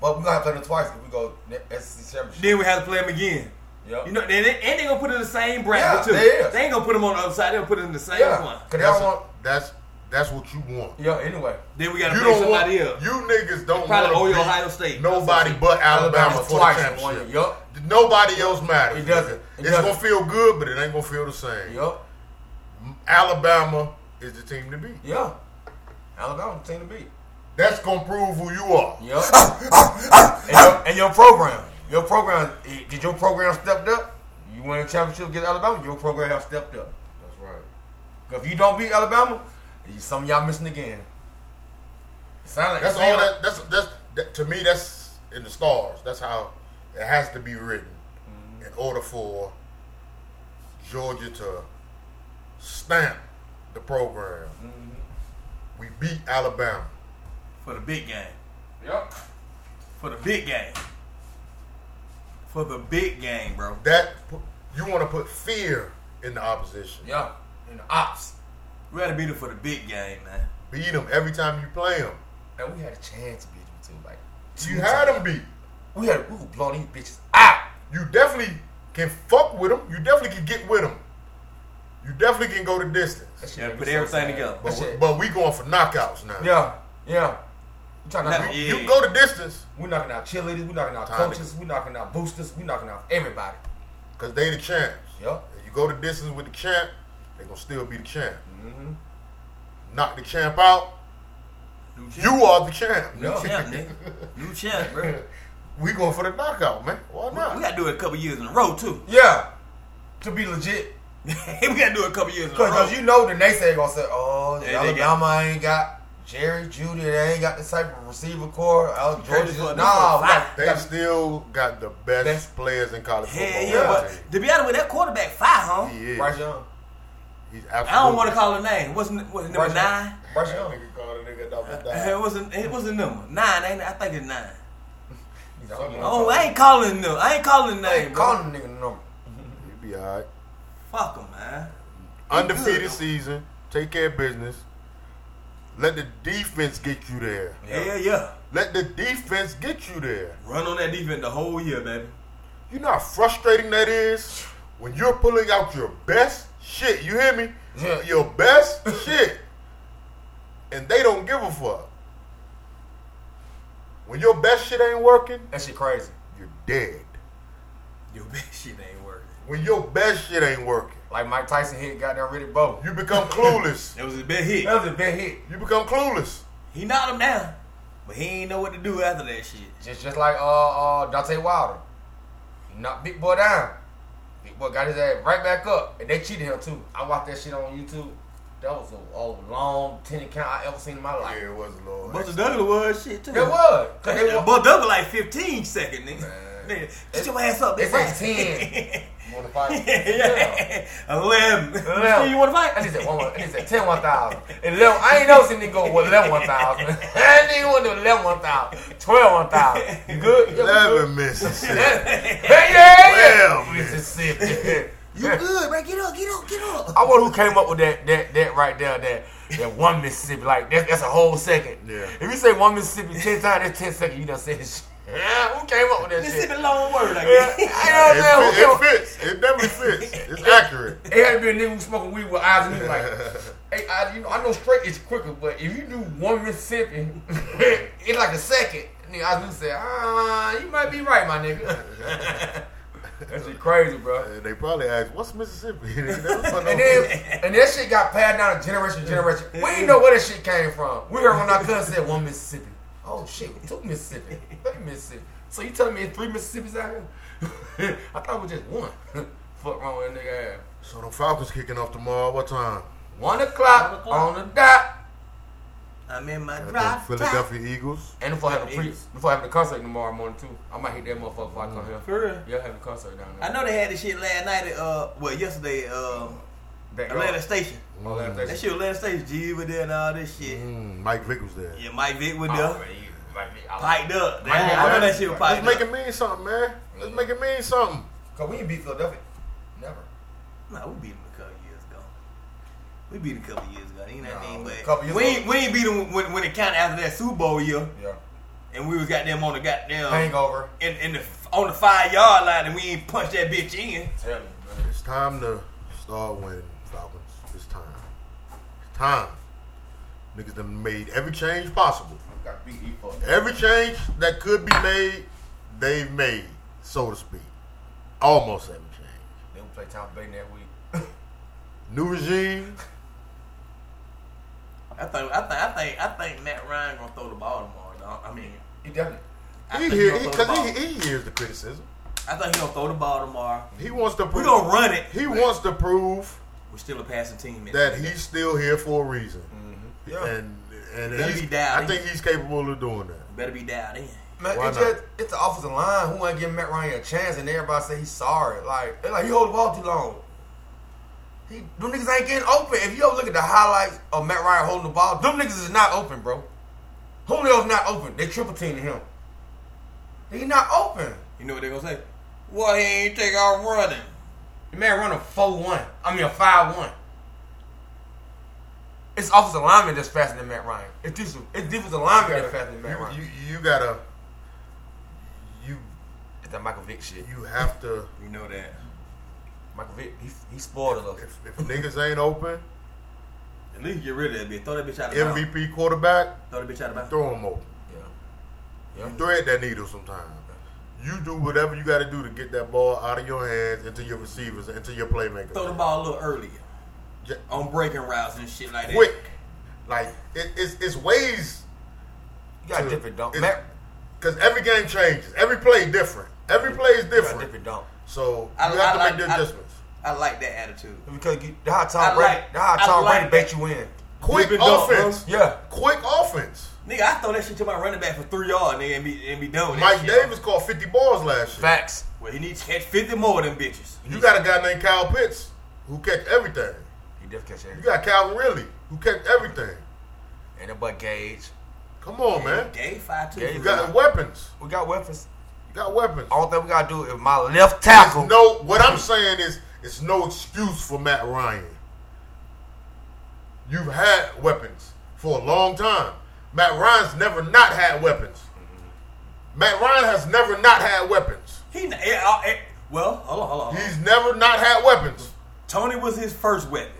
Speaker 3: But we gonna have to play them twice if we go ne- SEC championship.
Speaker 2: Then we have to play them again.
Speaker 3: Yep.
Speaker 2: You know, and they, and they gonna put it in the same bracket
Speaker 3: Yeah,
Speaker 2: too.
Speaker 3: they is.
Speaker 2: ain't gonna put them on the other side. They'll put it in the same one.
Speaker 3: yeah, because
Speaker 1: that's,
Speaker 3: y'all want.
Speaker 1: that's that's what you want.
Speaker 3: Yeah, anyway.
Speaker 2: Then we gotta
Speaker 1: You
Speaker 2: play
Speaker 1: don't want
Speaker 2: somebody
Speaker 1: you
Speaker 2: else.
Speaker 1: niggas don't
Speaker 2: Probably
Speaker 1: want
Speaker 2: Ohio Ohio State.
Speaker 1: Nobody but Alabama
Speaker 3: Alabama's
Speaker 1: for the
Speaker 3: in one year.
Speaker 1: championship.
Speaker 3: Yup.
Speaker 1: Nobody else matters.
Speaker 3: It doesn't. It
Speaker 1: it's
Speaker 3: doesn't.
Speaker 1: gonna feel good, but it ain't gonna feel the same.
Speaker 3: Yup.
Speaker 1: Alabama is the team to beat.
Speaker 3: Yeah. Alabama team to beat.
Speaker 1: That's gonna prove who you are.
Speaker 3: Yep.
Speaker 1: Ah,
Speaker 3: and, your, and your program. Your program. eh, Did your program stepped up? You win a championship against Alabama. Your program have stepped up. That's right. 'Cause if you don't beat Alabama, you- some of y'all missing again. Sound like
Speaker 1: That's
Speaker 3: sound
Speaker 1: all that.
Speaker 3: like-
Speaker 1: That's that's that, to me. That's in the stars. That's how it has to be written
Speaker 3: Mm-hmm.
Speaker 1: in order for Georgia to stamp the program.
Speaker 3: Mm-hmm.
Speaker 1: We beat Alabama.
Speaker 2: for the big game.
Speaker 3: Yep.
Speaker 2: For the big game. For the big game, bro.
Speaker 1: That pu- you want to put fear in the opposition.
Speaker 3: Yeah. And the ops.
Speaker 2: We gotta beat them for the big game, man.
Speaker 1: Beat them every time you play them.
Speaker 3: And we had a chance to beat them too. Like two
Speaker 1: You had them
Speaker 3: times.
Speaker 1: beat.
Speaker 3: We had we were blowing these bitches out.
Speaker 1: You definitely can fuck with them. You definitely can get with them. You definitely can go the distance.
Speaker 2: Yeah,
Speaker 3: make
Speaker 2: put
Speaker 3: me so
Speaker 2: everything
Speaker 3: sad.
Speaker 2: together.
Speaker 1: But,
Speaker 3: That
Speaker 1: we-
Speaker 3: shit-
Speaker 1: but we going for knockouts now.
Speaker 3: Yeah, yeah. We talking
Speaker 2: Nah,
Speaker 3: about,
Speaker 2: yeah.
Speaker 1: You can go the distance.
Speaker 3: We're knocking out cheerleaders, we're knocking out
Speaker 1: Time to-
Speaker 3: coaches, we're knocking out boosters, we're knocking out everybody.
Speaker 1: Cause they the champs.
Speaker 3: Yep.
Speaker 1: If you go the distance with the champ, they gonna still be the champ.
Speaker 2: Mm-hmm.
Speaker 1: Knock the champ out.
Speaker 2: New champ.
Speaker 1: You are the champ.
Speaker 3: Yeah.
Speaker 2: New champ, nigga. New champ, bro.
Speaker 1: We going for the knockout, man. Why not?
Speaker 2: We gotta do it a couple years in a row too.
Speaker 3: Yeah, to be legit.
Speaker 2: we gotta do it a couple years in a row.
Speaker 3: Because you know the naysayer gonna say, oh,
Speaker 2: They- Oh. they got-
Speaker 3: Alabama ain't got Jerry, Judy, they ain't got the type of receiver core. Al Georgia,
Speaker 2: Georgia's gonna-
Speaker 3: nah, we
Speaker 2: they're
Speaker 3: got-
Speaker 1: they still got the best
Speaker 3: Best-
Speaker 1: players in college
Speaker 2: Hell yeah,
Speaker 1: football.
Speaker 2: but to be honest with that quarterback five, huh?
Speaker 1: He is.
Speaker 3: Bryce Young.
Speaker 1: He's
Speaker 2: I don't
Speaker 1: absolutely-
Speaker 2: want to call a name. What's n- what's number
Speaker 3: Bryce Young.
Speaker 2: nine?
Speaker 3: Bryce
Speaker 1: That
Speaker 3: Young.
Speaker 1: nigga called a nigga double
Speaker 2: It
Speaker 1: down.
Speaker 2: wasn't. It wasn't number nine. Ain't it? I think it's nine.
Speaker 3: He's out there.
Speaker 2: Oh, I ain't calling no. I ain't calling a
Speaker 3: Hey,
Speaker 2: name, bro.
Speaker 3: call the nigga the number.
Speaker 1: You be alright.
Speaker 2: Fuck him, man.
Speaker 1: Undefeated
Speaker 2: good.
Speaker 1: season. Take care of business. Let the defense get you there.
Speaker 3: Yeah.
Speaker 2: Hell yeah.
Speaker 1: Let the defense get you there.
Speaker 2: Run on that defense the whole year, baby.
Speaker 1: You know how frustrating that is when you're pulling out your best shit. You hear me?
Speaker 3: Yeah.
Speaker 1: Your best shit, and they don't give a fuck. When your best shit ain't working,
Speaker 3: That shit crazy.
Speaker 1: you're dead.
Speaker 2: Your best shit ain't working.
Speaker 1: When your best shit ain't working,
Speaker 3: Like Mike Tyson hit, got that Riddick Bow.
Speaker 1: you become clueless.
Speaker 2: That was his best hit.
Speaker 3: That was a big hit.
Speaker 1: You become clueless.
Speaker 2: He knocked him down, but he ain't know what to do after that shit.
Speaker 3: Just just like uh uh Dante Wilder. He knocked Big Boy down. Big Boy got his ass right back up. And they cheated him too. I watched that shit on YouTube. That was a, a long ten count I ever seen in my life.
Speaker 1: Yeah, it was a little.
Speaker 2: Buster Douglas was shit too.
Speaker 3: It was. 'Cause they
Speaker 2: Buster
Speaker 3: wa-
Speaker 2: Douglas like 15 second nigga.
Speaker 3: Man.
Speaker 2: Nigga, get your ass up,
Speaker 3: It's
Speaker 2: bitch.
Speaker 3: like 10. You want to fight? Yeah.
Speaker 2: yeah. 11.
Speaker 3: Eleven.
Speaker 2: You want to
Speaker 3: I
Speaker 2: fight?
Speaker 3: just said one. I just said ten one thousand. Eleven. I ain't never seen nigga go with eleven one thousand. I ain't even want to do eleven one thousand. Twelve one thousand. You good? Yeah, we good.
Speaker 1: Eleven Mississippi.
Speaker 3: Yeah, yeah, yeah.
Speaker 1: Twelve,
Speaker 3: Mississippi.
Speaker 4: You good, man? Get up, get up, get up.
Speaker 3: I wonder who came up with that that that right there that that one Mississippi like that, that's a whole second.
Speaker 1: Yeah.
Speaker 3: If you say one Mississippi ten times, that's ten seconds. You done said shit. Yeah. Who came up with that
Speaker 2: Mississippi
Speaker 3: shit?
Speaker 2: long word, I
Speaker 3: Yeah.
Speaker 2: guess.
Speaker 3: I know what I'm
Speaker 1: It,
Speaker 3: saying.
Speaker 1: fit-
Speaker 3: Who came up-
Speaker 1: it fits. It definitely fits. It's accurate.
Speaker 3: It had to be a nigga who smoking weed with eyes and me like, hey, I, you know, I know straight is quicker, but if you do one Mississippi, it's like a second. Nigga, I just say, ah, you might be right, my nigga. that shit crazy, bro.
Speaker 1: And they probably asked, "What's Mississippi?" They never fucking
Speaker 3: And then, and that shit got passed down to generation to generation. We didn't know where that shit came from. We heard when our cousin said one Mississippi. Oh shit, two Mississippi, three Mississippi. So you telling me it's three Mississippis out here? I thought it was just one. Fuck wrong with that nigga ass.
Speaker 1: so the Falcons kicking off tomorrow. What time?
Speaker 3: One o'clock,
Speaker 2: One o'clock.
Speaker 3: on the dot.
Speaker 2: I'm in my
Speaker 1: I
Speaker 2: drop.
Speaker 1: think Philadelphia Eagles.
Speaker 3: And before having a pre,
Speaker 2: Eagles.
Speaker 3: before having a concert tomorrow morning too, I might hit that motherfucker before I come here.
Speaker 2: For real.
Speaker 3: Y'all having a concert down there?
Speaker 2: Mm-hmm. I know they had this shit last night at, uh, well, yesterday at uh,
Speaker 3: That
Speaker 2: Atlanta Station.
Speaker 3: Oh, Atlanta
Speaker 2: That
Speaker 3: Station.
Speaker 2: shit Atlanta Station. G was there and all this shit.
Speaker 1: Mm, Mike Vick was there.
Speaker 2: Yeah, Mike Vick was
Speaker 3: Mm-hmm. Oh,
Speaker 2: there.
Speaker 3: man, you like me, I like-
Speaker 2: Piped up.
Speaker 3: Mike Vick
Speaker 2: I know that
Speaker 3: was-
Speaker 2: shit was
Speaker 1: Let's
Speaker 2: piped
Speaker 1: make
Speaker 2: up.
Speaker 1: it mean something, man. Let's make it mean something.
Speaker 3: Cause we ain't beat Philadelphia. Never.
Speaker 2: Nah, we beat him a couple years ago. We beat him a couple years ago. Ain't that
Speaker 3: Nah,
Speaker 2: thing,
Speaker 3: a
Speaker 2: but
Speaker 3: couple years
Speaker 2: we ain't,
Speaker 3: ago.
Speaker 2: we ain't beat him when, when it counted after that Super Bowl year,
Speaker 3: Yeah.
Speaker 2: and we was goddamn on the goddamn
Speaker 3: Hangover.
Speaker 2: in, in the on the five yard line, and we ain't punched that bitch in.
Speaker 3: Tell me, man.
Speaker 1: It's time to start winning, Falcons. It's time. It's time. Niggas done made every change possible.
Speaker 3: Got beat E for
Speaker 1: Every change that could be made, they've made, so to speak. Almost every change.
Speaker 3: They would play Tampa Bay that week.
Speaker 1: New regime.
Speaker 2: I think I think I think I think Matt Ryan gonna throw the ball tomorrow. Dog. I mean,
Speaker 3: He definitely.
Speaker 2: I
Speaker 1: He
Speaker 2: think
Speaker 1: hear
Speaker 2: gonna throw the
Speaker 1: because
Speaker 2: ball.
Speaker 1: he, he, hears the criticism.
Speaker 2: I think he gonna throw the ball tomorrow.
Speaker 1: He wants to.
Speaker 2: We
Speaker 1: Prove,
Speaker 2: gonna run it.
Speaker 1: He wants to prove
Speaker 2: We're still a passing team. man.
Speaker 1: that he's still here for a reason,
Speaker 2: Mm-hmm.
Speaker 3: Yeah.
Speaker 1: and and
Speaker 2: Better
Speaker 1: he's-
Speaker 2: be down.
Speaker 1: I think he's capable of doing that.
Speaker 2: better be dialed in.
Speaker 3: Man,
Speaker 1: Why
Speaker 3: it's
Speaker 1: not?
Speaker 3: just it's the offensive line who ain't giving Matt Ryan a chance, and everybody say he's sorry. Like they like he hold the ball too long. He, them niggas ain't getting open. If you ever look at the highlights of Matt Ryan holding the ball, them niggas is not open, bro. Julio's not open. They triple teaming him. He not open.
Speaker 2: You know what they gonna say? Well, he ain't take off running.
Speaker 3: The man run a four one. I mean a five one. It's offensive lineman that's faster than Matt Ryan. It's defensive, it's defensive lineman that's faster than Matt Ryan.
Speaker 1: You, you, you gotta you
Speaker 3: it's that Michael Vick shit.
Speaker 1: you have to
Speaker 2: You know that.
Speaker 3: Michael Vick, he, he spoiled a little.
Speaker 1: if, if niggas ain't open
Speaker 2: At least get rid of that bitch. Throw that bitch out of bounds.
Speaker 1: MVP quarterback
Speaker 2: Throw that bitch out of bounds.
Speaker 1: throw him open.
Speaker 3: Yeah.
Speaker 1: You thread that needle sometimes. You do whatever you got to do to get that ball out of your hands into your receivers into your playmakers.
Speaker 2: Throw the ball a little earlier
Speaker 1: Ju-
Speaker 2: on breaking routes and shit like that.
Speaker 1: quick. Like it, it's it's ways
Speaker 3: You got
Speaker 1: to-
Speaker 3: to dip it dump.
Speaker 1: it's-
Speaker 3: Matt,
Speaker 1: because every game changes. Every play different. Every play is
Speaker 3: you got to dip
Speaker 1: different.
Speaker 3: it dump.
Speaker 1: So
Speaker 2: I-
Speaker 1: you
Speaker 2: I
Speaker 1: have to
Speaker 2: like-
Speaker 1: make the
Speaker 2: I-
Speaker 1: adjustments.
Speaker 2: I like that attitude.
Speaker 3: Because you, that's how
Speaker 2: I
Speaker 3: Tom Brady,
Speaker 2: like-
Speaker 3: that's
Speaker 2: I
Speaker 3: how Tom
Speaker 2: like
Speaker 3: Brady bet you in.
Speaker 1: Quick
Speaker 2: Dip and dunk,
Speaker 1: offense.
Speaker 3: Yeah.
Speaker 1: Quick offense.
Speaker 2: Nigga, I throw that shit to my running back for three yards, nigga, and be and be done with that
Speaker 1: Mike
Speaker 2: shit.
Speaker 1: Davis caught 50 balls last year.
Speaker 3: Facts.
Speaker 2: Well, he needs to catch fifty more of them bitches.
Speaker 1: You got a guy named Kyle Pitts who catch everything.
Speaker 3: He definitely catch
Speaker 1: You
Speaker 3: everything.
Speaker 1: got Calvin Ridley who catch everything.
Speaker 3: And that butt gauge.
Speaker 1: Come on, man.
Speaker 2: Day five two.
Speaker 3: Yeah,
Speaker 1: You got weapons.
Speaker 3: We got weapons.
Speaker 1: You got weapons.
Speaker 2: Oh,
Speaker 3: All thing we got to do is my left tackle.
Speaker 1: No, what I'm saying is it's no excuse for Matt Ryan. You've had weapons for a long time. Matt Ryan's never not had weapons.
Speaker 2: Mm-hmm.
Speaker 1: Matt Ryan has never not had weapons.
Speaker 2: he n- eh, uh, eh, well, hold on, hold on. hold on.
Speaker 1: He's never not had weapons.
Speaker 2: Tony was his first weapon.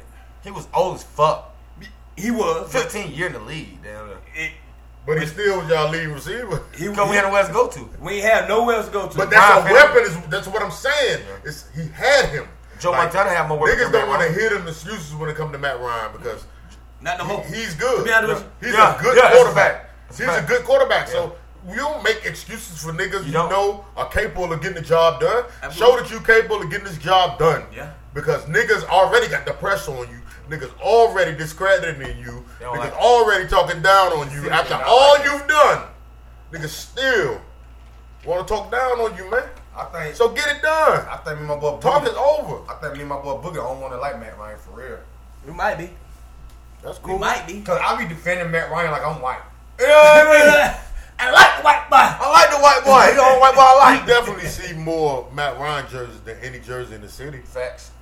Speaker 3: He was old as fuck.
Speaker 2: He was. but
Speaker 3: 15 year in the league, damn. near.
Speaker 2: It,
Speaker 1: But he's still y'all leading receiver.
Speaker 2: he
Speaker 3: Because we had nowhere else to go to.
Speaker 2: We ain't have nowhere else to go to.
Speaker 1: But that's
Speaker 3: Ryan
Speaker 1: a weapon. Is that's what I'm saying. It's he had him.
Speaker 3: Joe Montana had more weapons
Speaker 1: Niggas
Speaker 3: than
Speaker 1: don't
Speaker 3: Matt
Speaker 1: want to
Speaker 3: Ryan.
Speaker 1: hear them excuses when it comes to Matt Ryan because
Speaker 2: not no more.
Speaker 1: he- he's good.
Speaker 2: Be honest with you.
Speaker 1: He's
Speaker 3: Yeah,
Speaker 1: a good
Speaker 3: yeah, that's a
Speaker 1: quarterback.
Speaker 3: fact. That's a
Speaker 1: He's a
Speaker 3: fact.
Speaker 1: good quarterback. So you don't make excuses for niggas you,
Speaker 3: don't.
Speaker 1: know are capable of getting the job done.
Speaker 2: Absolutely.
Speaker 1: Show that you capable of getting this job done.
Speaker 2: Yeah.
Speaker 1: Because niggas already got the pressure on you. Niggas already discrediting you.
Speaker 3: They don't
Speaker 1: Niggas
Speaker 3: like-
Speaker 1: already talking down on you after
Speaker 3: not
Speaker 1: all
Speaker 3: like
Speaker 1: you've done. Niggas still want to talk down on you, man.
Speaker 3: I think
Speaker 1: So get it done.
Speaker 3: I think me and my boy
Speaker 1: Talk
Speaker 3: Boogie.
Speaker 1: is over.
Speaker 3: I think me and my boy Boogie don't want to like Matt Ryan for real.
Speaker 2: We might be.
Speaker 1: That's
Speaker 2: We
Speaker 1: cool.
Speaker 2: might be.
Speaker 3: Cause I be defending Matt Ryan like I'm white. You know what I mean?
Speaker 2: I like the white
Speaker 1: Oh.
Speaker 2: boy.
Speaker 3: I like the white boy. He the only white boy I
Speaker 1: I
Speaker 3: like.
Speaker 1: definitely see more Matt Ryan jerseys than any jersey in the city.
Speaker 3: Facts.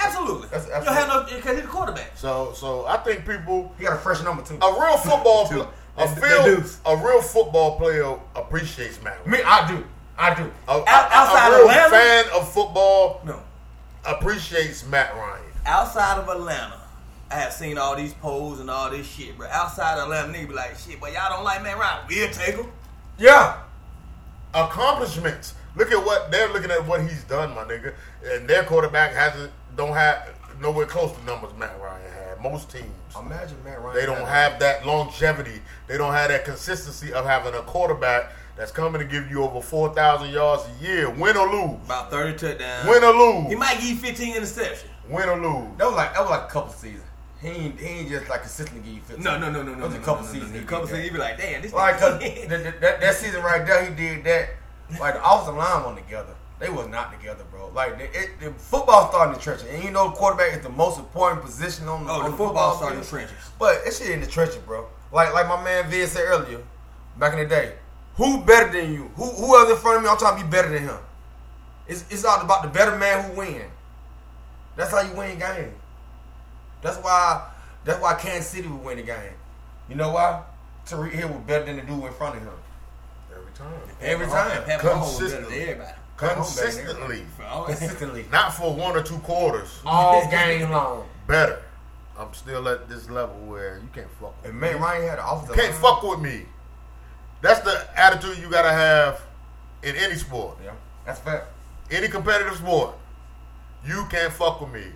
Speaker 2: Absolutely.
Speaker 3: That's-
Speaker 2: you don't have no because he's the quarterback.
Speaker 1: So, so I think people
Speaker 3: He got a fresh number too.
Speaker 2: Oh,
Speaker 1: a real football pl- a
Speaker 3: They- they
Speaker 1: real
Speaker 3: do.
Speaker 1: a real football player appreciates Matt. Ryan.
Speaker 3: Me, I do. I do.
Speaker 1: A, a,
Speaker 2: outside
Speaker 1: a real
Speaker 2: Atlanta?
Speaker 1: fan of football
Speaker 2: No.
Speaker 1: appreciates Matt Ryan.
Speaker 2: Outside of Atlanta, I have seen all these polls and all this shit, bro. Outside of Atlanta, nigga be like, shit, but y'all don't like Matt Ryan. We'll take him.
Speaker 3: Yeah.
Speaker 1: Accomplishments. Look at what they're looking at what he's done, my nigga. And their quarterback hasn't don't have nowhere close to numbers Matt Ryan had. Most teams.
Speaker 3: Imagine Matt Ryan.
Speaker 1: They don't have that longevity. They don't have that consistency of having a quarterback that's coming to give you over four thousand yards a year, win or lose.
Speaker 2: About 30 touchdowns.
Speaker 1: Win or
Speaker 2: He
Speaker 1: lose.
Speaker 2: might give you 15 interceptions.
Speaker 1: Win or lose.
Speaker 3: That was like that was like a couple seasons. He ain't, he ain't just like consistently give you 15.
Speaker 2: No, no, no, no,
Speaker 3: It
Speaker 2: no.
Speaker 3: was a
Speaker 2: no,
Speaker 3: couple
Speaker 2: no, no,
Speaker 3: seasons.
Speaker 2: No,
Speaker 3: he
Speaker 2: no, couple
Speaker 3: did that.
Speaker 2: seasons. You be like, damn, this
Speaker 3: Like, cause
Speaker 2: nigga-
Speaker 3: th- th- that, that season right there, he did that. Like the offensive line wasn't together. They was not together, bro. Like the, it, the football started in the trenches, and you know, quarterback is the most important position on the,
Speaker 2: Oh,
Speaker 3: on
Speaker 2: the
Speaker 3: the
Speaker 2: football started in
Speaker 3: field.
Speaker 2: the trenches.
Speaker 3: But it shit in the trenches, bro. Like like my man Vid said earlier, back in the day, who better than you? Who whoever's in front of me, I'm trying to be better than him. It's it's all about the better man who win. That's how you win game. That's why that's why Kansas City would win the game. You know why? Tariq Hill was better than the dude in front of him.
Speaker 1: Every time.
Speaker 3: Every time.
Speaker 2: Pat Mahomes was better than
Speaker 1: Consistently.
Speaker 2: everybody.
Speaker 1: Consistently.
Speaker 2: For all-
Speaker 3: Consistently.
Speaker 1: Not for one or two quarters.
Speaker 3: All game long.
Speaker 1: Better. I'm still at this level where you can't fuck with
Speaker 3: And
Speaker 1: me.
Speaker 3: Matt Ryan had an offensive
Speaker 1: can't
Speaker 3: line.
Speaker 1: fuck with me. That's the attitude you gotta have in any sport.
Speaker 3: Yeah. That's fact.
Speaker 1: any competitive sport, you can't fuck with me.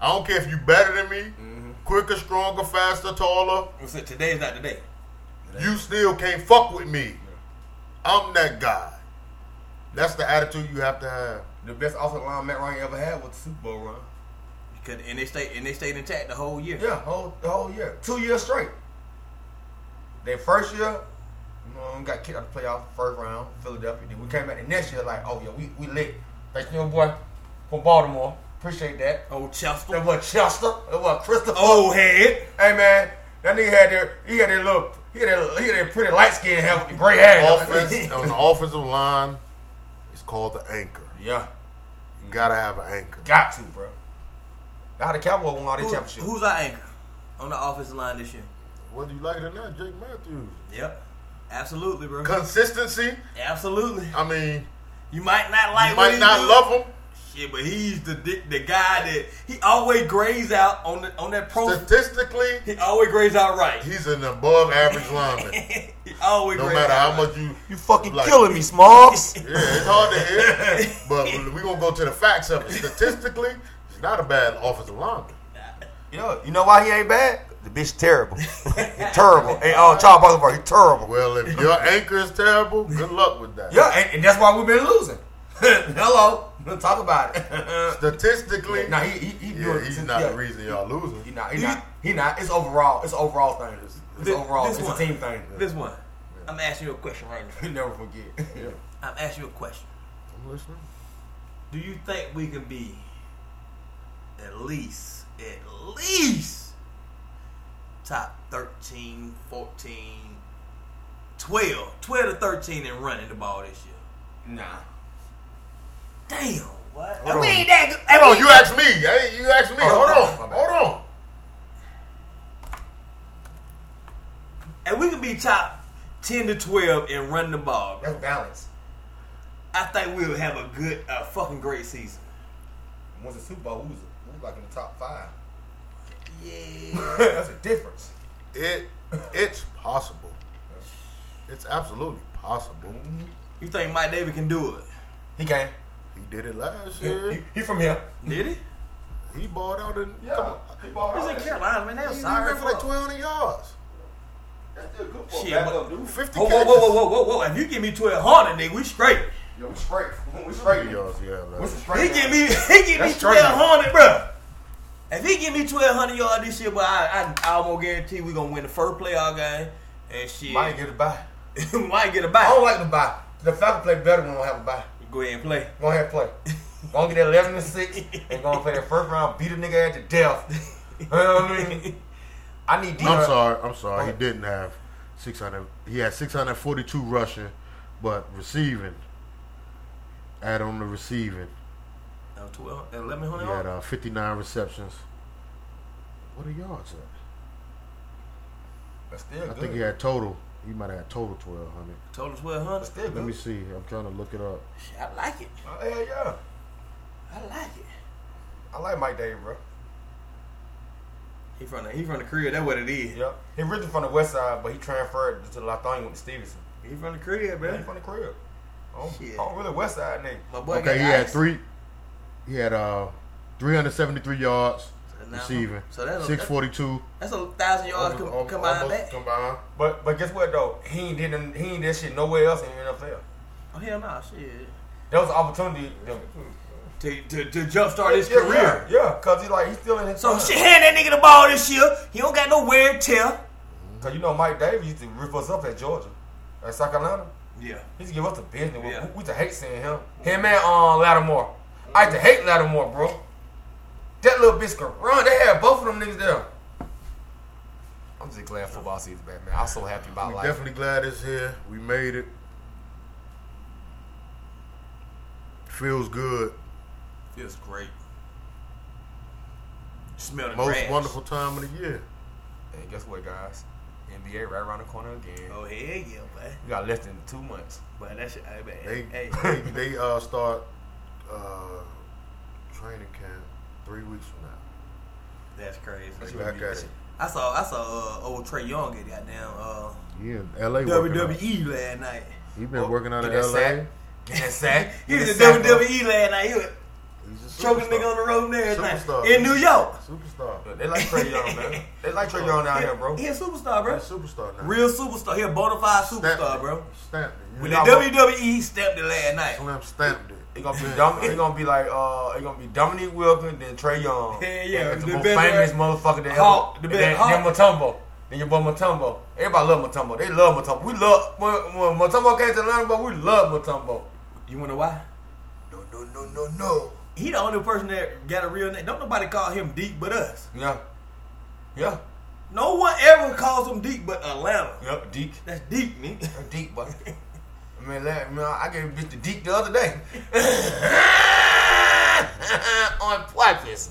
Speaker 1: I don't care if you better than me, quicker, stronger, faster, taller.
Speaker 2: What's it? Today's not today.
Speaker 1: You still can't fuck with me. I'm that guy. That's the attitude you have to have.
Speaker 3: The best offensive line Matt Ryan ever had was the Super Bowl run.
Speaker 2: Because and they stayed and they stayed intact the whole year.
Speaker 3: Yeah, whole the whole year, two years straight. Their first year, um, got kicked out of the playoff first round, Philadelphia. Then we came back the next year like, oh yeah, we we lit. Thanks to your boy from Baltimore, appreciate that.
Speaker 2: Oh,
Speaker 3: That
Speaker 2: Chester.
Speaker 3: was Chester. That was Christopher.
Speaker 2: Old head.
Speaker 3: Hey man, that nigga had their he had their little he had their, he had their pretty light skin hair with the gray hair.
Speaker 1: Offense on the offensive line is called the anchor.
Speaker 3: yeah,
Speaker 1: You gotta have an anchor.
Speaker 3: got to bro. How the Cowboys won all their
Speaker 2: Who-
Speaker 3: championships?
Speaker 2: who's our anchor on the offensive line this year?
Speaker 1: Whether you like it or not, Jake Matthews.
Speaker 2: Yep. Absolutely, bro.
Speaker 1: Consistency.
Speaker 2: Absolutely.
Speaker 1: I mean,
Speaker 2: You might not
Speaker 1: you
Speaker 2: like what
Speaker 1: might
Speaker 2: he
Speaker 1: not
Speaker 2: do.
Speaker 1: love him
Speaker 2: shit, but he's the di- the guy that he always grays out on the on that pro.
Speaker 1: statistically.
Speaker 2: He always grays out right.
Speaker 1: He's an above average lineman.
Speaker 2: he always
Speaker 1: No
Speaker 2: grays
Speaker 1: matter
Speaker 2: out
Speaker 1: how
Speaker 2: right.
Speaker 1: much you
Speaker 3: You fucking
Speaker 1: Like-
Speaker 3: killing me, Smalls.
Speaker 1: Yeah, it's hard to hear, but we're gonna go to the facts of it. Statistically, he's not a bad offensive lineman.
Speaker 3: Yeah, you know why he ain't bad? The bitch terrible. He's terrible. And uh, Charles Barkley, he's terrible.
Speaker 1: Well, if your anchor is terrible, good luck with that.
Speaker 3: Yeah, and, and that's why we've been losing. Hello, let's talk about it.
Speaker 1: Statistically,
Speaker 3: nah, he he, he
Speaker 1: yeah,
Speaker 3: doing-
Speaker 1: he's not
Speaker 3: yeah.
Speaker 1: the reason y'all
Speaker 3: He
Speaker 1: losing.
Speaker 3: not. He not. He not. It's overall. It's overall thing. It's, it's
Speaker 2: Thi-
Speaker 3: overall.
Speaker 2: this
Speaker 3: It's
Speaker 2: one.
Speaker 3: a team thing.
Speaker 2: This one. I'm asking you a question right now.
Speaker 3: You never forget.
Speaker 2: I'm asking you a question.
Speaker 1: I'm listening.
Speaker 2: Do you think we can be at least, at least top 13, 14, 12, 12 to 13 and running the ball this year?
Speaker 3: Nah.
Speaker 2: Damn, what?
Speaker 1: Hold
Speaker 2: we
Speaker 1: on.
Speaker 2: ain't that good.
Speaker 1: Hold on,
Speaker 2: we-
Speaker 1: you asked me. Hey, you asked me.
Speaker 3: Oh,
Speaker 1: Hold on,
Speaker 3: my bad.
Speaker 1: hold on.
Speaker 2: and we can be top 10 to 12 and run the ball. bro.
Speaker 3: That's balance.
Speaker 2: I think we'll have a good, a fucking great season.
Speaker 3: Once the Super Bowl, we was, we was like in the top five.
Speaker 2: Yeah.
Speaker 3: that's a difference.
Speaker 1: It, it's possible. It's absolutely possible.
Speaker 2: You think Mike David can do it?
Speaker 3: He came.
Speaker 1: He did it last
Speaker 3: He,
Speaker 1: year.
Speaker 3: he from here.
Speaker 2: Did he?
Speaker 1: He balled out in. come
Speaker 3: Yeah.
Speaker 1: on.
Speaker 3: He balled
Speaker 2: He's
Speaker 3: out.
Speaker 2: in Carolina, man. That's
Speaker 1: He ran
Speaker 2: sorry.
Speaker 1: for like 1,200 yards,
Speaker 3: That's still good for a
Speaker 2: Shit,
Speaker 3: backup,
Speaker 2: but-
Speaker 3: dude.
Speaker 1: 50
Speaker 2: Whoa, whoa,
Speaker 1: catches.
Speaker 2: whoa, whoa, whoa, whoa, whoa. If you give me 1200, nigga, we straight.
Speaker 3: Yo, we straight. We
Speaker 1: 50
Speaker 3: straight.
Speaker 1: yards, yeah, man.
Speaker 3: What's the
Speaker 2: He
Speaker 3: straight?
Speaker 2: give me, he give me
Speaker 3: That's straight.
Speaker 2: 1200, bruh. If he give me twelve hundred yards this year, but I, I, I almost guarantee we gonna win the first playoff game. And shit,
Speaker 3: Might get a bye.
Speaker 2: might get a
Speaker 3: I
Speaker 2: bye.
Speaker 3: don't like the bye. The Falcons play better when we don't have a bye.
Speaker 2: Go ahead and play.
Speaker 3: Go ahead and play. Gonna get that eleven and six and gonna play that first round, beat a nigga at to death. You know what I mean? I need D.
Speaker 1: I'm sorry. I'm sorry. He
Speaker 3: What?
Speaker 1: didn't have 600. He had 642 rushing, but receiving. Add on the receiving.
Speaker 2: Uh, 12, 1100
Speaker 1: He had uh, 59 receptions. What are yards at?
Speaker 3: But still
Speaker 1: I
Speaker 3: good.
Speaker 1: think he had total. He might have had total 1,200.
Speaker 2: total twelve
Speaker 3: But
Speaker 2: hundred.
Speaker 3: still
Speaker 1: Let me
Speaker 3: good.
Speaker 1: see. I'm trying to look it up.
Speaker 2: I like it.
Speaker 3: Oh, hell yeah.
Speaker 2: I like it.
Speaker 3: I like Mike Davis, bro.
Speaker 2: He from the he from the crib. That's what it is.
Speaker 3: Yeah. He originally from the West Side, but he transferred to Lothain with Stevenson.
Speaker 2: He from the crib,
Speaker 3: Yeah.
Speaker 2: man.
Speaker 3: He from the crib. I don't, I
Speaker 2: Shit.
Speaker 3: don't really West Side nigga.
Speaker 2: My boy
Speaker 1: Okay,
Speaker 2: got
Speaker 1: he had
Speaker 2: ice.
Speaker 1: three. He had uh 373 yards
Speaker 2: So now-
Speaker 1: receiving.
Speaker 2: So that's a-
Speaker 1: 642.
Speaker 2: That's a thousand yards com-
Speaker 1: Almost-
Speaker 2: combined
Speaker 1: almost
Speaker 2: back.
Speaker 1: combined.
Speaker 3: But but guess what though? He ain't did them- he ain't did shit nowhere else in the NFL.
Speaker 2: oh hell no, shit.
Speaker 3: That was an opportunity. To,
Speaker 2: To to, to jumpstart his
Speaker 3: Yeah,
Speaker 2: career.
Speaker 3: Yeah, because he like he's still in his
Speaker 2: So
Speaker 3: prime.
Speaker 2: shit, hand that nigga the ball this year. He don't got no wear and tear.
Speaker 3: Cause you know Mike Davis used to rip us up at Georgia, at South Carolina.
Speaker 2: Yeah.
Speaker 3: He used to give us the business. We-
Speaker 2: Yeah.
Speaker 3: We used to hate seeing him. Him and uh, Lattimore. I used to hate Lattimore, bro. That little bitch could run. They had both of them niggas there. I'm just glad football season back, man. I'm so happy about
Speaker 1: We
Speaker 3: life.
Speaker 1: definitely glad it's here. We made it. Feels good.
Speaker 2: Feels great. Smell the
Speaker 1: Most
Speaker 2: grass.
Speaker 1: wonderful time of the year.
Speaker 3: And guess what, guys? NBA right around the corner again.
Speaker 2: Oh hell yeah, man.
Speaker 3: We got less than two months.
Speaker 2: But that shit, hey, man.
Speaker 1: They
Speaker 2: hey,
Speaker 1: they, they uh, start uh, training camp three weeks from now.
Speaker 2: that's crazy.
Speaker 1: They back at it.
Speaker 2: I saw I saw uh, old Trey Young at goddamn uh,
Speaker 1: Yeah, LA. working out.
Speaker 2: WWE E last night.
Speaker 1: He been working out
Speaker 3: Oh, Get
Speaker 1: in
Speaker 3: that
Speaker 1: LA.
Speaker 3: sack. Get that sack.
Speaker 2: He was
Speaker 3: Get
Speaker 2: in
Speaker 3: that sack, bro.
Speaker 2: WWE E last night. He was
Speaker 1: He's a
Speaker 2: choking nigga
Speaker 1: superstar.
Speaker 2: on the road and everything
Speaker 1: Superstar.
Speaker 2: in New York.
Speaker 1: Superstar.
Speaker 3: Look, They like Trey Young, man. They like Trey Young down here, bro.
Speaker 2: He a superstar, bro.
Speaker 1: He's a superstar now.
Speaker 2: Real superstar. He a bona fide superstar,
Speaker 1: Stamped it.
Speaker 2: bro.
Speaker 1: Stamped it. You
Speaker 2: When the
Speaker 1: know,
Speaker 3: Nah, bro.
Speaker 2: WWE he stamped it last night.
Speaker 1: Slim stamped it.
Speaker 3: It's gonna be Dom- it gonna be like uh, it's gonna be Dominique Wilkins, then Trey Young.
Speaker 2: Hell yeah,
Speaker 3: That's the,
Speaker 2: the
Speaker 3: most
Speaker 2: best
Speaker 3: famous
Speaker 2: rapper.
Speaker 3: motherfucker that
Speaker 2: Hawk,
Speaker 3: ever.
Speaker 2: the
Speaker 3: The
Speaker 2: best
Speaker 3: then, then Matumbo, then your boy Matumbo. Everybody love Matumbo. They love Matumbo. We love when, when Matumbo came to Atlanta, but we love Matumbo.
Speaker 2: You wanna why?
Speaker 3: No, no, no, no, no.
Speaker 2: He the only person that got a real name. Don't nobody call him Deep but us.
Speaker 3: Yeah, yeah,
Speaker 2: No one ever calls him Deep but Atlanta.
Speaker 3: yep. Deke,
Speaker 2: That's Deep, me.
Speaker 3: That's Deke, boy. I mean, that, man, I gave a bitch to Deke the other day. On purpose.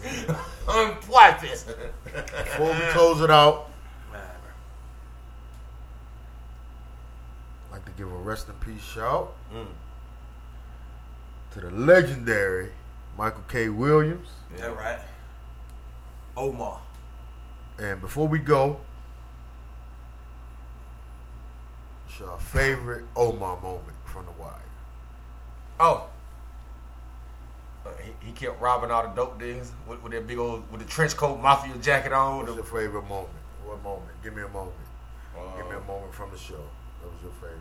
Speaker 3: On purpose.
Speaker 1: Before we close it out, I'd like to give a rest in peace shout to the legendary Michael K. Williams.
Speaker 2: That right. Omar.
Speaker 1: And before we go, it's your favorite Omar moment from The Wire.
Speaker 3: Oh. Uh, He, he kept robbing all the dope things with, with that big old with the trench coat mafia jacket on.
Speaker 1: What's
Speaker 3: The,
Speaker 1: your favorite moment? What moment? Give me a moment. Give me a
Speaker 3: uh,
Speaker 1: moment from the show. That was your favorite.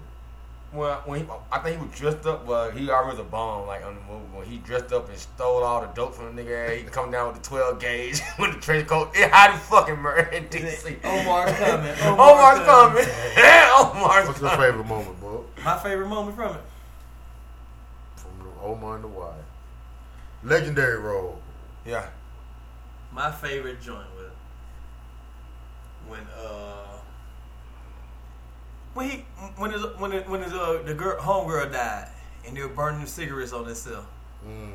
Speaker 3: when, when he, I think he was dressed up, but he already was a bomb like on the movie. When he dressed up and stole all the dope from the nigga, he come down with the twelve gauge with the trench coat. It hot as fucking murder in DC.
Speaker 2: Omar's coming.
Speaker 3: Omar's coming. Omar's
Speaker 1: What's your
Speaker 3: coming.
Speaker 1: favorite moment, bro?
Speaker 2: My favorite moment from it.
Speaker 1: From the Omar and The Wire. Legendary role.
Speaker 3: Yeah.
Speaker 2: My favorite joint was when uh when he when his when his, when his uh the girl homegirl died and they were burning cigarettes on himself
Speaker 1: Mm,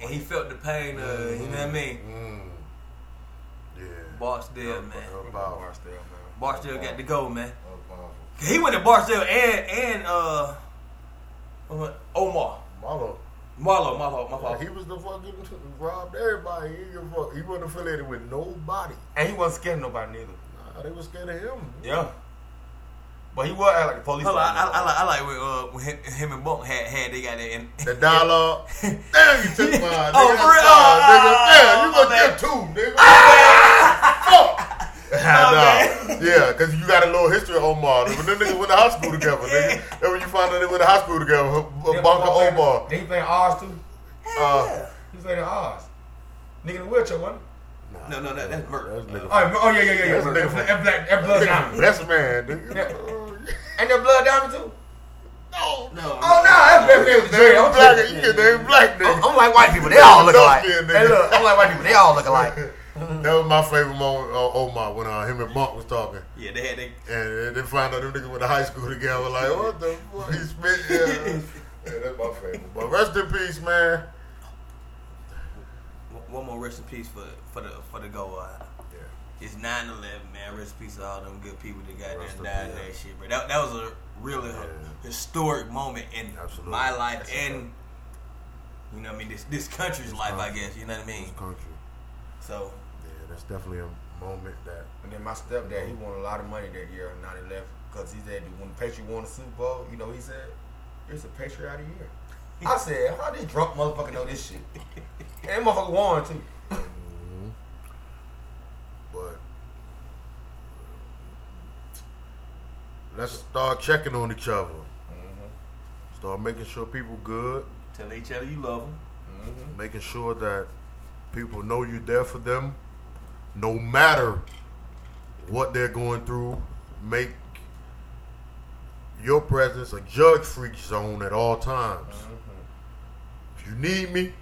Speaker 2: and he felt the pain of Uh, you know what I mean.
Speaker 1: mm. Yeah.
Speaker 2: Barksdale
Speaker 1: That
Speaker 2: man,
Speaker 1: was powerful.
Speaker 3: Barksdale, man.
Speaker 1: oh.
Speaker 2: Barksdale got to go man.
Speaker 1: That was powerful.
Speaker 2: He went to Barksdale and and uh Omar
Speaker 1: Marlo.
Speaker 2: Marlo Marlo my fault.
Speaker 1: He was the fucking robbed everybody. He, didn't give a fuck. he wasn't affiliated with nobody.
Speaker 3: And he wasn't scared of nobody neither.
Speaker 1: Nah, they was scared of him.
Speaker 3: Yeah. But he was act like the police.
Speaker 2: Hold on, I, I,
Speaker 3: officer.
Speaker 2: I like I like when, uh, when him, him and Bunk had had they got that in.
Speaker 1: The dialogue. Damn, you took mine.
Speaker 2: Oh,
Speaker 1: nigga.
Speaker 2: for real?
Speaker 1: Nah, nigga.
Speaker 2: Oh,
Speaker 1: Damn, you
Speaker 2: my
Speaker 1: gonna
Speaker 2: bad. Ah!
Speaker 1: get two, nigga. Fuck. Nah, nah.
Speaker 2: bad.
Speaker 1: Yeah, because you got a little history of Omar. When them niggas went to high school together, nigga. Then when you find out they went to high school together,
Speaker 3: Yeah,
Speaker 1: Bunker
Speaker 3: but
Speaker 1: Omar.
Speaker 3: They playing ours too.
Speaker 1: Uh,
Speaker 3: He playing ours. Nigga in the wheelchair, wasn't
Speaker 2: No, no, no, that's murder.
Speaker 1: That's nigga.
Speaker 2: Uh,
Speaker 3: Oh, oh yeah, yeah, yeah, yeah.
Speaker 1: That's a
Speaker 3: That
Speaker 1: different-
Speaker 3: that black, that blood diamond.
Speaker 1: That's man. nigga.
Speaker 3: And that blood diamond too.
Speaker 2: no,
Speaker 3: Oh no, that's Black Panther.
Speaker 1: They
Speaker 3: Jerry.
Speaker 1: ain't
Speaker 3: I'm,
Speaker 1: black. You get they ain't black
Speaker 3: I'm,
Speaker 2: Oh,
Speaker 1: nigga.
Speaker 3: I'm like white people. They all look alike.
Speaker 1: Dark-skinned nigga.
Speaker 3: Hey, look, I'm like white people. They all look alike.
Speaker 1: That was my favorite moment. Uh, Omar when uh, him and Monk was talking.
Speaker 2: yeah, they had that.
Speaker 1: And they find out them niggas went to high school together. Like, what the fuck? He spit. Yeah. yeah, that's my favorite. But rest in peace, man.
Speaker 2: One- One more rest in peace for for the for the go. Uh,
Speaker 1: Yeah.
Speaker 2: it's 9-11, man. Rest in peace to all them good people that got
Speaker 1: Rest
Speaker 2: there
Speaker 1: in
Speaker 2: died in
Speaker 1: peace.
Speaker 2: that shit, bro. That, that was a really
Speaker 1: Yeah.
Speaker 2: historic moment in
Speaker 1: Absolutely.
Speaker 2: my life
Speaker 1: That's
Speaker 2: and you know what I mean this this country's life, I guess. You know what I mean.
Speaker 1: This country.
Speaker 2: So
Speaker 1: Yeah, that's definitely a moment that.
Speaker 3: And then my stepdad, he won a lot of money that year, not he left, because he said when the Patriot won the Super Bowl, you know, he said, it's a Patriot of the year. I said, how this drunk motherfucker know this shit? And that motherfucker won too.
Speaker 1: But let's start checking on each other. Start making sure people good.
Speaker 2: tell each other you love them.
Speaker 1: Making sure that people know you're there for them, no matter what they're going through. Make your presence a judge freak zone at all times. If you need me,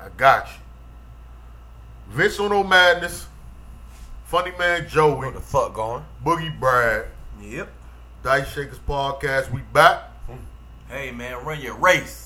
Speaker 1: I got you. Vince on no madness. Funny man Joey.
Speaker 3: What the fuck going?
Speaker 1: Boogie Brad,
Speaker 2: Yep.
Speaker 1: Dice Shakers Podcast. We back.
Speaker 2: Hey man, run your race.